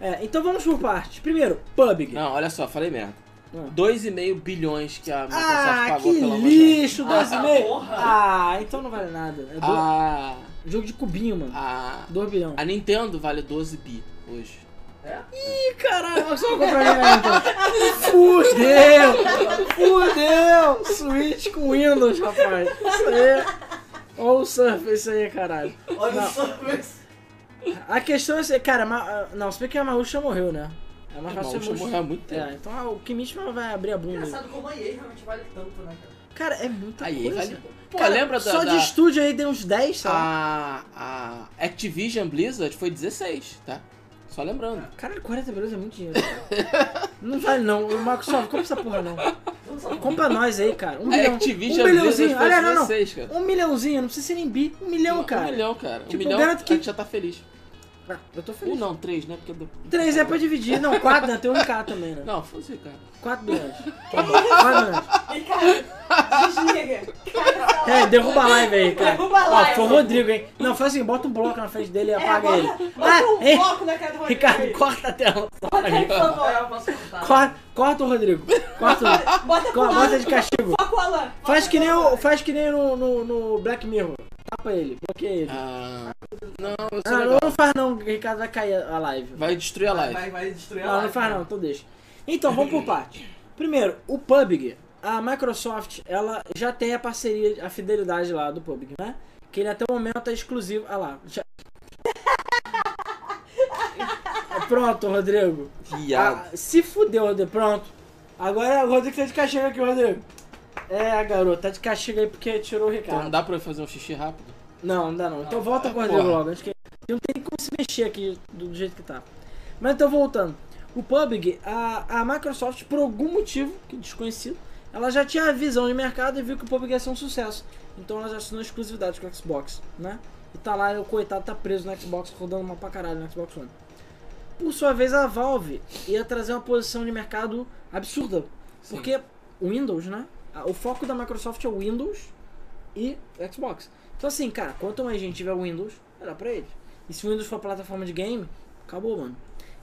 A: É, então vamos por partes. Primeiro, PUBG.
B: Não, olha só, falei merda.
A: Ah.
B: 2,5 bilhões que a Microsoft
A: Ah,
B: pagou
A: que
B: pela
A: lixo,
C: Ah,
A: 2,5.
C: porra.
A: Ah, então não vale nada. É do-
B: Ah,
A: jogo de cubinho, mano.
B: a,
A: 2 bilhão.
B: a Nintendo vale 12 bi hoje.
C: É?
A: Ih, caralho, eu só vou comprar ele então. Fudeu! Fudeu! Switch com Windows, rapaz. Isso aí. Olha o Surface aí, caralho.
C: Olha
A: Não.
C: só, mas...
A: A questão é assim, cara, ma... ah, não, se bem que a Maúcha morreu, né? A
B: A
A: Maúcha
B: Microsoft
A: morreu.
B: morreu há muito tempo.
A: É, então ah, o Kimishima vai abrir a bunda.
C: Engraçado como a EA realmente vale tanto, né, cara?
A: Cara, é muita
B: Aí,
A: coisa.
B: vale. Pô,
A: é. Cara,
B: lembra da.
A: Só
B: da- Ah.
A: de estúdio aí deu uns 10, sei lá.
B: a, a Activision Blizzard foi 16, tá? Só lembrando.
A: Caralho, 40 bilhões é muito dinheiro. não vale não. O Microsoft, compra essa porra não.
C: Vamos só-
A: Compra nós aí, cara. Um
B: A
A: bilhão.
B: Activision
A: um
B: Blizzard
A: bilhãozinho.
B: foi
A: Olha, não, não.
B: 16, cara.
A: Um milhãozinho, não precisa ser nem bi. Um milhão,
B: Um
A: cara.
B: milhão, cara. Um
A: Tipo,
B: milhão,
A: garanto que-
B: a gente já tá feliz.
A: Ah, eu tô
B: Um
A: feliz.
B: não, três, né? Porque eu dou...
A: Três é pra dividir. Não, quatro, né? Tem um K também, né?
B: Não, foda-se, cara.
A: Quatro bilhões. Quatro bilhões.
D: Ele caiu. Desliga. Caiu.
A: É, derruba a live aí, cara.
D: Derruba a live. É,
A: Ó, foi o Rodrigo, hein? Não, faz assim, bota um bloco na frente dele e apaga
D: bota-
A: ele. Ah,
D: Bota um
A: hein?
D: bloco na cara do Rodrigo. aí.
A: Ricardo, corta a tela.
D: Bota aí, por
C: Agora
D: favor.
C: eu posso contar.
A: Corta, corta o Rodrigo. Corta, o-
D: Bota pro
A: co- bota de
D: lado.
A: castigo.
D: Foca o Alan.
A: Faz
D: Foca
A: que nem,
D: no
A: o,
D: Alan.
A: faz que nem no, no, no Black Mirror. Tapa ele, bloqueia ele.
B: Ah, não, eu
D: é
B: sou
A: Ah, não,
B: legal.
A: não faz não, que o Ricardo vai cair a live.
B: Vai destruir a live.
C: Vai, vai, vai destruir a
A: Não, não
C: live,
A: faz
C: cara.
A: não, então deixa. Então, vamos por parte. Primeiro, o PUBG. A Microsoft, ela já tem a parceria, a fidelidade lá do PUBG, né? Que ele até o momento é exclusivo. Ah lá. já- Pronto, Rodrigo.
B: Viado.
A: Ah, se fudeu, Rodrigo. Pronto. Agora o Rodrigo tá de castigo aqui, Rodrigo. É, garoto, tá de castigo aí porque tirou o
B: Então não
A: Ricardo.
B: dá pra eu fazer um xixi rápido?
A: Não, não dá não. Então volta com o Rodrigo
B: Porra.
A: logo. Acho que não tem como se mexer aqui do do jeito que tá. Mas então voltando. O PUBG, a, a Microsoft, por algum motivo que desconhecido, ela já tinha a visão de mercado e viu que o PUBG ia ser um sucesso. Então ela já assinou exclusividade com o Xbox, né? E tá lá, e o coitado tá preso no Xbox, rodando mal pra caralho no Xbox One. Por sua vez, a Valve ia trazer uma posição de mercado absurda.
B: Sim.
A: Porque o Windows, né? A- O foco da Microsoft é o Windows e o Xbox. Então assim, cara, quanto mais gente tiver Windows, melhor pra eles. E se o Windows for plataforma de game, acabou, mano.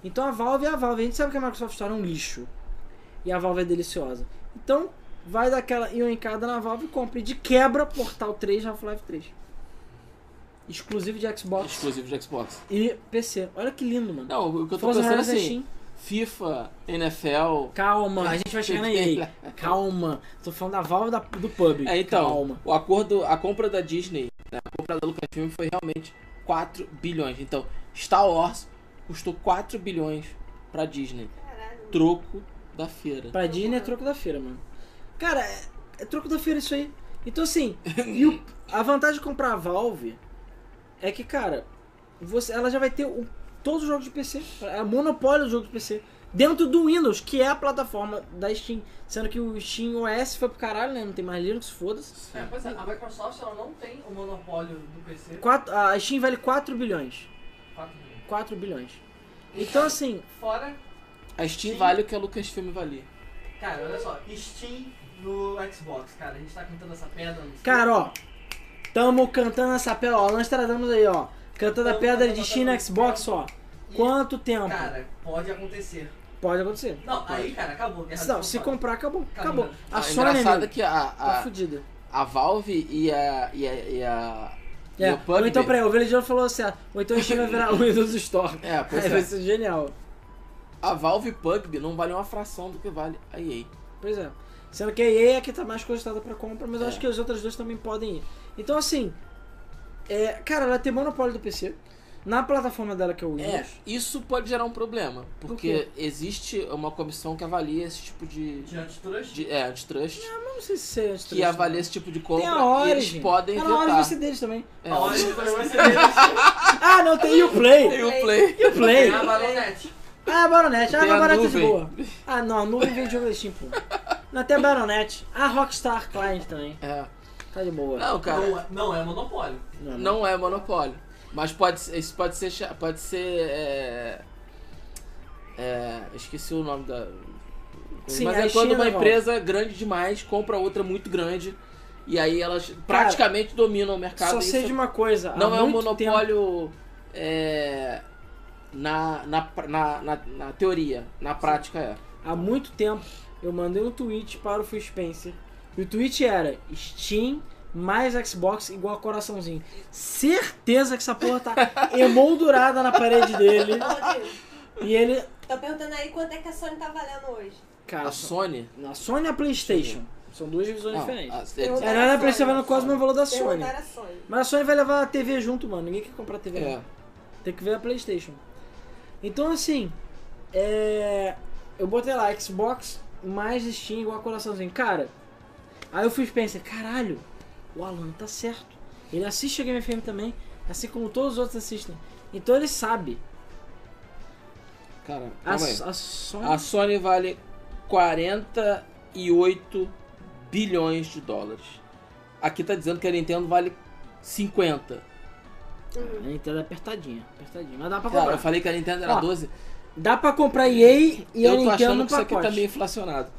A: Então a Valve é a Valve. A gente sabe que a Microsoft Store é um lixo. E a Valve é deliciosa. Então, vai daquela ioncada na Valve e compre de quebra Portal 3 Half-Life 3. Exclusivo de Xbox
B: Exclusivo de Xbox.
A: e PC. Olha que lindo, mano.
B: Não, o que eu tô
A: Forza
B: pensando
A: Horizon
B: assim,
A: Steam.
B: FIFA, NFL...
A: Calma, a gente vai chegar na EA. Calma. Tô falando da Valve da, do pub.
B: É, então,
A: Calma.
B: o acordo, a compra da Disney, né, a compra da Lucasfilm foi realmente 4 bilhões. Então, Star Wars custou 4 bilhões pra Disney.
D: Caralho.
B: Troco da feira.
A: Pra Disney é troco da feira, mano. Cara, é, é troco da feira isso aí. Então assim, e o- a vantagem de comprar a Valve é que, cara, você, ela já vai ter o- todos os jogos de PC. É monopólio dos jogos de PC. Dentro do Windows, que é a plataforma da Steam. Sendo que o Steam OS foi pro caralho, né? Não tem mais Linux, foda-se.
C: É, pois é, a Microsoft ela não tem o monopólio do PC.
A: Quatro- A Steam vale 4 bilhões.
C: Quatro mil.
A: 4 bilhões. Então assim,
C: Fora,
B: A Steam
C: Sim.
B: vale o que a Lucasfilm valia.
C: cara, olha só, Steam no Xbox, cara. A gente tá cantando essa pedra. não sei.
A: Cara, ó, tamo cantando essa pedra, ó, nós tratamos aí, ó, cantando a
C: Tamo
A: pedra
C: cantando
A: de
C: a
A: China
C: pedra.
A: Xbox, ó.
C: E,
A: Quanto tempo?
C: Cara, pode acontecer.
A: Pode acontecer.
C: Não, aí, cara, acabou. Guerra
A: Não,
C: dos
A: se
C: consoles.
A: comprar, acabou. Acabou. A
B: Ah,
A: Sony,
B: engraçado
A: amigo,
B: é que a,
A: tá
B: a,
A: fudida.
B: a Valve e a. e a. e a, e
A: É,
B: a PUBG-
A: ou então, peraí, o Velejão falou certo. Ou então a Steam vai virar o Windows Store.
B: É, pois
A: Aí vai
B: é.
A: ser genial.
B: A Valve e PUBG não valem uma fração do que vale a EA.
A: Pois é. Sendo que a EA é que tá mais costada pra compra, mas eu
B: É.
A: acho que as outras duas também podem ir. Então, assim, é, cara, ela tem monopólio do PC. Na plataforma dela, que é o Windows.
B: É, isso pode gerar um problema, porque
A: quê?
B: existe uma comissão que avalia esse tipo de.
C: De antitrust?
B: de é, antitrust.
A: Eu não sei se é
B: que avalia esse tipo de compra
A: Tem a Origin.
B: e eles podem
A: Tá na
B: vetar.
A: hora de você deles também.
B: É,
C: A hora
B: Origin.
C: de você ver
A: Ah, não, tem o Play.
B: Tem o Play.
A: E o Play.
C: a Baronet.
A: Ah, a Baronet. Ah,
B: Tem
A: não, a
B: a
A: Baronet é de
B: nuvem.
A: boa. Ah, não, a nuvem veio de jogo da Steam, pô. Não, tem a Baronet. Ah, Rockstar Client também.
B: É.
A: Tá de boa.
B: Não,
C: Não,
B: cara,
C: é- não é monopólio.
A: né?
B: não é monopólio. Mas pode ser. Isso pode ser. cha- Pode ser. É, é, esqueci o nome da.
A: Sim,
B: mas
A: a
B: é quando
A: China
B: uma
A: volta.
B: empresa grande demais compra outra muito grande. E aí elas praticamente dominam o mercado.
A: Só
B: e
A: sei
B: isso
A: de uma coisa. há
B: Não é um
A: muito tempo-
B: monopólio é, na, na, pra- na, na, na teoria, na prática é.
A: Há muito tempo eu mandei um tweet para o Phil Spencer. E o tweet era Steam mais Xbox igual coraçãozinho. Certeza que essa porra tá emoldurada na parede dele.
D: Ô, Rodrigo,
A: E ele.
D: tô perguntando aí quanto é que a Sony tá valendo hoje.
A: Cara,
B: A Sony.
A: a Sony e a PlayStation. São duas divisões
B: Não,
A: diferentes.
B: a-
D: Eu-
A: É, não era pra eles valendo quase o mesmo valor da Sony.
D: Perguntaram a Sony.
A: Mas a Sony vai levar a TV junto, mano. Ninguém quer comprar TV.
B: é,
A: não. Tem que ver a PlayStation. Então, assim, é... eu botei lá Xbox mais Steam igual coraçãozinho. Cara, aí eu fui pensar, caralho, o Alan tá certo. Ele assiste a Game FM também, assim como todos os outros assistem. Então ele sabe.
B: cara,
A: A,
B: calma aí.
A: a Sony.
B: A Sony vale 48 bilhões de dólares. Aqui tá dizendo que a Nintendo vale 50.
A: A Nintendo é apertadinha, apertadinha. Mas dá pra
B: Cara, eu
A: comprar.
B: falei que a Nintendo era
A: Ó,
B: 12.
A: Dá pra comprar EA e a
B: eu tô
A: Nintendo
B: achando
A: no
B: que isso aqui
A: pacote.
B: tá meio inflacionado.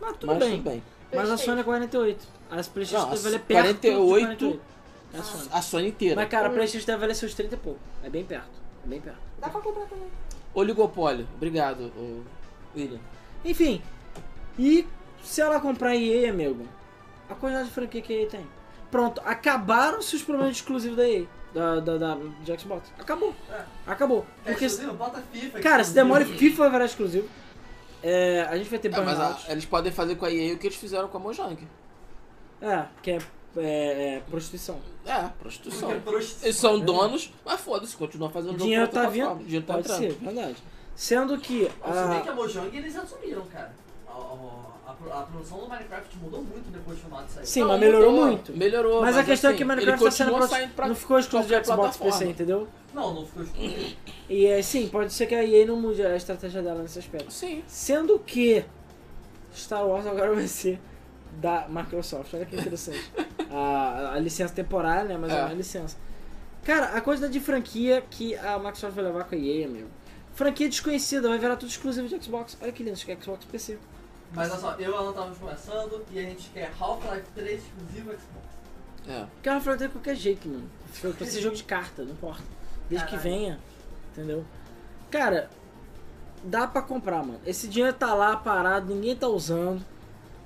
A: Mas tudo
B: mas
A: bem.
B: tudo bem.
A: Mas a Sony é 48. As Playstation
B: Não,
A: deve valer
B: as
A: perto
B: 48.
A: de 48. É a Sony.
B: A Sony inteira.
A: Mas cara, a Playstation deve valer seus 30 e pouco. É bem perto. É bem perto.
D: Dá pra comprar também.
B: Oligopólio. Obrigado, ô William.
A: Enfim. E se ela comprar EA, amigo, a quantidade de franquia que a EA tem. Pronto, acabaram-se os problemas exclusivos da EA. Da, da, da, de Xbox. Acabou.
C: É.
A: Acabou.
C: Quer
A: Porque,
C: exclusivo? Bota FIFA.
A: cara, se demora,
C: exclusivo.
A: FIFA vai virar exclusivo. É, a gente vai ter
B: É, mas
A: burnout.
B: a- eles podem fazer com a EA o que eles fizeram com a Mojang.
A: É, que é, é, é prostituição.
B: É, prostituição.
C: Porque prostituição.
B: Eles são donos, mas foda-se, continuam fazendo
A: O
B: jogo
A: dinheiro
B: pra
A: tá
B: plataforma.
A: vindo.
B: O dinheiro tá
A: Pode
B: entrando.
A: ser, verdade. Sendo que. ah,
C: Se bem que
A: A...
C: a Mojang eles assumiram, cara. A, a- a pro- a produção do Minecraft mudou muito depois de filmado isso aí.
A: Sim,
B: Não,
A: mas melhorou
B: mudou,
A: muito.
B: Melhorou.
A: Mas, a questão é que
B: assim,
A: Minecraft
B: ele
A: tá sendo
B: continua
A: pro-
B: saindo pra
A: não ficou exclusivo de
B: qualquer
A: Xbox PC,
B: plataforma.
A: entendeu?
C: Não, não ficou exclusivo.
A: E é, sim, pode ser que a EA não mude a estratégia dela nesse aspecto.
B: Sim.
A: Sendo que Star Wars agora vai ser da Microsoft. Olha que interessante. a, a licença temporária, né? Mas é
B: É.
A: uma licença. Cara, a quantidade de franquia que a Microsoft vai levar com a EA, amigo. Franquia desconhecida, vai virar tudo exclusivo de Xbox. Olha que lindo, isso aqui é Xbox PC.
C: Mas olha só, eu e ela estávamos conversando e a gente quer Half-Life 3 exclusivo Xbox.
B: É.
A: Cara, eu falei de qualquer jeito, mano. Foi pra ser jogo de carta, não importa. Desde que
C: Caralho.
A: venha, entendeu? Cara, dá pra comprar, mano. Esse dinheiro tá lá parado, ninguém tá usando.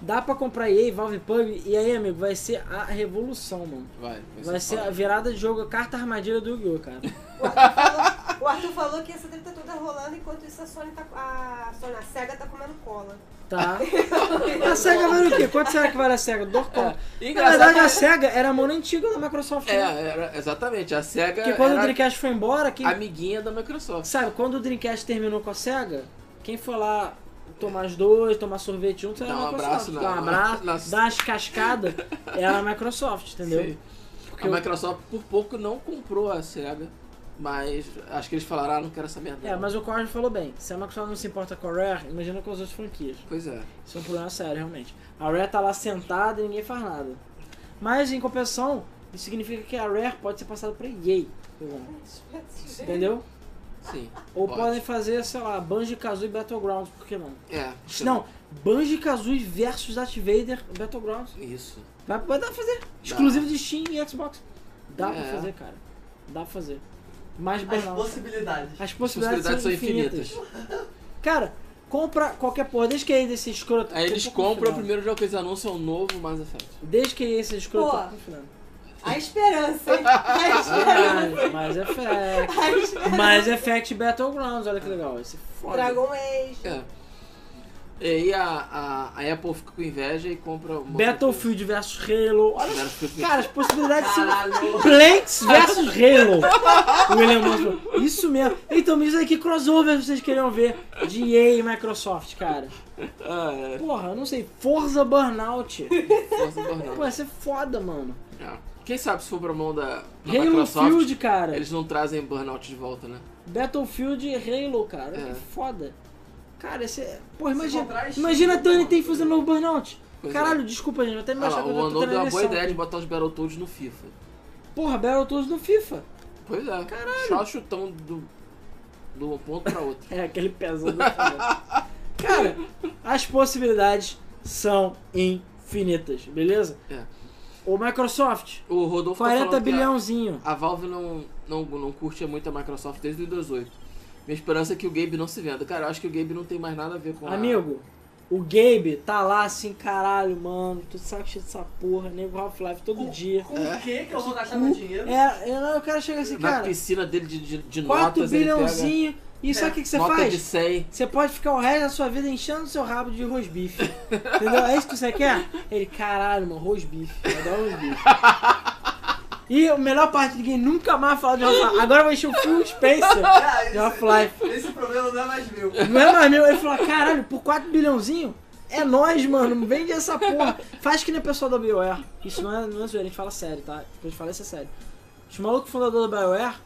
A: Dá pra comprar EA, Valve Pub. E aí, amigo, vai ser a revolução, mano.
B: Vai.
A: Vai ser a
B: foda.
A: virada de jogo, a carta armadilha do Yu-Gi-Oh, cara.
D: O Arthur, falou, o Arthur falou que essa treta toda tá rolando, enquanto isso a Sony tá. A Sony, a SEGA tá comendo cola.
A: Tá? A SEGA vale o quê? Quanto será que vale a SEGA? Dor conta.
B: É.
A: Na verdade, a
B: Engraçado.
A: SEGA era a mão antiga da Microsoft.
B: É,
A: né?
B: era, exatamente. A SEGA
A: Porque quando o
B: era
A: Dreamcast foi embora, quem
B: amiguinha da Microsoft.
A: Sabe, quando o Dreamcast terminou com a SEGA, quem foi lá tomar as duas, tomar sorvete junto, era
B: Dá um
A: a Microsoft.
B: abraço na-
A: Dá um abraço,
B: na-
A: dá umas cascadas, era a Microsoft, entendeu?
B: Sim.
A: Porque
B: A
A: eu-
B: Microsoft por pouco não comprou a SEGA, mas acho que eles falaram, ah, não quero essa merda.
A: É,
B: não."
A: mas o Corre falou bem, se a Microsoft não se importa com a Rare, imagina com as outras franquias.
B: Pois é.
A: Isso é um problema sério, realmente. A Rare tá lá sentada e ninguém faz nada. Mas, em compensação, isso significa que a Rare pode ser passada pra EA, por exemplo, entendeu?
B: Sim.
A: Ou
B: Pode.
A: podem fazer, sei lá, Banjo-Kazooie Battlegrounds, por que não?
B: É.
A: Não, Banjo-Kazooie versus Darth Vader Battlegrounds.
B: Isso.
A: Vai, vai dar pra fazer. Exclusivo de Steam e Xbox. Dá pra
B: É.
A: fazer, cara. Dá pra fazer. Mais
C: As
A: burnout.
C: possibilidades.
A: As
B: possibilidades
A: possibilidades são
B: são
A: infinitas. Cara, compra qualquer porra. Desde que aí desse escroto.
B: Aí
A: Tô
B: eles
A: um pouco
B: compram o
A: confinado.
B: primeiro jogo que eles anunciam, o novo é Mass Effect.
A: Desde que aí esse escroto.
D: Pô.
A: Tô confinado.
D: A esperança, hein? A esperança.
A: Mas, mas é fact.
D: A esperança.
A: Mas é fact Battlegrounds. Olha que legal. Esse é foda.
D: Dragon Age.
B: É. E aí a, a, a Apple fica com inveja e compra o
A: Battlefield versus Halo. Olha,
B: Battlefield.
A: cara, as possibilidades são
C: Caralho.
A: Plants versus Halo. O William Moss falou, Isso mesmo. Então, me diz aí que crossover vocês queriam ver de EA e Microsoft, cara.
B: Ah, é.
A: Porra, eu não sei. Forza Burnout.
B: Força do Burnout.
A: Pô, ia ser foda, mano.
B: É. Quem sabe se for pra mão da, da
A: Halo
B: Microsoft,
A: Field, cara.
B: eles não trazem Burnout de volta, né?
A: Battlefield e Halo, cara.
B: É.
A: Que foda. Cara, esse. Pô, imagina.
C: encontrar esse-
A: Imagina a Tony tem fazendo novo Burnout.
B: Pois é.
A: Caralho, desculpa, gente. Vou até me
B: Ah,
A: achar
B: lá,
A: que
B: o
A: eu tô
B: Anão
A: tendo
B: deu uma boa
A: eleição.
B: ideia de botar os Battletoads no FIFA.
A: Porra, Battletoads no FIFA.
B: Pois é.
A: Caralho.
B: Só chutão do, do um ponto pra outro.
A: É, aquele pesão do cara. Cara, as possibilidades são infinitas, beleza?
B: É.
A: O Microsoft,
B: O Rodolfo tá
A: 40
B: falando que a-
A: bilhãozinho.
B: A Valve não, não, não curte muito a Microsoft desde o 2008. Minha esperança é que o Gabe não se venda. Cara, eu acho que o Gabe não tem mais nada a ver com a-
A: Amigo, o Gabe tá lá assim, caralho, mano, tu sabe cheio dessa porra, nego Half-Life todo
C: Com-
A: dia.
C: Com
B: É.
C: o que que eu vou gastar meu dinheiro?
A: É, é, não, o cara chega assim,
B: na
A: cara,
B: piscina dele de, de, de
A: 4
B: notas. ele pega É,
A: bilhãozinho, e sabe o que, que você
B: nota
A: faz?
B: de 100.
A: Você pode ficar o resto da sua vida enchendo o seu rabo de rosbife. Entendeu? É isso que você quer? Ele, caralho, mano, rosbife. Vai dar rosbife. E a melhor parte, ninguém nunca mais fala de Half-Life. Agora vai encher o Phil Spencer
C: Ah,
A: de
C: esse-
A: Half-Life.
C: Esse problema não é mais meu.
A: Não é mais meu. Ele falou, caralho, por 4 bilhãozinho? É nós, mano. Vende essa porra. Faz que nem o pessoal da BioWare. Isso não é, não é zoeira, a gente fala sério, tá? A gente fala isso é sério. Os malucos fundadores da BioWare,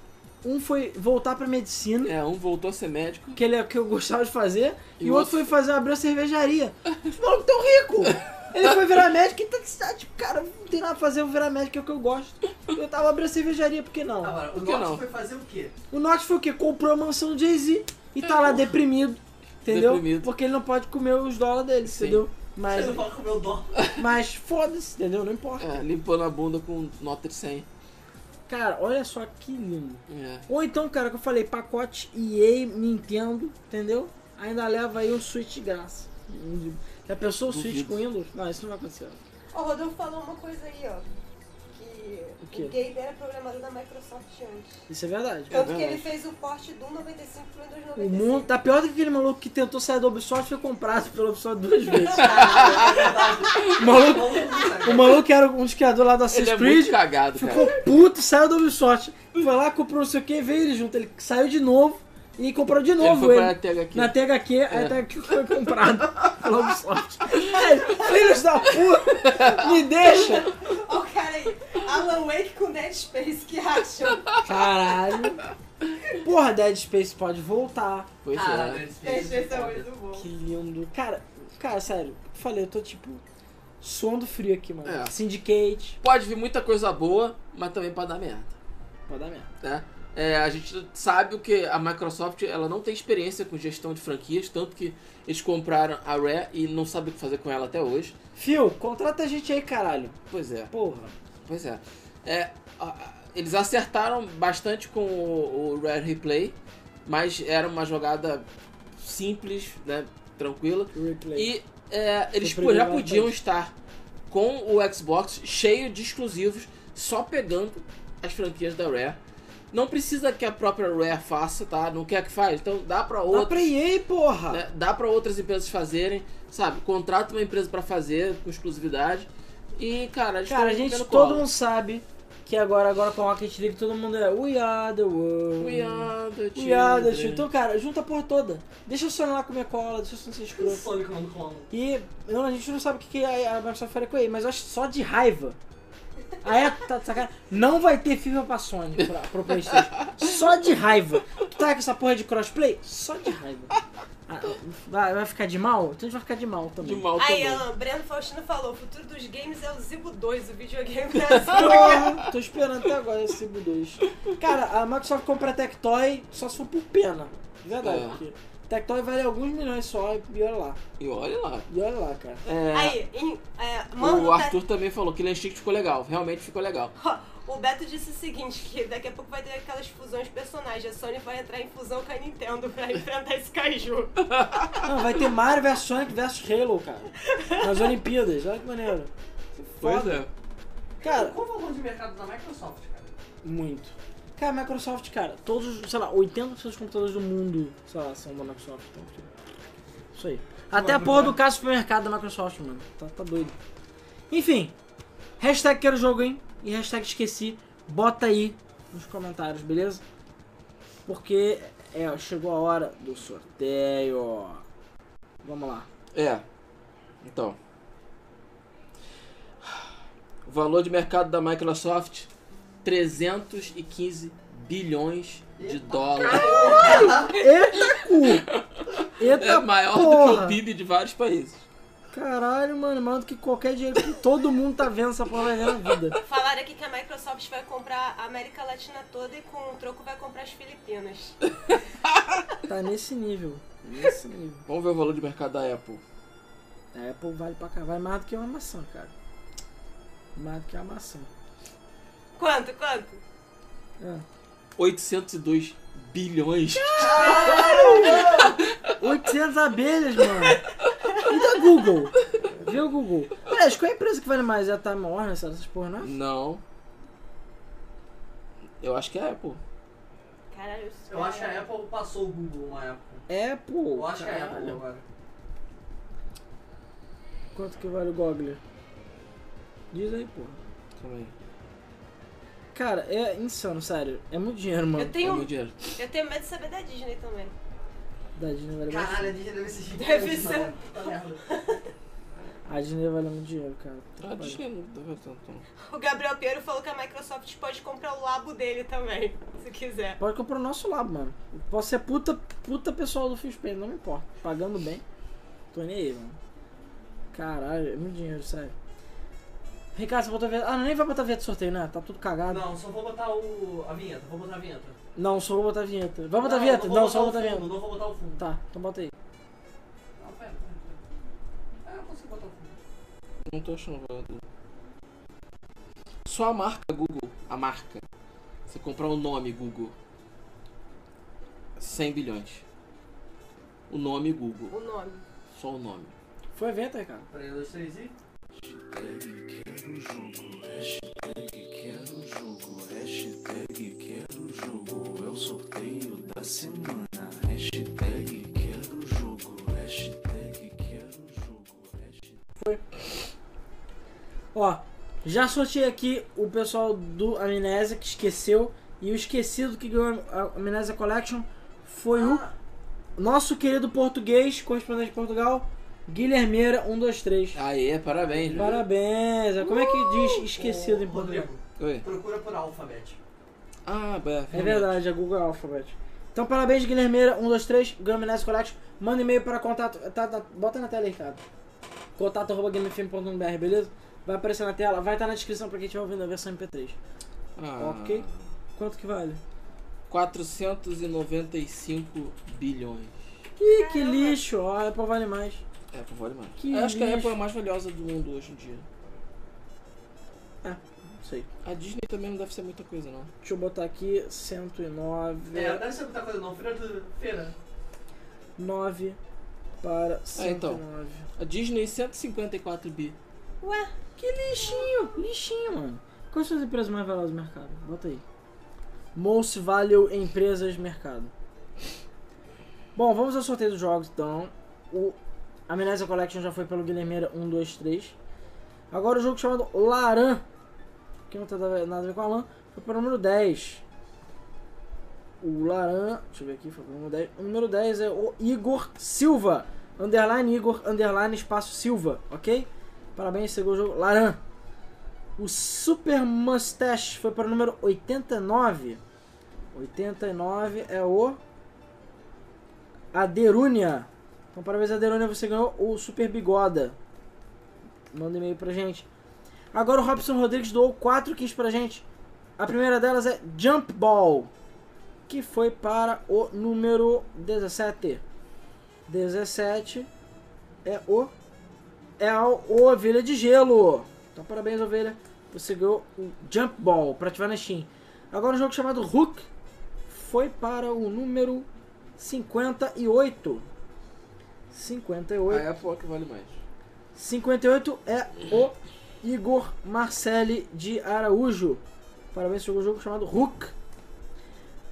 A: um foi voltar pra medicina
B: É, um voltou a ser médico.
A: que, ele, é, que eu gostava de fazer, e,
B: E
A: o outro
B: outro-
A: foi fazer abrir uma cervejaria. Os malucos tão ricos! Ele foi virar médico e tá, tá tipo, cara, não tem nada pra fazer, eu vou virar médico, é o que eu gosto. Eu tava abrindo a cervejaria, por que não?
C: Agora, o
B: Por que não?
C: Norte foi fazer o quê?
A: O Norte foi o quê? Comprou a mansão do Jay-Z e tá lá deprimido, entendeu?
B: Deprimido.
A: Porque ele não pode comer os dólares dele,
B: Sim.
A: entendeu?
C: Você
A: Mas,
C: não fala com o meu dó.
A: mas foda-se, entendeu? Não importa.
B: É, limpando a bunda com nota de 100.
A: Cara, olha só que lindo.
B: É.
A: Ou então, cara, que eu falei, pacote EA, Nintendo, entendeu? Ainda leva aí um Switch de graça. Já pensou o Switch
B: Duvido.
A: com Windows? Não, isso não vai acontecer.
D: Ó, O Rodolfo falou uma coisa aí, ó.
A: O quê?
D: Que o, Gabe era programador da Microsoft antes.
A: Isso é verdade.
D: Tanto que
B: verdade.
D: ele fez o porte do 95 pro Windows 95.
A: O mundo tá pior do que aquele maluco que tentou sair da Ubisoft e foi comprado pela Ubisoft duas vezes. o, maluco, o maluco que era um dos criadores lá da
B: Ele
A: Assassin's
B: é
A: Creed
B: muito cagado, cara.
A: ficou puto, saiu da Ubisoft. Foi lá, comprou não sei o que, veio ele junto. Ele saiu de novo e comprou de
B: Ele
A: novo
B: foi
A: ele.
B: pra THQ.
A: Na THQ,
B: É.
A: aí tá a THQ foi comprada pela Ubisoft. Aí, Filhos da puta, me deixa!
D: Ó, o cara aí. Alan Wake com Dead Space, que acham?
B: Tá
A: Caralho. Porra, Dead Space pode voltar.
B: Pois
C: Cara,
B: é.
D: Dead
C: esse-
D: Space é muito bom.
A: Que lindo. Cara, cara, sério, eu falei, eu tô tipo. Suando frio aqui, mano.
B: É.
A: Syndicate.
B: Pode vir muita coisa boa, mas também pode dar merda.
A: Pode dar merda.
B: né? É, a gente sabe o que a Microsoft ela não tem experiência com gestão de franquias, tanto que eles compraram a Rare e não sabem o que fazer com ela até hoje.
A: Phil, contrata a gente aí, caralho.
B: Pois é,
A: Porra.
B: pois é. É, a- a- eles acertaram bastante com o, o Rare Replay, mas era uma jogada simples, né, tranquila.
A: Replay.
B: E é, eles
A: Surpreendeu
B: já
A: bastante.
B: podiam estar com o Xbox cheio de exclusivos, só pegando as franquias da Rare. Não precisa que a própria Rare faça, tá? Não quer que faz, então dá pra
A: Dá
B: outra.
A: pra EA, porra.
B: né? Dá pra outras empresas fazerem, sabe? Contrata uma empresa pra fazer com exclusividade. E, cara, eles
A: Cara, a
B: tão
A: gente,
B: metendo
A: todo
B: cola.
A: mundo sabe que agora, agora com a Rocket League, todo mundo é We are the world.
B: We are the
A: We are the
B: children.
A: children. Então, cara, junta a porra toda. Deixa o Sony lá comer cola, deixa o Sony ser
C: O
A: escroto.
C: Sonic não cola.
A: E não, a gente não sabe o que, que é, a a Microsoft faria com ele, mas eu acho que só de raiva. Aí é, tá de sacanagem. Não vai ter FIFA pra Sony, pra, pro Playstation. Só de raiva. Tu tá com essa porra de crossplay? Só de raiva. Ah, Vai, vai ficar de mal? Então a gente vai ficar de mal
B: De
A: também.
B: mal
D: Aí,
B: também.
D: Alan, Breno Faustino falou: o futuro dos games é o Zibo 2, o videogame brasileiro.
A: Porra, tô esperando até agora esse Cibo 2. Cara, a Microsoft compra a Tectoy só se for por pena. De Verdade.
B: É.
A: porque Tectoy vale alguns milhões só e olha lá.
B: E olha lá.
A: E olha lá, cara.
B: É,
D: Aí, em, é,
B: o
D: mano, tá-
B: Arthur também falou que Lenstic ficou legal. Realmente ficou legal.
D: o Beto disse o seguinte, que daqui a pouco vai ter aquelas fusões de personagens. A Sony vai entrar em fusão com a Nintendo pra enfrentar esse Kaiju.
A: Não, vai ter Mario vs Sonic vs Halo, cara. Nas Olimpíadas, olha que maneiro.
B: Pois é.
A: Cara,
C: Qual o valor de mercado da Microsoft, cara?
A: muito. Cara, a Microsoft, cara, todos, os, sei lá, 80% dos computadores do mundo, sei lá, são da Microsoft. Então, tipo, isso aí. Até a porra do caso supermercado da Microsoft, mano. Tá, tá doido. Enfim, hashtag quero jogo, hein? E hashtag esqueci. Bota aí nos comentários, beleza? Porque, é, ó, chegou a hora do sorteio. Vamos lá.
B: É. Então. O valor de mercado da Microsoft: 315 bilhões de dólares.
A: Eita cu! Eita
B: É maior do que
A: porra.
B: o PIB de vários países.
A: Caralho, mano, maior do que qualquer dinheiro que todo mundo tá vendo essa porra na vida.
D: Falaram aqui que a Microsoft vai comprar a América Latina toda e com o troco vai comprar as Filipinas.
A: Tá nesse nível. Nesse nível.
B: Vamos ver o valor de mercado da Apple.
A: A Apple vale pra cá, vale mais do que uma maçã, cara. Mais do que uma maçã.
D: Quanto, quanto?
A: É.
B: 802 bilhões.
A: 800 abelhas, mano. E da Google? Vê o Google. Aliás, qual é a empresa que vale mais? É a Time Warner, sabe? Essas porra, não é?
B: Não. Eu acho que é a Apple.
D: Caralho, é-
C: Eu acho que a Apple passou o Google uma época.
A: Apple.
C: Eu acho que é a Apple
A: caralho.
C: agora.
A: Quanto que vale o Google? Diz aí, porra.
B: Calma aí.
A: Cara, é insano, sério. É muito dinheiro, mano.
D: Eu
B: É
D: tenho, um-
B: muito dinheiro.
D: eu tenho medo de saber da Disney também.
A: Da Disney vale
C: Caralho, a
A: bastante.
C: Disney deve ser gigante.
D: Deve
C: mano.
D: ser.
C: Puta merda.
A: A Disney vale muito dinheiro, cara.
B: Ah, diz que não deve tanto, não.
D: O Gabriel Piero falou que a Microsoft pode comprar o labo dele também, se quiser.
A: Pode comprar o nosso lado, mano. Eu posso ser puta, puta pessoal do Phil Spencer, não me importa. Pagando bem, tô nem aí, mano. Caralho, é muito dinheiro, sério. Ricardo, você botou a vinheta. Ah, nem vai botar a vinheta de sorteio, né? Tá tudo cagado.
C: Não, só vou botar o. a vinheta, vou botar a vinheta.
A: Não, só vou botar a vinheta. Vai botar a
C: Não,
A: vinheta?
C: eu
A: Não,
C: vou
A: só
C: botar
A: botar a
C: o fundo,
A: vinheta.
C: Não vou botar o fundo.
A: Tá, então bota aí.
C: Não, pera, pera, pera. Ah, eu consigo botar o fundo.
B: Não tô achando. valor. Só a marca Google, a marca. Você comprar o nome Google. 100 bilhões. O nome Google,
D: O nome.
B: só o nome.
A: Foi né, a vinheta, Ricardo?
C: Peraí, um, dois, três e.
E: Hashtag quero jogo, hashtag quero jogo, hashtag quero jogo, é o sorteio da semana. Hashtag quero jogo, hashtag quero jogo, hashtag.
A: Ó, já sorteei aqui o pessoal do Amnésia que esqueceu. E o esquecido que ganhou a Amnésia Collection foi
C: Ah,
A: o nosso querido português, correspondente de Portugal, Guilhermeira 123.
C: Ah,
B: Aê, parabéns. Ju.
A: Parabéns! Como é que diz esquecido
C: o
A: em português?
C: Uh, Rodrigo,
B: Oi.
C: procura por alfabeto.
B: Ah, bem,
A: É
B: finalmente.
A: verdade, é Google Alphabet. Então, parabéns, Guilhermeira, 123, Gaminese Collection. Manda e-mail para contato. Tá, tá, bota na tela aí, cara. Contato arroba gamefm.br, beleza? Vai aparecer na tela, vai estar na descrição pra quem estiver ouvindo a versão MP3.
B: Ah,
A: Ok. Quanto que vale?
B: 495 bilhões.
A: Ih, que
D: Caramba.
A: lixo! Ó, a Apple vale mais.
B: É, Apple vale mais.
A: Que
B: Eu acho que a
A: lixo.
B: Apple é a mais valiosa do mundo hoje em dia.
A: Não sei.
B: A Disney também não deve ser muita coisa, não.
A: Deixa eu botar aqui 109.
C: É, deve ser muita coisa não. Feira do. Feira.
A: 9 para
B: É, então.
A: 109.
B: A Disney 154 bi.
D: Ué,
A: Que lixinho, lixinho, mano. Quais são as empresas mais valiosas do mercado? Bota aí. Most Value Empresas Mercado. Bom, vamos ao sorteio dos jogos, então. O Amnesia Collection já foi pelo Guilhermeira 1, 2, 3. Agora o jogo chamado Laran, que não tem nada a ver com a lã, foi para o número 10. O Laran, deixa eu ver aqui, foi para o número 10. O número 10 é o Igor Silva. Underline Igor, underline espaço Silva, ok? Parabéns, chegou o jogo. Laran. O Super Mustache foi para o número 89. 89 é o Aderunia. Então, parabéns, Aderunia, você ganhou o Super Bigoda. Manda um e-mail pra gente. Agora o Robson Rodrigues doou quatro kits pra gente. A primeira delas é Jump Ball, que foi para o número 17. 17 é o é a Ovelha de Gelo. Então parabéns, Ovelha. Você ganhou o Jump Ball pra ativar na Steam. Agora um jogo chamado Hook foi para o número 58. 58.
B: A Apple é que vale mais.
A: 58 é o Igor Marcelli de Araújo. Parabéns pelo jogo chamado Hook.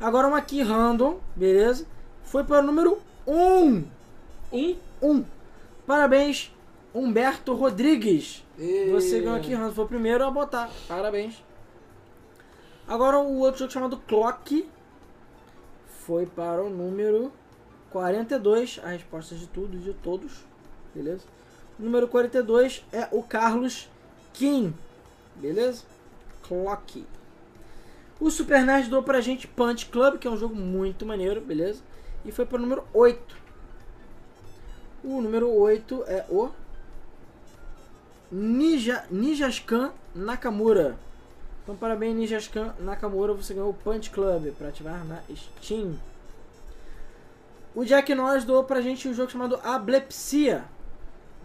A: Agora uma aqui random, beleza? Foi para o número 1.
B: Um.
A: 1. Parabéns, Humberto Rodrigues.
B: E...
A: Você ganhou aqui, Hans foi o primeiro a botar. Parabéns. Agora o outro jogo chamado Clock foi para o número 42. A resposta de tudo e de todos. Beleza? O número 42 é o Carlos Kim. Beleza? Clock. O Super Nerd doou pra gente Punch Club, que é um jogo muito maneiro, beleza? E foi para o número 8. O número 8 é o Ninja, Nijaskan Nakamura. Então, parabéns, Nijaskan Nakamura. Você ganhou o Punch Club para ativar na Steam. O Jack Norris doou pra gente um jogo chamado Ablepsia.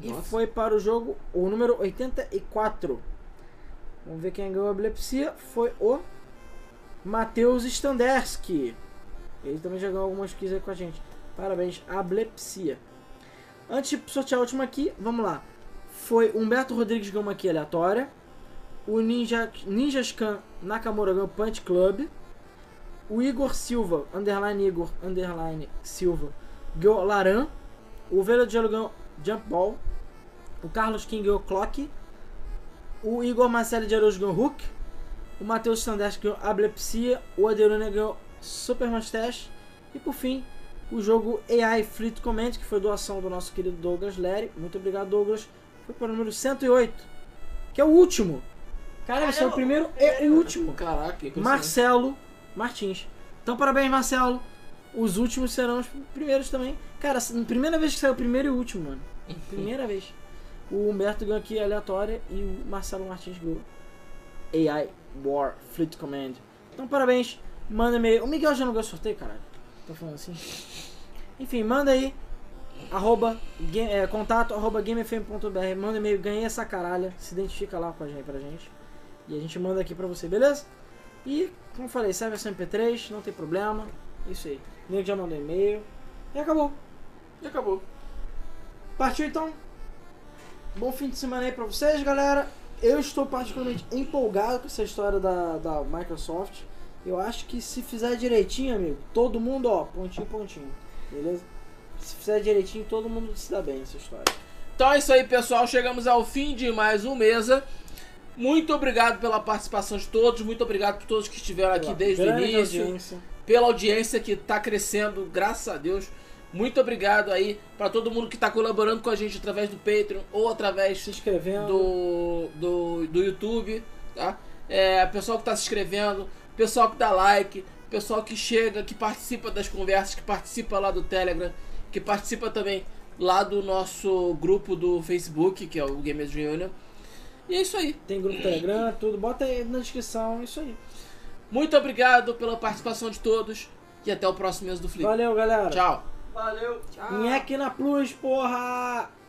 A: E
B: Nossa.
A: foi para o jogo o número 84. Vamos ver quem ganhou a Ablepsia. Foi o Matheus Standerski. Ele também já ganhou algumas quiz aí com a gente. Parabéns, Ablepsia. Antes de sortear a última aqui, vamos lá. Foi Humberto Rodrigues ganhou uma aqui aleatória. O Ninja, Ninja Scan Nakamura ganhou Punch Club. O Igor Silva, underline Igor, underline Silva, ganhou Laran. O Velho de Gelo ganhou Jump Ball. O Carlos King ganhou Clock. O Igor Marcelo de Araújo ganhou Hook. O Matheus Sandes ganhou Ablepsia. O Aderone ganhou Super Mustache. E por fim, o jogo AI Fleet Command, que foi doação do nosso querido Douglas Lery. Muito obrigado, Douglas. Foi para o número 108, que é o último. Cara, você é o
D: Caramba,
A: primeiro
D: o
A: e o último.
B: um Caraca, impressionante.
A: Marcelo Martins. Então, parabéns, Marcelo. Os últimos serão os primeiros também. Cara, assim, primeira vez que saiu o primeiro e o último, mano. Primeira vez. O Humberto ganhou aqui aleatória e o Marcelo Martins ganhou AI War Fleet Command. Então parabéns, manda e-mail. O Miguel já não ganhou sorteio, caralho. Tô falando assim. Enfim, manda aí. Arroba, game, é, contato arroba gamefm.br. Manda e-mail, ganhei essa caralha. Se identifica lá com a gente, pra gente. E a gente manda aqui pra você, beleza? E, como eu falei, serve versão MP3, não tem problema. Isso aí. O nego já mandou e-mail. E acabou.
B: E acabou.
A: Partiu então? Bom fim de semana aí pra vocês, galera. Eu estou particularmente empolgado com essa história da, da Microsoft. Eu acho que se fizer direitinho, amigo, todo mundo, ó, pontinho, pontinho. Beleza? Se fizer direitinho, todo mundo se dá bem nessa história.
B: Então é isso aí, pessoal. Chegamos ao fim de mais um Mesa. Muito obrigado pela participação de todos. Muito obrigado por todos que estiveram aqui
A: Pela
B: desde o
A: grande
B: início.
A: audiência.
B: Pela audiência que está crescendo, graças a Deus. Muito obrigado aí para todo mundo que está colaborando com a gente através do Patreon ou através
A: Se inscrevendo.
B: do, do, do YouTube, tá? É, pessoal que tá se inscrevendo, pessoal que dá like, pessoal que chega, que participa das conversas, que participa lá do Telegram, que participa também lá do nosso grupo do Facebook, que é o Gamers Reunion. E é isso aí.
A: Tem grupo Telegram, tudo. Bota aí na descrição, isso aí.
B: Muito obrigado pela participação de todos e até o próximo mês do Flip.
A: Valeu, galera.
B: Tchau.
C: Valeu!
D: Tchau.
A: Nheque na Plus, porra!